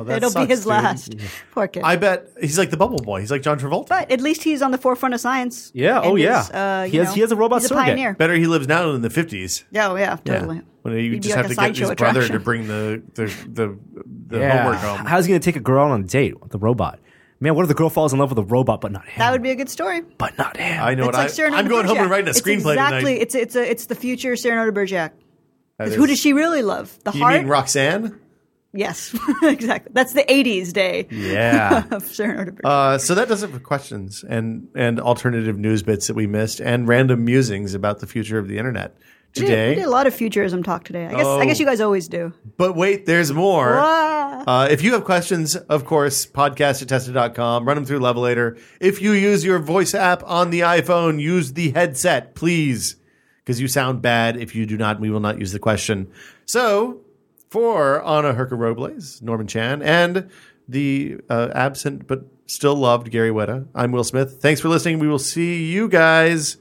that it'll sucks, be his dude. last. Poor kid. I bet he's like the Bubble Boy. He's like John Travolta. but at least he's on the forefront of science. Yeah, And oh, yeah. is, uh, He you has- know, he has a robot He's a surrogate. pioneer. Better he lives now than in the fifties. Yeah, oh, yeah, totally. When you He'd be just like have a to get his sideshow brother to attraction. bring the the the, the homework home. how's he gonna take a girl on a date with the robot? Man, what if the girl falls in love with the robot but not him? That would be a good story. but not him. I know it's what like I, Cyrano I'm de going home Bergerac. and writing a it's screenplay exactly, tonight. It's it's a, it's the future Cyrano de Bergerac. That Who is- does she really love? The You heart. mean Roxanne? Yes, exactly. That's the '80s day Yeah. of Cyrano de Bergerac. Uh, so that does it for questions and and alternative news bits that we missed and random musings about the future of the internet we, did, we today. did a lot of futurism talk today. I guess Oh. I guess you guys always do. But wait, there's more. Ah. Uh, if you have questions, of course, podcast at tested.com, run them through Levelator. If you use your voice app on the iPhone, use the headset, please, because you sound bad. If you do not, we will not use the question. So, for Anna Herker Robles, Norman Chan, and the uh, absent but still loved Gary Weta, I'm Will Smith. Thanks for listening. We will see you guys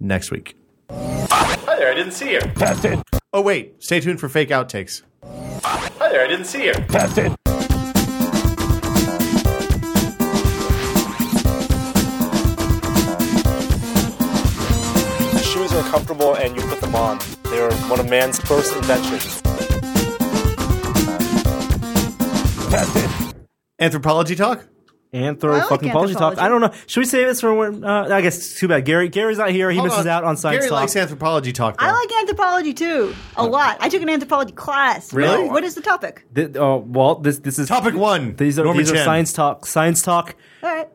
next week. Hi there, I didn't see you. Tested. Oh, wait, stay tuned for fake outtakes. Hi there, I didn't see you. Shoes are comfortable and you put them on. They were one of man's first inventions. Anthropology Talk? and throw I like fucking apology top. anthropology. I don't know. Should we save this for when? Uh, I guess it's too bad. Gary, Gary's not here. He misses out on science Gary talk. likes anthropology talk. Though. I like anthropology too a lot. I took an anthropology class. Really? What is the topic? Th- oh, well, this this is topic one. These are Norma these are Chen. science talk. Science talk All right.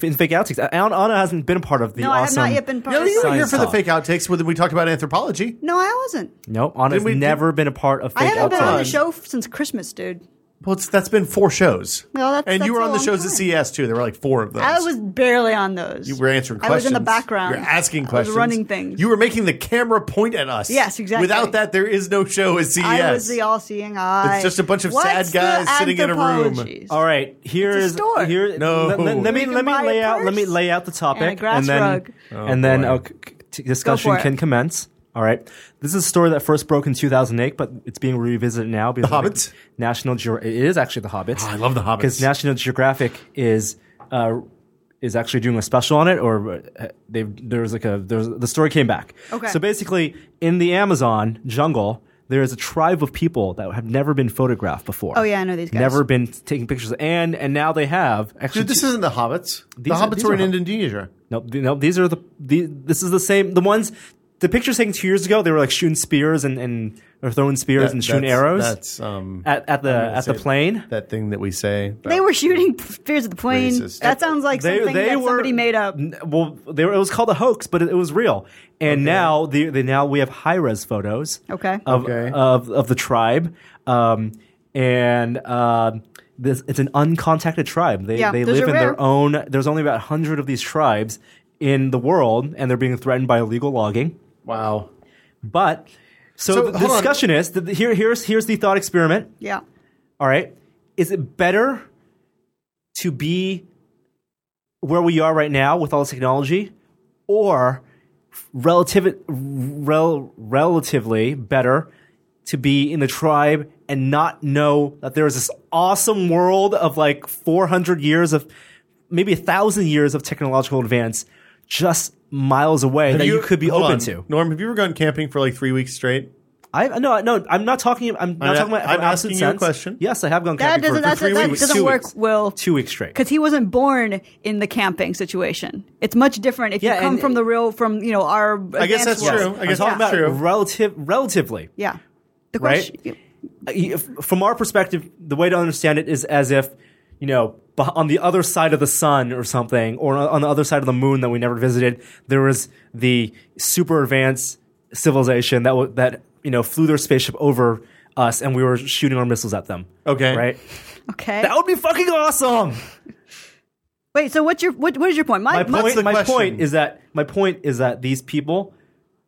in fake outtakes. Anna, Anna hasn't been a part of the No, I have awesome. not yet been part Yeah, of you were science. here for the talk. fake outtakes when we talked about anthropology. No, I wasn't. Nope, Anna's Didn't we- never been a part of I fake haven't been on the outtakes. show f- since Christmas, dude. Well, it's, that's been four shows. No, that's- and that's you were a on the long shows at time. CES too. There were like four of those. I was barely on those. You were answering I questions. was in the background. You were asking I was questions. running things. You were making the camera point at us. Yes, exactly. Without that, there is no show at E CES. I was the all-seeing eye. It's just a bunch of sad What's the guys sitting in a room. anthropologies? All right, here It's a is store. here. No. let, let- let me You can let me buy a lay out let me purse lay out the topic and a grass then rug. Oh, and then a c- c- discussion Go for it. can commence. All right, this is a story that first broke in 2008, but it's being revisited now because The of Hobbits? Ah, National Geo- it is actually the Hobbits. I love The Hobbits. because National Geographic is uh, is actually doing a special on it, or uh, they there's like a there's the story came back. Okay. So basically, in the Amazon jungle, there is a tribe of people that have never been photographed before. Oh, yeah, I know these guys. Never been taking pictures, and and now they have actually. Dude, this isn't the Hobbits. the are- Hobbits these were are in Hobbits. Indonesia. no, th- no. These are the, the this is the same the ones. The pictures taken two years ago, they were like shooting spears and, and or throwing spears That- and shooting that's- arrows That's um, at, at the gonna at the say plane. that thing that we say. about- They were shooting Fears of the Plane. Racist. That sounds like something that somebody made up. N- Well, they were, it was called a hoax, but it, it was real. And now the, the now we have high res photos. Okay. Of, Okay. of of the tribe, um, and uh, this it's an uncontacted tribe. They Yeah, they those live are in rare. their own. There's only about hundred of these tribes in the world, and they're being threatened by illegal logging. Wow. But so, So, the hold on. discussion is that here here's here's the thought experiment. Yeah. All right. Is it better to be where we are right now with all this technology or relative, rel, relatively better to be in the tribe and not know that there is this awesome world of like 400 years of maybe a thousand years of technological advance just miles away that you, could be hold open on. to. Norm, have you ever gone camping for like three weeks straight? I no no I'm not talking I'm not I'm- talking about I'm in absolute asking you a sense. question. Yes, I have gone That camping for- doesn't, for, that's, three that weeks. doesn't two work, weeks. Will. Two weeks straight. Because he wasn't born in the camping situation. It's much different if Yeah, you come and- from the real, from, you know, our. I guess that's advanced true. world. I guess talking that's about true. relative, relatively. Yeah. The Right? question. If- From our perspective, the way to understand it is as if, you know, beh- on the other side of the sun or something, or on the other side of the moon that we never visited, there was the super advanced civilization that w- that you know flew their spaceship over us, and we were shooting our missiles at them. Okay. right? Okay. That would be fucking awesome. Wait, so what's your, what, what is your point? My What's the point, my question? point is that my point is that these people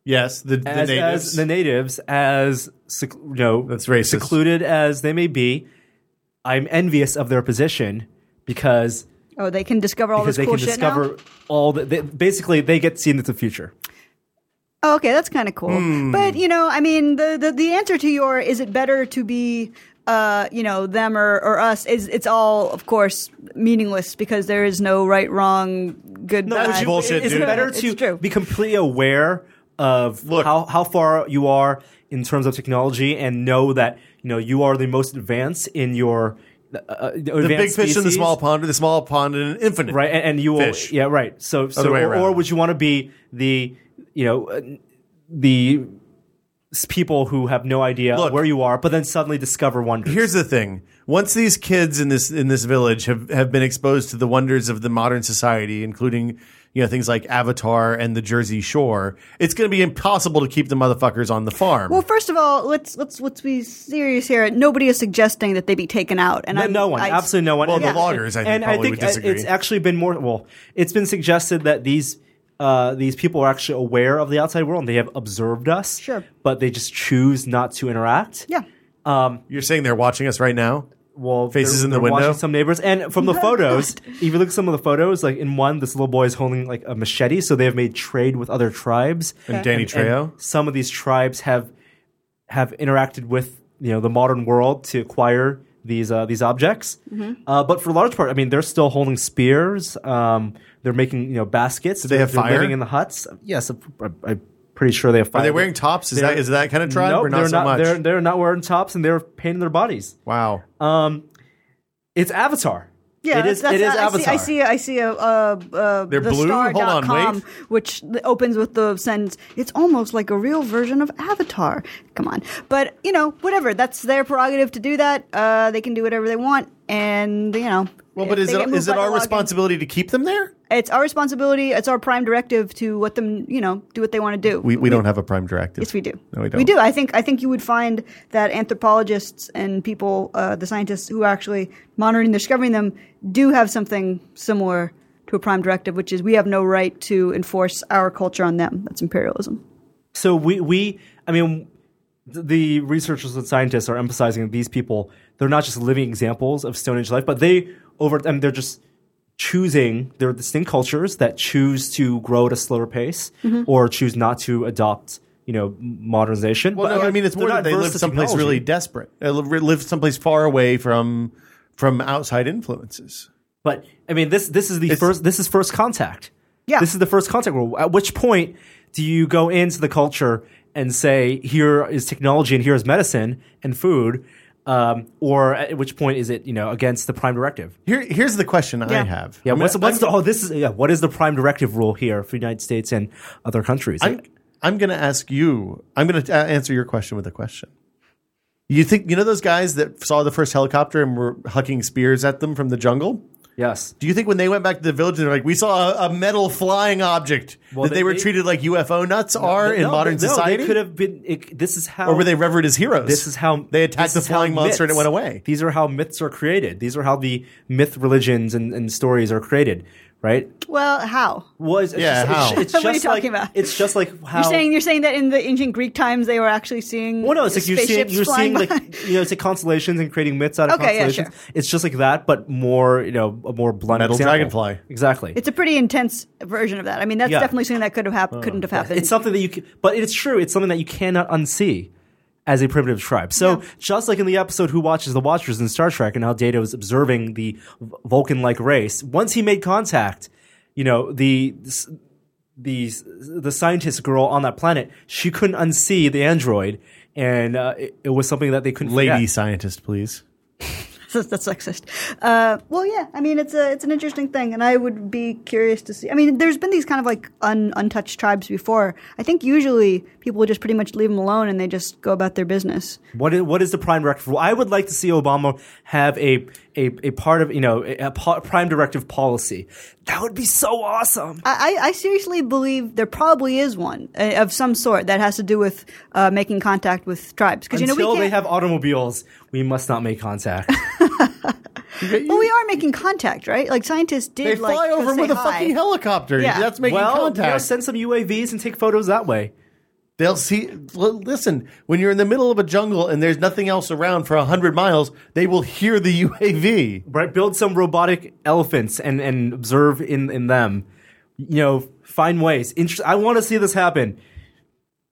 Yes, the, the as, natives. as the natives as sec- you know That's racist. secluded as they may be i'm envious of their position because oh, they can discover all because this they cool can shit discover now? all the they, basically they get seen into the future Oh, okay, that's kind of cool. Hmm. But you know, I mean, the, the the answer to your is it better to be, uh, you know, them or, or us is it's all of course meaningless because there is no right, wrong, good. But bad. you- bullshit, it's dude. better It's to true. be completely aware of Look. how, how far you are in terms of technology and know that you know you are the most advanced in your uh, uh, the big fish advanced in the species. small pond, or the small pond in an infinite. right? And, and you will, Fish. yeah, right. So, so Other way or, or around. would you want to be the, you know, uh, the s- people who have no idea Look. where you are, but then suddenly discover wonders? Here's the thing: once these kids in this in this village have have been exposed to the wonders of the modern society, including you know things like Avatar and the Jersey Shore, it's going to be impossible to keep the motherfuckers on the farm. Well, first of all, let's let's let's be serious here. Nobody is suggesting that they be taken out, and no, I'm- no one, I- absolutely no one. Well, And- the and- loggers, I think, and I probably think would disagree. it's actually been more. Well, it's been suggested that these uh, these people are actually aware of the outside world and they have observed us, Sure. but they just choose not to interact. Yeah, You're saying they're watching us right now? well, Faces they're- in the they're window? Watching some neighbors, and from the No, photos, God. if you look at some of the photos, like in one, this little boy is holding like a machete, so they have made trade with other tribes. And Danny Trejo. And some of these tribes have have interacted with you know the modern world to acquire these uh, these objects. Uh, but for the large part, I mean, they're still holding spears. Um, they're making you know baskets. they have They're fire? living in the huts. Yes, I'm- I'm pretty sure they have fire. Are they wearing tops? Is They're- that is that kind of tribe? Nope, or not they're so not. much. They're um, they're not wearing tops, and they're painting their bodies. wow. Um, it's Avatar. Yeah, It is- that's- it is that's- I Avatar. see. I see, I see a. Uh, uh, They're the blue? Star. Hold on, com, wait. Which opens with the sentence. It's almost like a real version of Avatar. Come on, but you know, whatever. That's their prerogative to do that. Uh, they can do whatever they want, and you know. Well, but if is they it get moved is it by the our login- responsibility to keep them there? It's our responsibility. It's our prime directive to let them, you know, do what they want to do. We, we don't have a prime directive. Yes, we do. No, we don't. We do. I think I think you would find that anthropologists and people, uh, the scientists who are actually monitoring, discovering them, do have something similar to a prime directive, which is we have no right to enforce our culture on them. That's imperialism. So we, we I mean, th- the researchers and scientists are emphasizing that these people, they're not just living examples of Stone Age life, but they over, I mean, they're just choosing, they're distinct cultures that choose to grow at a slower pace Mm-hmm. or choose not to adopt, you know, modernization. Well, But no, I mean it's they're more not that they averse live to someplace technology. really desperate. They li- live someplace far away from from outside influences. But I mean, this this is the It's- first. This is first contact. Yeah. This is the first contact rule. At which point do you go into the culture and say, "Here is technology, and here is medicine and food," um, or at which point is it you know against the prime directive? Here, here's the question I Yeah. have. Yeah. I'm What's, the- gonna- what's the oh this is yeah, what is the prime directive rule here for the United States and other countries? I'm, I'm going to ask you. I'm going to answer your question with a question. You think you know those guys that saw the first helicopter and were hucking spears at them from the jungle? yes. Do you think when they went back to the village, they're like, we saw a, a metal flying object that they, they- were they- treated like UFO nuts are in No, modern no, they society? could have been. It, this is how or were they revered as heroes? This is how they attacked this the is how flying monster and it myths- went away. These are how myths are created. These are how the myth religions and, and stories are created, right? Well, how Was Yeah, it's, just- It's, how? it's What are you just talking like, about? It's just like how you're saying you're saying that in the ancient Greek times they were actually seeing well, no, it's like you're seeing spaceships you're flying seeing like by. you know, it's like constellations and creating myths out of Okay, yeah, constellations. It's just like that, but more you know, a more blunt Metal example. dragonfly. Exactly. It's a pretty intense version of that. I mean, that's Yeah. Oh. definitely something that could have happened, couldn't have happened. It's something that you, can, but it's true. It's something that you cannot unsee as a primitive tribe. So just like in the episode "Who Watches the Watchers" in Star Trek, and how Data was observing the Vulcan-like race, once he made contact, you know the the the scientist girl on that planet, she couldn't unsee the android, and uh, it, it was something that they couldn't. Lady forget. scientist, please. that's, that's sexist. Uh, well, yeah, I mean it's a it's an interesting thing, and I would be curious to see. I mean, there's been these kind of like un, untouched tribes before. I think usually people would just pretty much leave them alone and they just go about their business. What is, what is the prime directive? Well, I would like to see Obama have a a, a part of you know a, a po- prime directive policy. That would be so awesome. I, I I seriously believe there probably is one uh, of some sort that has to do with uh, making contact with tribes because you know Until we can't, they have automobiles, we must not make contact. well we are making contact right like scientists did They like, fly just over say with a hi. fucking helicopter. Yeah. That's making well, you know, contact. send some UAVs and take photos that way. They'll see. l- listen, when you're in the middle of a jungle and there's nothing else around for hundred miles, they will hear the UAV. Right? Build some robotic elephants and, and observe in, in them. You know, find ways. Inter- I want to see this happen.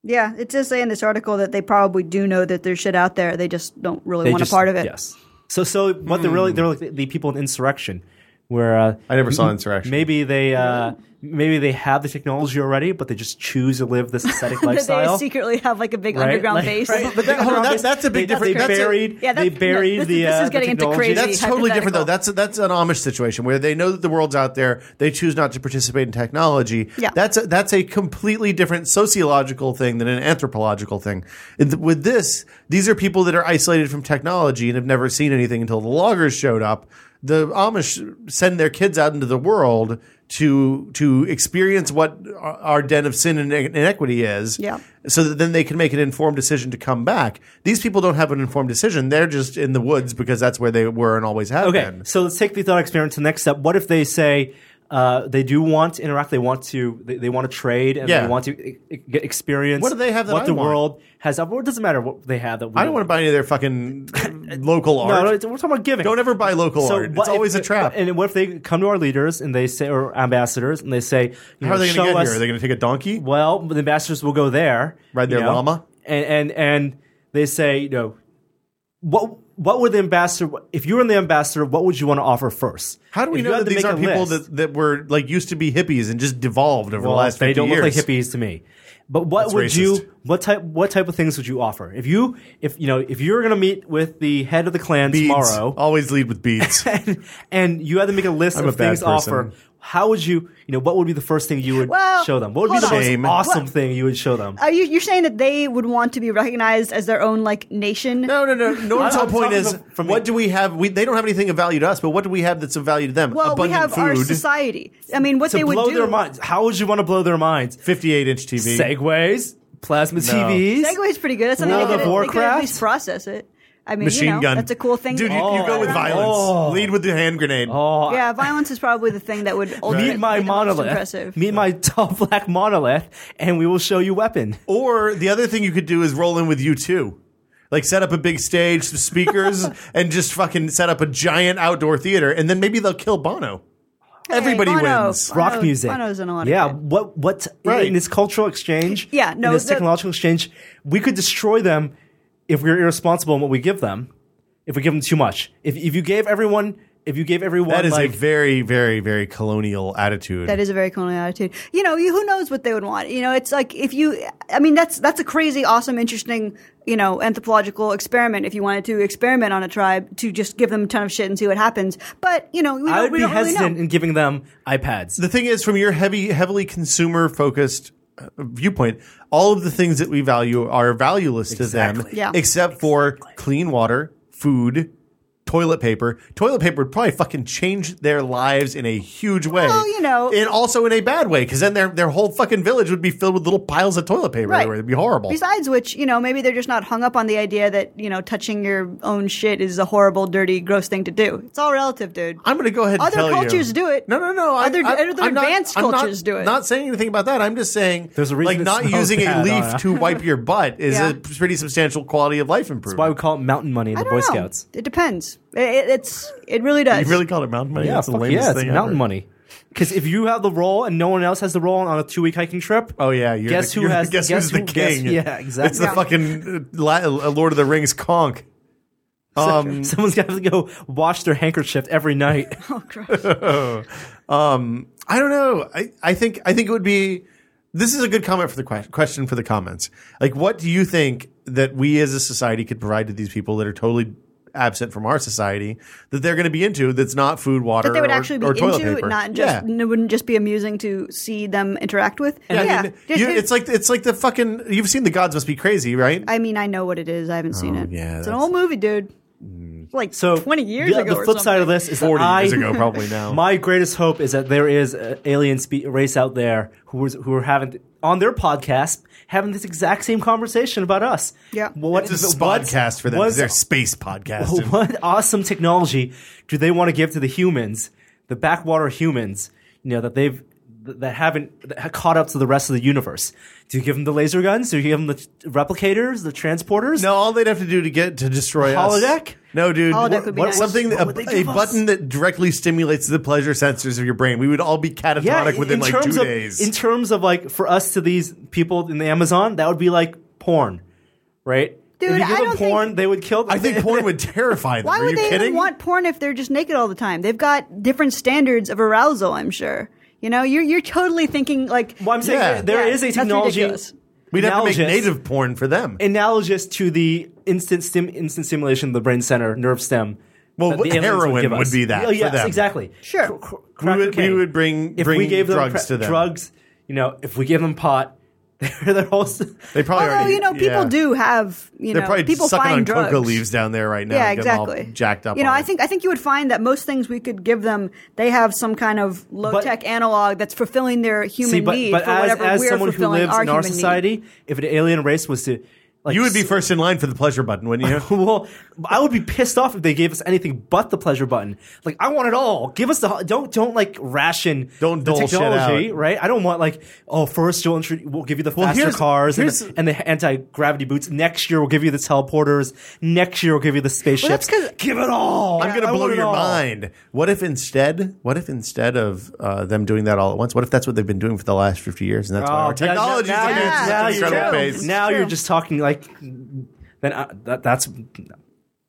yeah it does say in this article that they probably do know that there's shit out there they just don't really They want just- a part of it Yes. So, so what they're really they're like the, the people in insurrection, where uh, I never saw Insurrection. Maybe they uh, maybe they have the technology already, but they just choose to live this ascetic that they lifestyle. secretly have like a big right? underground Like- base. right? But that- hold on, that- that's a big They- difference. They That's a- buried, Yeah, they that's- no, buried this- the. this is uh, the getting into crazy. technology. That's totally different, though. hypothetical. That's that's an Amish situation where they know that the world's out there. They choose not to participate in technology. Yeah. that's a, that's a completely different sociological thing than an anthropological thing. Th- With this, these are people that are isolated from technology and have never seen anything until the loggers showed up. The Amish send their kids out into the world to to experience what our our den of sin and inequity is Yeah. so that then they can make an informed decision to come back. These people don't have an informed decision. They're just in the woods because that's where they were and always have Okay, been. so let's take the thought experiment to the next step. What if they say uh, they do want to interact, they want to, they, they want to trade, and Yeah. they want to e- e- get experience What do they have that what I the want? world has. Up, or it doesn't matter what they have. That we I don't want to buy any of their fucking local art. No, no, it's- we're talking about giving. don't ever buy local art. what It's always if, a trap. And what if they come to our leaders and they say, or ambassadors, and they say, you know, How are they show going to get us, here? Are they going to take a donkey? well, the ambassadors will go there, Ride their you know, llama? and and and they say, you know, what what would the ambassador if you were the ambassador what would you want to offer first How do we If you know had that to these make are a people list- that, that were like used to be hippies and just devolved over Well, the last 50 they don't years? look like hippies to me. But what That's would racist. you? What type? What type of things would you offer if you? If you know, if you're going to meet with the head of the clan Beads. tomorrow, Always lead with beads. and, and you had to make a list I'm a of bad things to offer, person. how would you? You know, what would be the first thing you would Well, show them? What would be hold on. the most Shame. awesome What- thing you would show them? Are you, you're saying that they would want to be recognized as their own like nation? No, no, no. Norm's I'm whole talking point is about- from what me. do we have? We, they don't have anything of value to us, but what do we have that's of value to them? Well, we Abundant have food, our society. I mean, what to they would blow do. their minds. How would you want to blow their minds? 58 inch TV. Segways, plasma TVs. Segway's pretty good. That's something World they could, of they could at Warcraft? least process it. I mean, Machine you know, gun. that's a cool thing. Dude, you, Oh. you go with violence. Lead with the hand grenade. Oh, Yeah, violence is probably the thing that would ultimately meet my be the most monolith. impressive. Meet my tall black monolith, and we will show you weapon. Or the other thing you could do is roll in with you too. Like set up a big stage, some speakers, and just fucking set up a giant outdoor theater, and then maybe they'll kill Bono. Hey, Everybody Bono. wins. Bono- rock music. Bono's in a lot of yeah, good. what what Right. in this cultural exchange? Yeah, no, in this the- technological exchange, we could destroy them if we're irresponsible in what we give them. If we give them too much, if if you gave everyone, if you gave everyone That is like, a very, very, very colonial attitude. That is a very colonial attitude. You know, you, who knows what they would want? You know, it's like if you, I mean, that's that's a crazy, awesome, interesting, you know, anthropological experiment. If you wanted to experiment on a tribe to just give them a ton of shit and see what happens, but you know, we I don't, would we be don't really hesitant know. in giving them iPads. the thing is, from your heavy, heavily consumer focused viewpoint, all of the things that we value are valueless to them, Yeah. except for clean water, food, toilet paper. Toilet paper would probably fucking change their lives in a huge way. Well, you know- and also in a bad way, because then their their whole fucking village would be filled with little piles of toilet paper. everywhere. It'd be horrible. Besides which, you know, maybe they're just not hung up on the idea that you know touching your own shit is a horrible, dirty, gross thing to do. It's all relative, dude. I'm going to go ahead. and Other tell you- cultures do it. No, no, no. I- Other- I- other I'm not- advanced I'm not- cultures do it. Not saying anything about that. I'm just saying There's a reason Like it not smells using a bad, leaf Anna. to wipe your butt is Yeah. a pretty substantial quality of life improvement. Why we call it mountain money in I the don't Boy know. Scouts? It depends. It, it, it's it really does. you really call it mountain money? Yeah, That's the fuck lamest yeah, it's thing mountain ever. money. Because if you have the role and no one else has the role on a two week hiking trip, Oh yeah, you're Guess the, who you're- has- guess, guess who's who- the king? guess- yeah, exactly. It's the Yeah. fucking uh, La- uh, Lord of the Rings conk. Um, someone's got to go wash their handkerchief every night. Oh, gross. um, I don't know. I, I think I think it would be. This is a good comment for the que- question for the comments. Like, what do you think that we as a society could provide to these people that are totally absent from our society that they're going to be into? That's not food, water, that they would or- actually be or toilet into, paper? not just Yeah. it wouldn't just be amusing to see them interact with. I yeah, mean, Just- you- it's like it's like the fucking. You've seen the gods must be crazy, right? I mean, I know what it is. I haven't seen it. Oh, yeah, it's an that's- Mm. old movie, dude. Like So twenty years the, ago. The or flip side of something. this is Forty that I, years ago, probably now. My greatest hope is that there is an alien spe- race out there who is who are having on their podcast having this exact same conversation about us. Yeah. Well, what This is a what's- podcast for them. what's- They're space podcast. what awesome technology do they want to give to the humans, the backwater humans? You know that they've that haven't that ha- caught up to the rest of the universe. Do you give them the laser guns? Do you give them the t- replicators, the transporters? No, all they'd have to do to get to destroy us. Holodeck? No, dude. Holodeck What- would be what- nice. Something What a, would they do a to us? button that directly stimulates the pleasure sensors of your brain. We would all be catatonic within like two of, days. In terms of like for us to these people in the Amazon, that would be like porn, right? Dude, if you I give them don't think- porn, they would kill. Them. I think porn would terrify them. Why Are would you they kidding? even want porn if they're just naked all the time? They've got different standards of arousal. I'm sure. You know, you're you're totally thinking like Well, I'm saying Yeah. there Yeah, is a that's technology ridiculous. We'd have to make analogous- native porn for them. analogous to the instant stim, instant stimulation of the brain center, nerve stem. Well, that what- the aliens heroin give would us. be that Yeah, for yes, them. exactly. Sure. Cr- cr- We would- crack we would cocaine. bring- if we bring gave them drugs cra- to them. Drugs, you know, if we give them pot, they're their whole. s- They probably Although already, you know, people yeah. do have you They're know, probably people sucking find on drugs. coca leaves down there right now. yeah, and getting all exactly. jacked up. You know, on I it. think I think you would find that most things we could give them, they have some kind of low tech analog that's fulfilling their human See, but, need but for as, whatever as we're someone who fulfilling lives our in our human need. society, if an alien race was to, like, you would be first in line for the pleasure button, wouldn't you? Well, I would be pissed off if they gave us anything but the pleasure button. Like, I want it all. Give us the don't don't like ration. Don't the dole shit technology, out. right? I don't want like oh first you'll intro- we'll give you the Well, faster here's- cars and here's- the, and the anti gravity boots. Next year we'll give you the teleporters. Next year we'll give you the spaceships. 'cause- give it all. I'm going I to blow want it your all. mind. What if instead, what if instead of uh, them doing that all at once, what if that's what they've been doing for the last 50 years and that's why Oh, our yeah, technology is now, advancing now at you're- now such an incredible you're- pace? now It's you're true. just talking like then I, that, uh, that's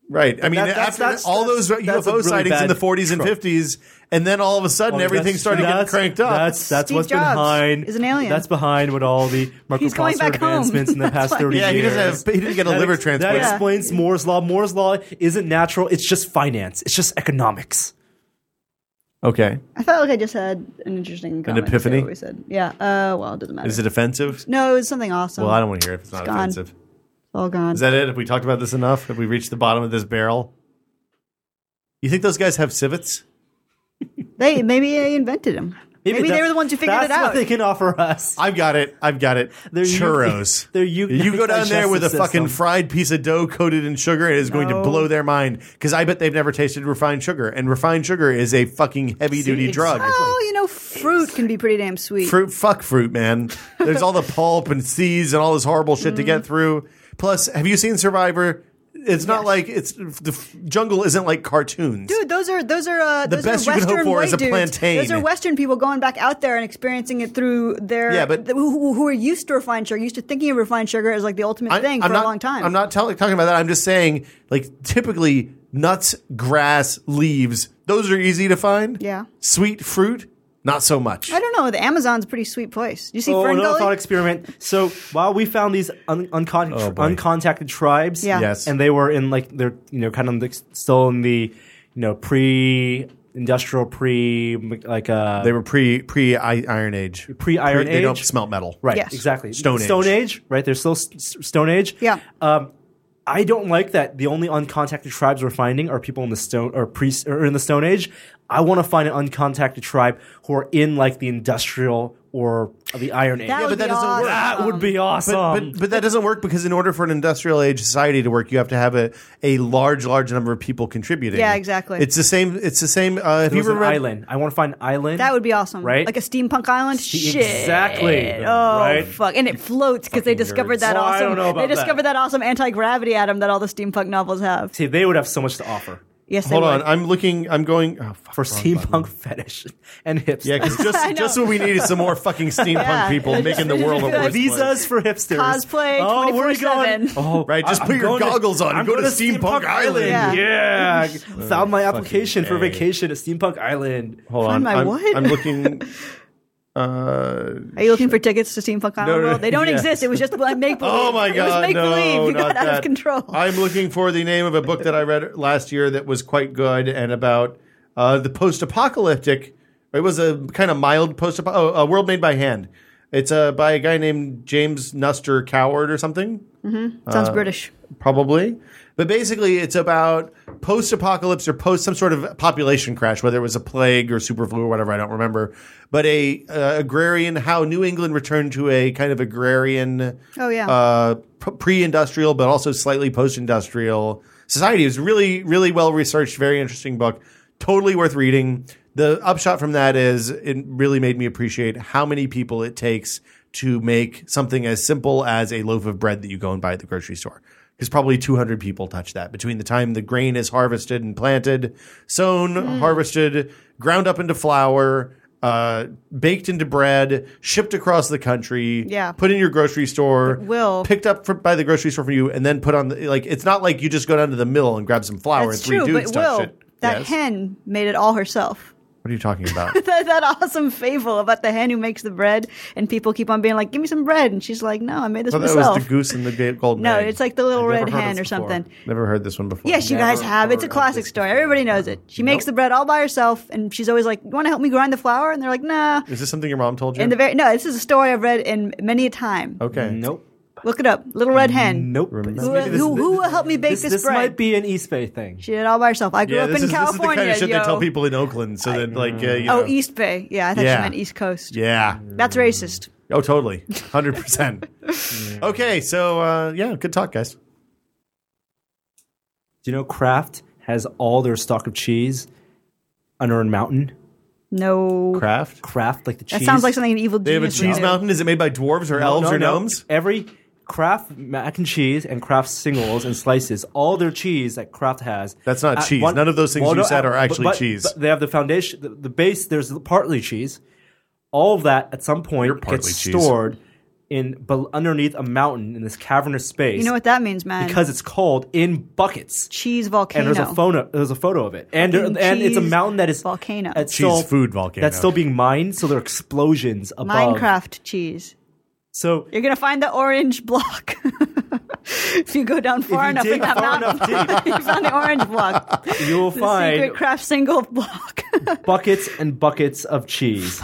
Right. I mean, that- that's- after that's- all that's- those that's a UFO really sightings in bad the 40s and trope. Oh, 50s, and then all of a sudden everything That's- started getting that's- cranked up. That's that's Steve what's Jobs behind is an alien. That's behind what all the He's going microprocessor back home. advancements in the That's past why- thirty yeah, he years. doesn't have. He didn't get a That liver ex- transplant. That explains Moore's law. Moore's law isn't natural. It's just finance. It's just economics. Okay. I felt like I just had an interesting comment to epiphany? What we said, yeah. Uh, well, it doesn't matter. Is it offensive? no, it was something awesome. Oh, Well, I don't want to hear it if it's not It's gone. offensive. It's all gone. Is that it? Have we talked about this enough? Have we reached the bottom of this barrel? You think those guys have civets? they maybe they invented him. Maybe, they were the ones who figured that's it out. What they can offer us. I've got it. I've got it. They're eu- Churros. they're eu- you go down there with a digestive fucking system. fried piece of dough coated in sugar, and it's going to No. blow their mind because I bet they've never tasted refined sugar, and refined sugar is a fucking heavy duty drug. oh, you know, fruit can be pretty damn sweet. Fruit, fuck fruit, man. There's all the pulp and seeds and all this horrible shit to Mm-hmm. get through. Plus, have you seen Survivor? It's not like it's the f- jungle isn't like cartoons. Dude, those are those are uh, The those best are you can hope Western for white is a dudes. plantain. Those are Western people going back out there and experiencing it through their Yeah, but- the- who, who- who are used to refined sugar, used to thinking of refined sugar as like the ultimate I- thing for not, a long time. I'm not tell- talking about that. I'm just saying, like, typically nuts, grass, leaves, those are easy to find. Yeah. Sweet fruit, not so much. I don't know. The Amazon's a pretty sweet place. You see Oh, Fern another Gully? thought experiment. So while we found these un- uncon- Oh, boy. uncontacted tribes, Yeah. Yes. and they were in like they're you know kind of like still in the you know pre industrial pre like uh They were pre pre I- Iron Age. Pre-Iron They- They don't Age? smelt metal. right Yes. exactly Stone Age. Stone Age right they're still s- s- Stone Age Yeah. Um, I don't like that the only uncontacted tribes we're finding are people in the stone or pre or in the Stone Age. I want to find an uncontacted tribe who are in like the industrial or the Iron Age. That Yeah, would but that be doesn't work. awesome. that would be awesome. But, but that doesn't work because in order for an industrial age society to work, you have to have a, a large, large number of people contributing. Yeah, exactly. It's the same. It's the same. Uh, if There you was an remember, island. I want to find an island. That would be awesome. Right? Like a steampunk island? Shit. Exactly. Oh, Right? fuck. And it floats because they discovered that Oh, I awesome. don't know about they that. discovered that, awesome anti gravity atom that all the steampunk novels have. See, they would have so much to offer Yes, Hold they on. would. I'm looking. I'm going. Oh, fuck, for wrong steampunk button. fetish and hipsters. Yeah, because I just, know. just what we need is some more fucking steampunk Yeah. people making the world a worse place. Visas for hipsters. Cosplay Oh, where are you going? 24/7. Oh, Right, just I- put I'm your going goggles on and I'm go to going Steampunk Island. Yeah. Yeah. Found my application for A. vacation at Steampunk Island. Hold Find on, my I'm, what? I'm looking. Uh, Are you looking for tickets to steampunk island no, world? They don't yeah. exist. It was just like make believe. oh my It was god! make no, believe. You not got out that. of control. I'm looking for the name of a book that I read last year that was quite good and about uh, the post-apocalyptic. It was a kind of mild post-apo. Oh, a world made by hand. It's uh, by a guy named James Nuster Coward or something. uh, Sounds British. probably. But basically, it's about post apocalypse or post some sort of population crash, whether it was a plague or superflu or whatever, I don't remember. But a uh, agrarian, how New England returned to a kind of agrarian, Oh, yeah. uh, pre industrial, but also slightly post industrial society. It was really, really well researched, very interesting book, totally worth reading. The upshot from that is it really made me appreciate how many people it takes to make something as simple as a loaf of bread that you go and buy at the grocery store because probably 200 people touch that between the time the grain is harvested and planted, sown, Mm. harvested, ground up into flour, uh, baked into bread, shipped across the country, Yeah. put in your grocery store, will- picked up for, by the grocery store for you, and then put on the like. It's not like you just go down to the mill and grab some flour That's and three true, dudes but touch Will, it. that Yes. hen made it all herself. What are you talking about? that, that awesome fable about the hen who makes the bread, and people keep on being like, "Give me some bread," and she's like, "No, I made this I thought Oh, that myself." was the goose and the ga- golden No, egg. it's like the little I've never red heard hen this or before. something. Never heard this one before. Yes, you guys have. It's a classic story. Everybody knows it. She makes the bread all by herself, and she's always like, "You want to help me grind the flour?" And they're like, "Nah." Is this something your mom told you? And the very no, this is a story I've read in many a time. okay. Nope. Look it up, Little Red Hen. Nope. Who, Maybe this- who, who will help me bake This, this, this bread? might be an East Bay thing. she did it all by herself. I grew up in is, California. This is the kind of shit yo. they tell people in Oakland, so that like, uh, you Oh, know. East Bay. Yeah, I thought Yeah. she meant East Coast. yeah, That's racist. oh, totally, hundred percent. Okay, so uh, yeah, good talk, guys. Do you know Kraft has all their stock of cheese under a mountain? No. Craft. Kraft, like the cheese. That sounds like something an evil They have a genius would cheese do. mountain. Is it made by dwarves or elves No, or no. gnomes? Every Kraft mac and cheese and Kraft singles and slices, all their cheese that Kraft has. That's not at cheese. None of those things you said are but- actually but- cheese. but they have the foundation, the, the base. There's partly cheese. All of that at some point partly gets cheese. stored in bel- underneath a mountain in this cavernous space. You know what that means, man? Because it's called in buckets. cheese volcano. And there's a photo. There's a photo of it, and there, Fucking and it's a cheese mountain that is volcano. that's Cheese still- food volcano. that's still being mined. So there are explosions above. Minecraft cheese. So You're gonna find the orange block. if you go down far you enough dig in that far mountain, you found the orange block. you'll The find secret craft single block. buckets and buckets of cheese.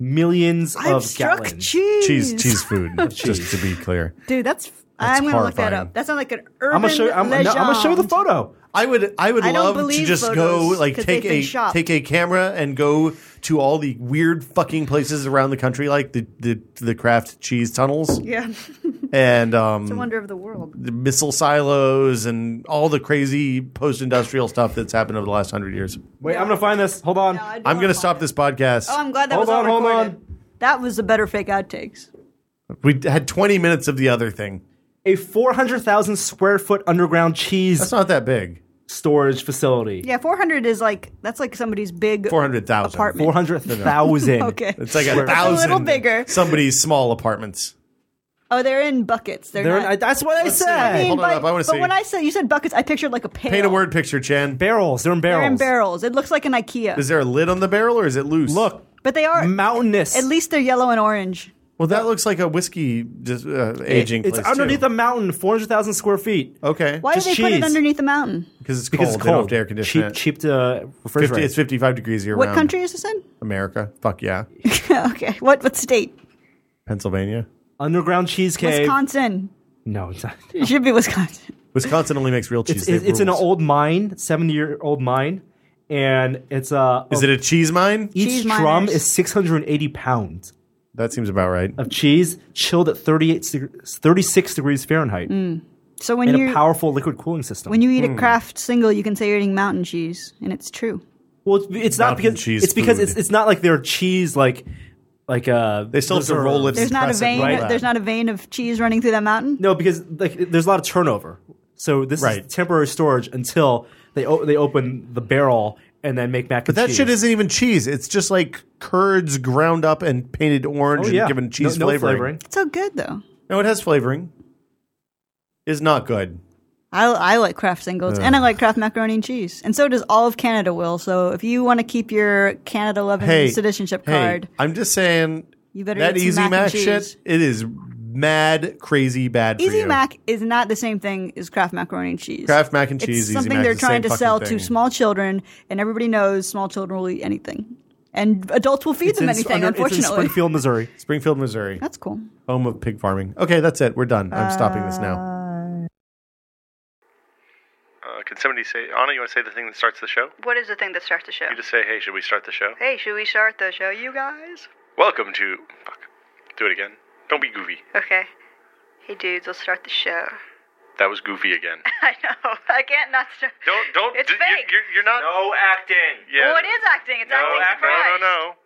Millions I'm of struck gallons. cheese. cheese cheese food. just to be clear, Dude, that's, I'm gonna look that horrifying. up. That sounds like an urban I'm gonna show. You, I'm, legend. no, I'm gonna show you the photo. I would I would I don't love to believe just go photos, like 'cause take they've been a shopped. take a camera and go to all the weird fucking places around the country, like the the, the craft cheese tunnels Yeah, and um, the wonder of the world. the missile silos and all the crazy post industrial stuff that's happened over the last hundred years. Wait, I'm gonna find this. Hold on. No, I don't I'm going wanna to stop find this podcast. it. Oh, I'm glad that Hold was all on, hold recorded. That was the better fake outtakes. we had 20 minutes of the other thing. a 400,000 square foot underground cheese That's not that big. storage facility. Yeah, 400 is like that's like somebody's big. 400,000. Apartment. 400,000. Okay. It's like a thousand. little bigger. Somebody's small apartments. Oh, they're in buckets. They're, They're- not. I- that's what I said. I mean, Hold on but, up, I wanna but see. when I said you said buckets, I pictured like a pail. Paint a word picture, Chan. barrels. They're in barrels. They're in barrels. It looks like an IKEA, Is there a lid on the barrel or is it loose? Look, but they are mountainous. At least they're yellow and orange. Well, that looks like a whiskey just, uh, aging Uh, it's place, underneath too. a mountain, 400,000 square feet. Okay. Why Just do they put it cheese. underneath the mountain? Because it's Because cold. it's They don't cold. have to air condition cheap, it. cheap uh, to 50, refrigerate. it's 55 degrees year What round. country is this in? America. Fuck yeah. okay, what what state? Pennsylvania. Underground cheese cave. Wisconsin. No, it's not. It should be Wisconsin. Wisconsin only makes real cheese. It's, They it's, have it's in an rules. old mine, 70 year old mine. And it's uh, Is it a cheese mine? each Cheese drum miners. is 680 pounds That seems about right. of cheese chilled at 38, deg- 36 degrees Fahrenheit So Mm. when in you a powerful liquid cooling system. when you eat Hmm. a craft single, you can say you're eating mountain cheese, and it's true. Well, it's, it's not Mountain because cheese it's because food. it's it's not like they're cheese like like uh They still have to those are- roll it. There's not a press it, vein. roll it. There's not a vein of cheese running through that mountain. No, because like there's a lot of turnover. So this Right. is temporary storage until they o- they open the barrel and then make mac But and that cheese. shit isn't even cheese. It's just like curds ground up and painted orange oh, yeah. and given cheese no, no flavoring. It's so good though. No, it has flavoring. Is not good. I, I like Kraft singles and I like Kraft macaroni and cheese. And so does all of Canada, Will. So if you want to keep your Canada loving Hey, citizenship hey, card, I'm just saying You better that eat some Easy mac and shit. cheese. It is mad, crazy bad. for Easy you. Mac is not the same thing as Kraft macaroni and cheese. Kraft mac and cheese, It's Easy something Mac, they're it's the trying same to sell fucking to thing. small children, and everybody knows small children will eat anything, and adults will feed It's them in, anything. under- it's in unfortunately, Springfield, Missouri. Springfield, Missouri, that's cool. home of pig farming. Okay, that's it. We're done. I'm stopping this now. Uh, can somebody say, Anna, you want to say the thing that starts the show? What is the thing that starts the show? You just say, hey, should we start the show? Hey, should we start the show, you guys? Welcome to. Fuck. Do it again. Don't be goofy. Okay. Hey, dudes, let's start the show. That was goofy again. I know. I can't not start. Don't, don't. It's d- fake. Oh, You, are you're not. No acting. Yeah. acting. It's No, no, no, no.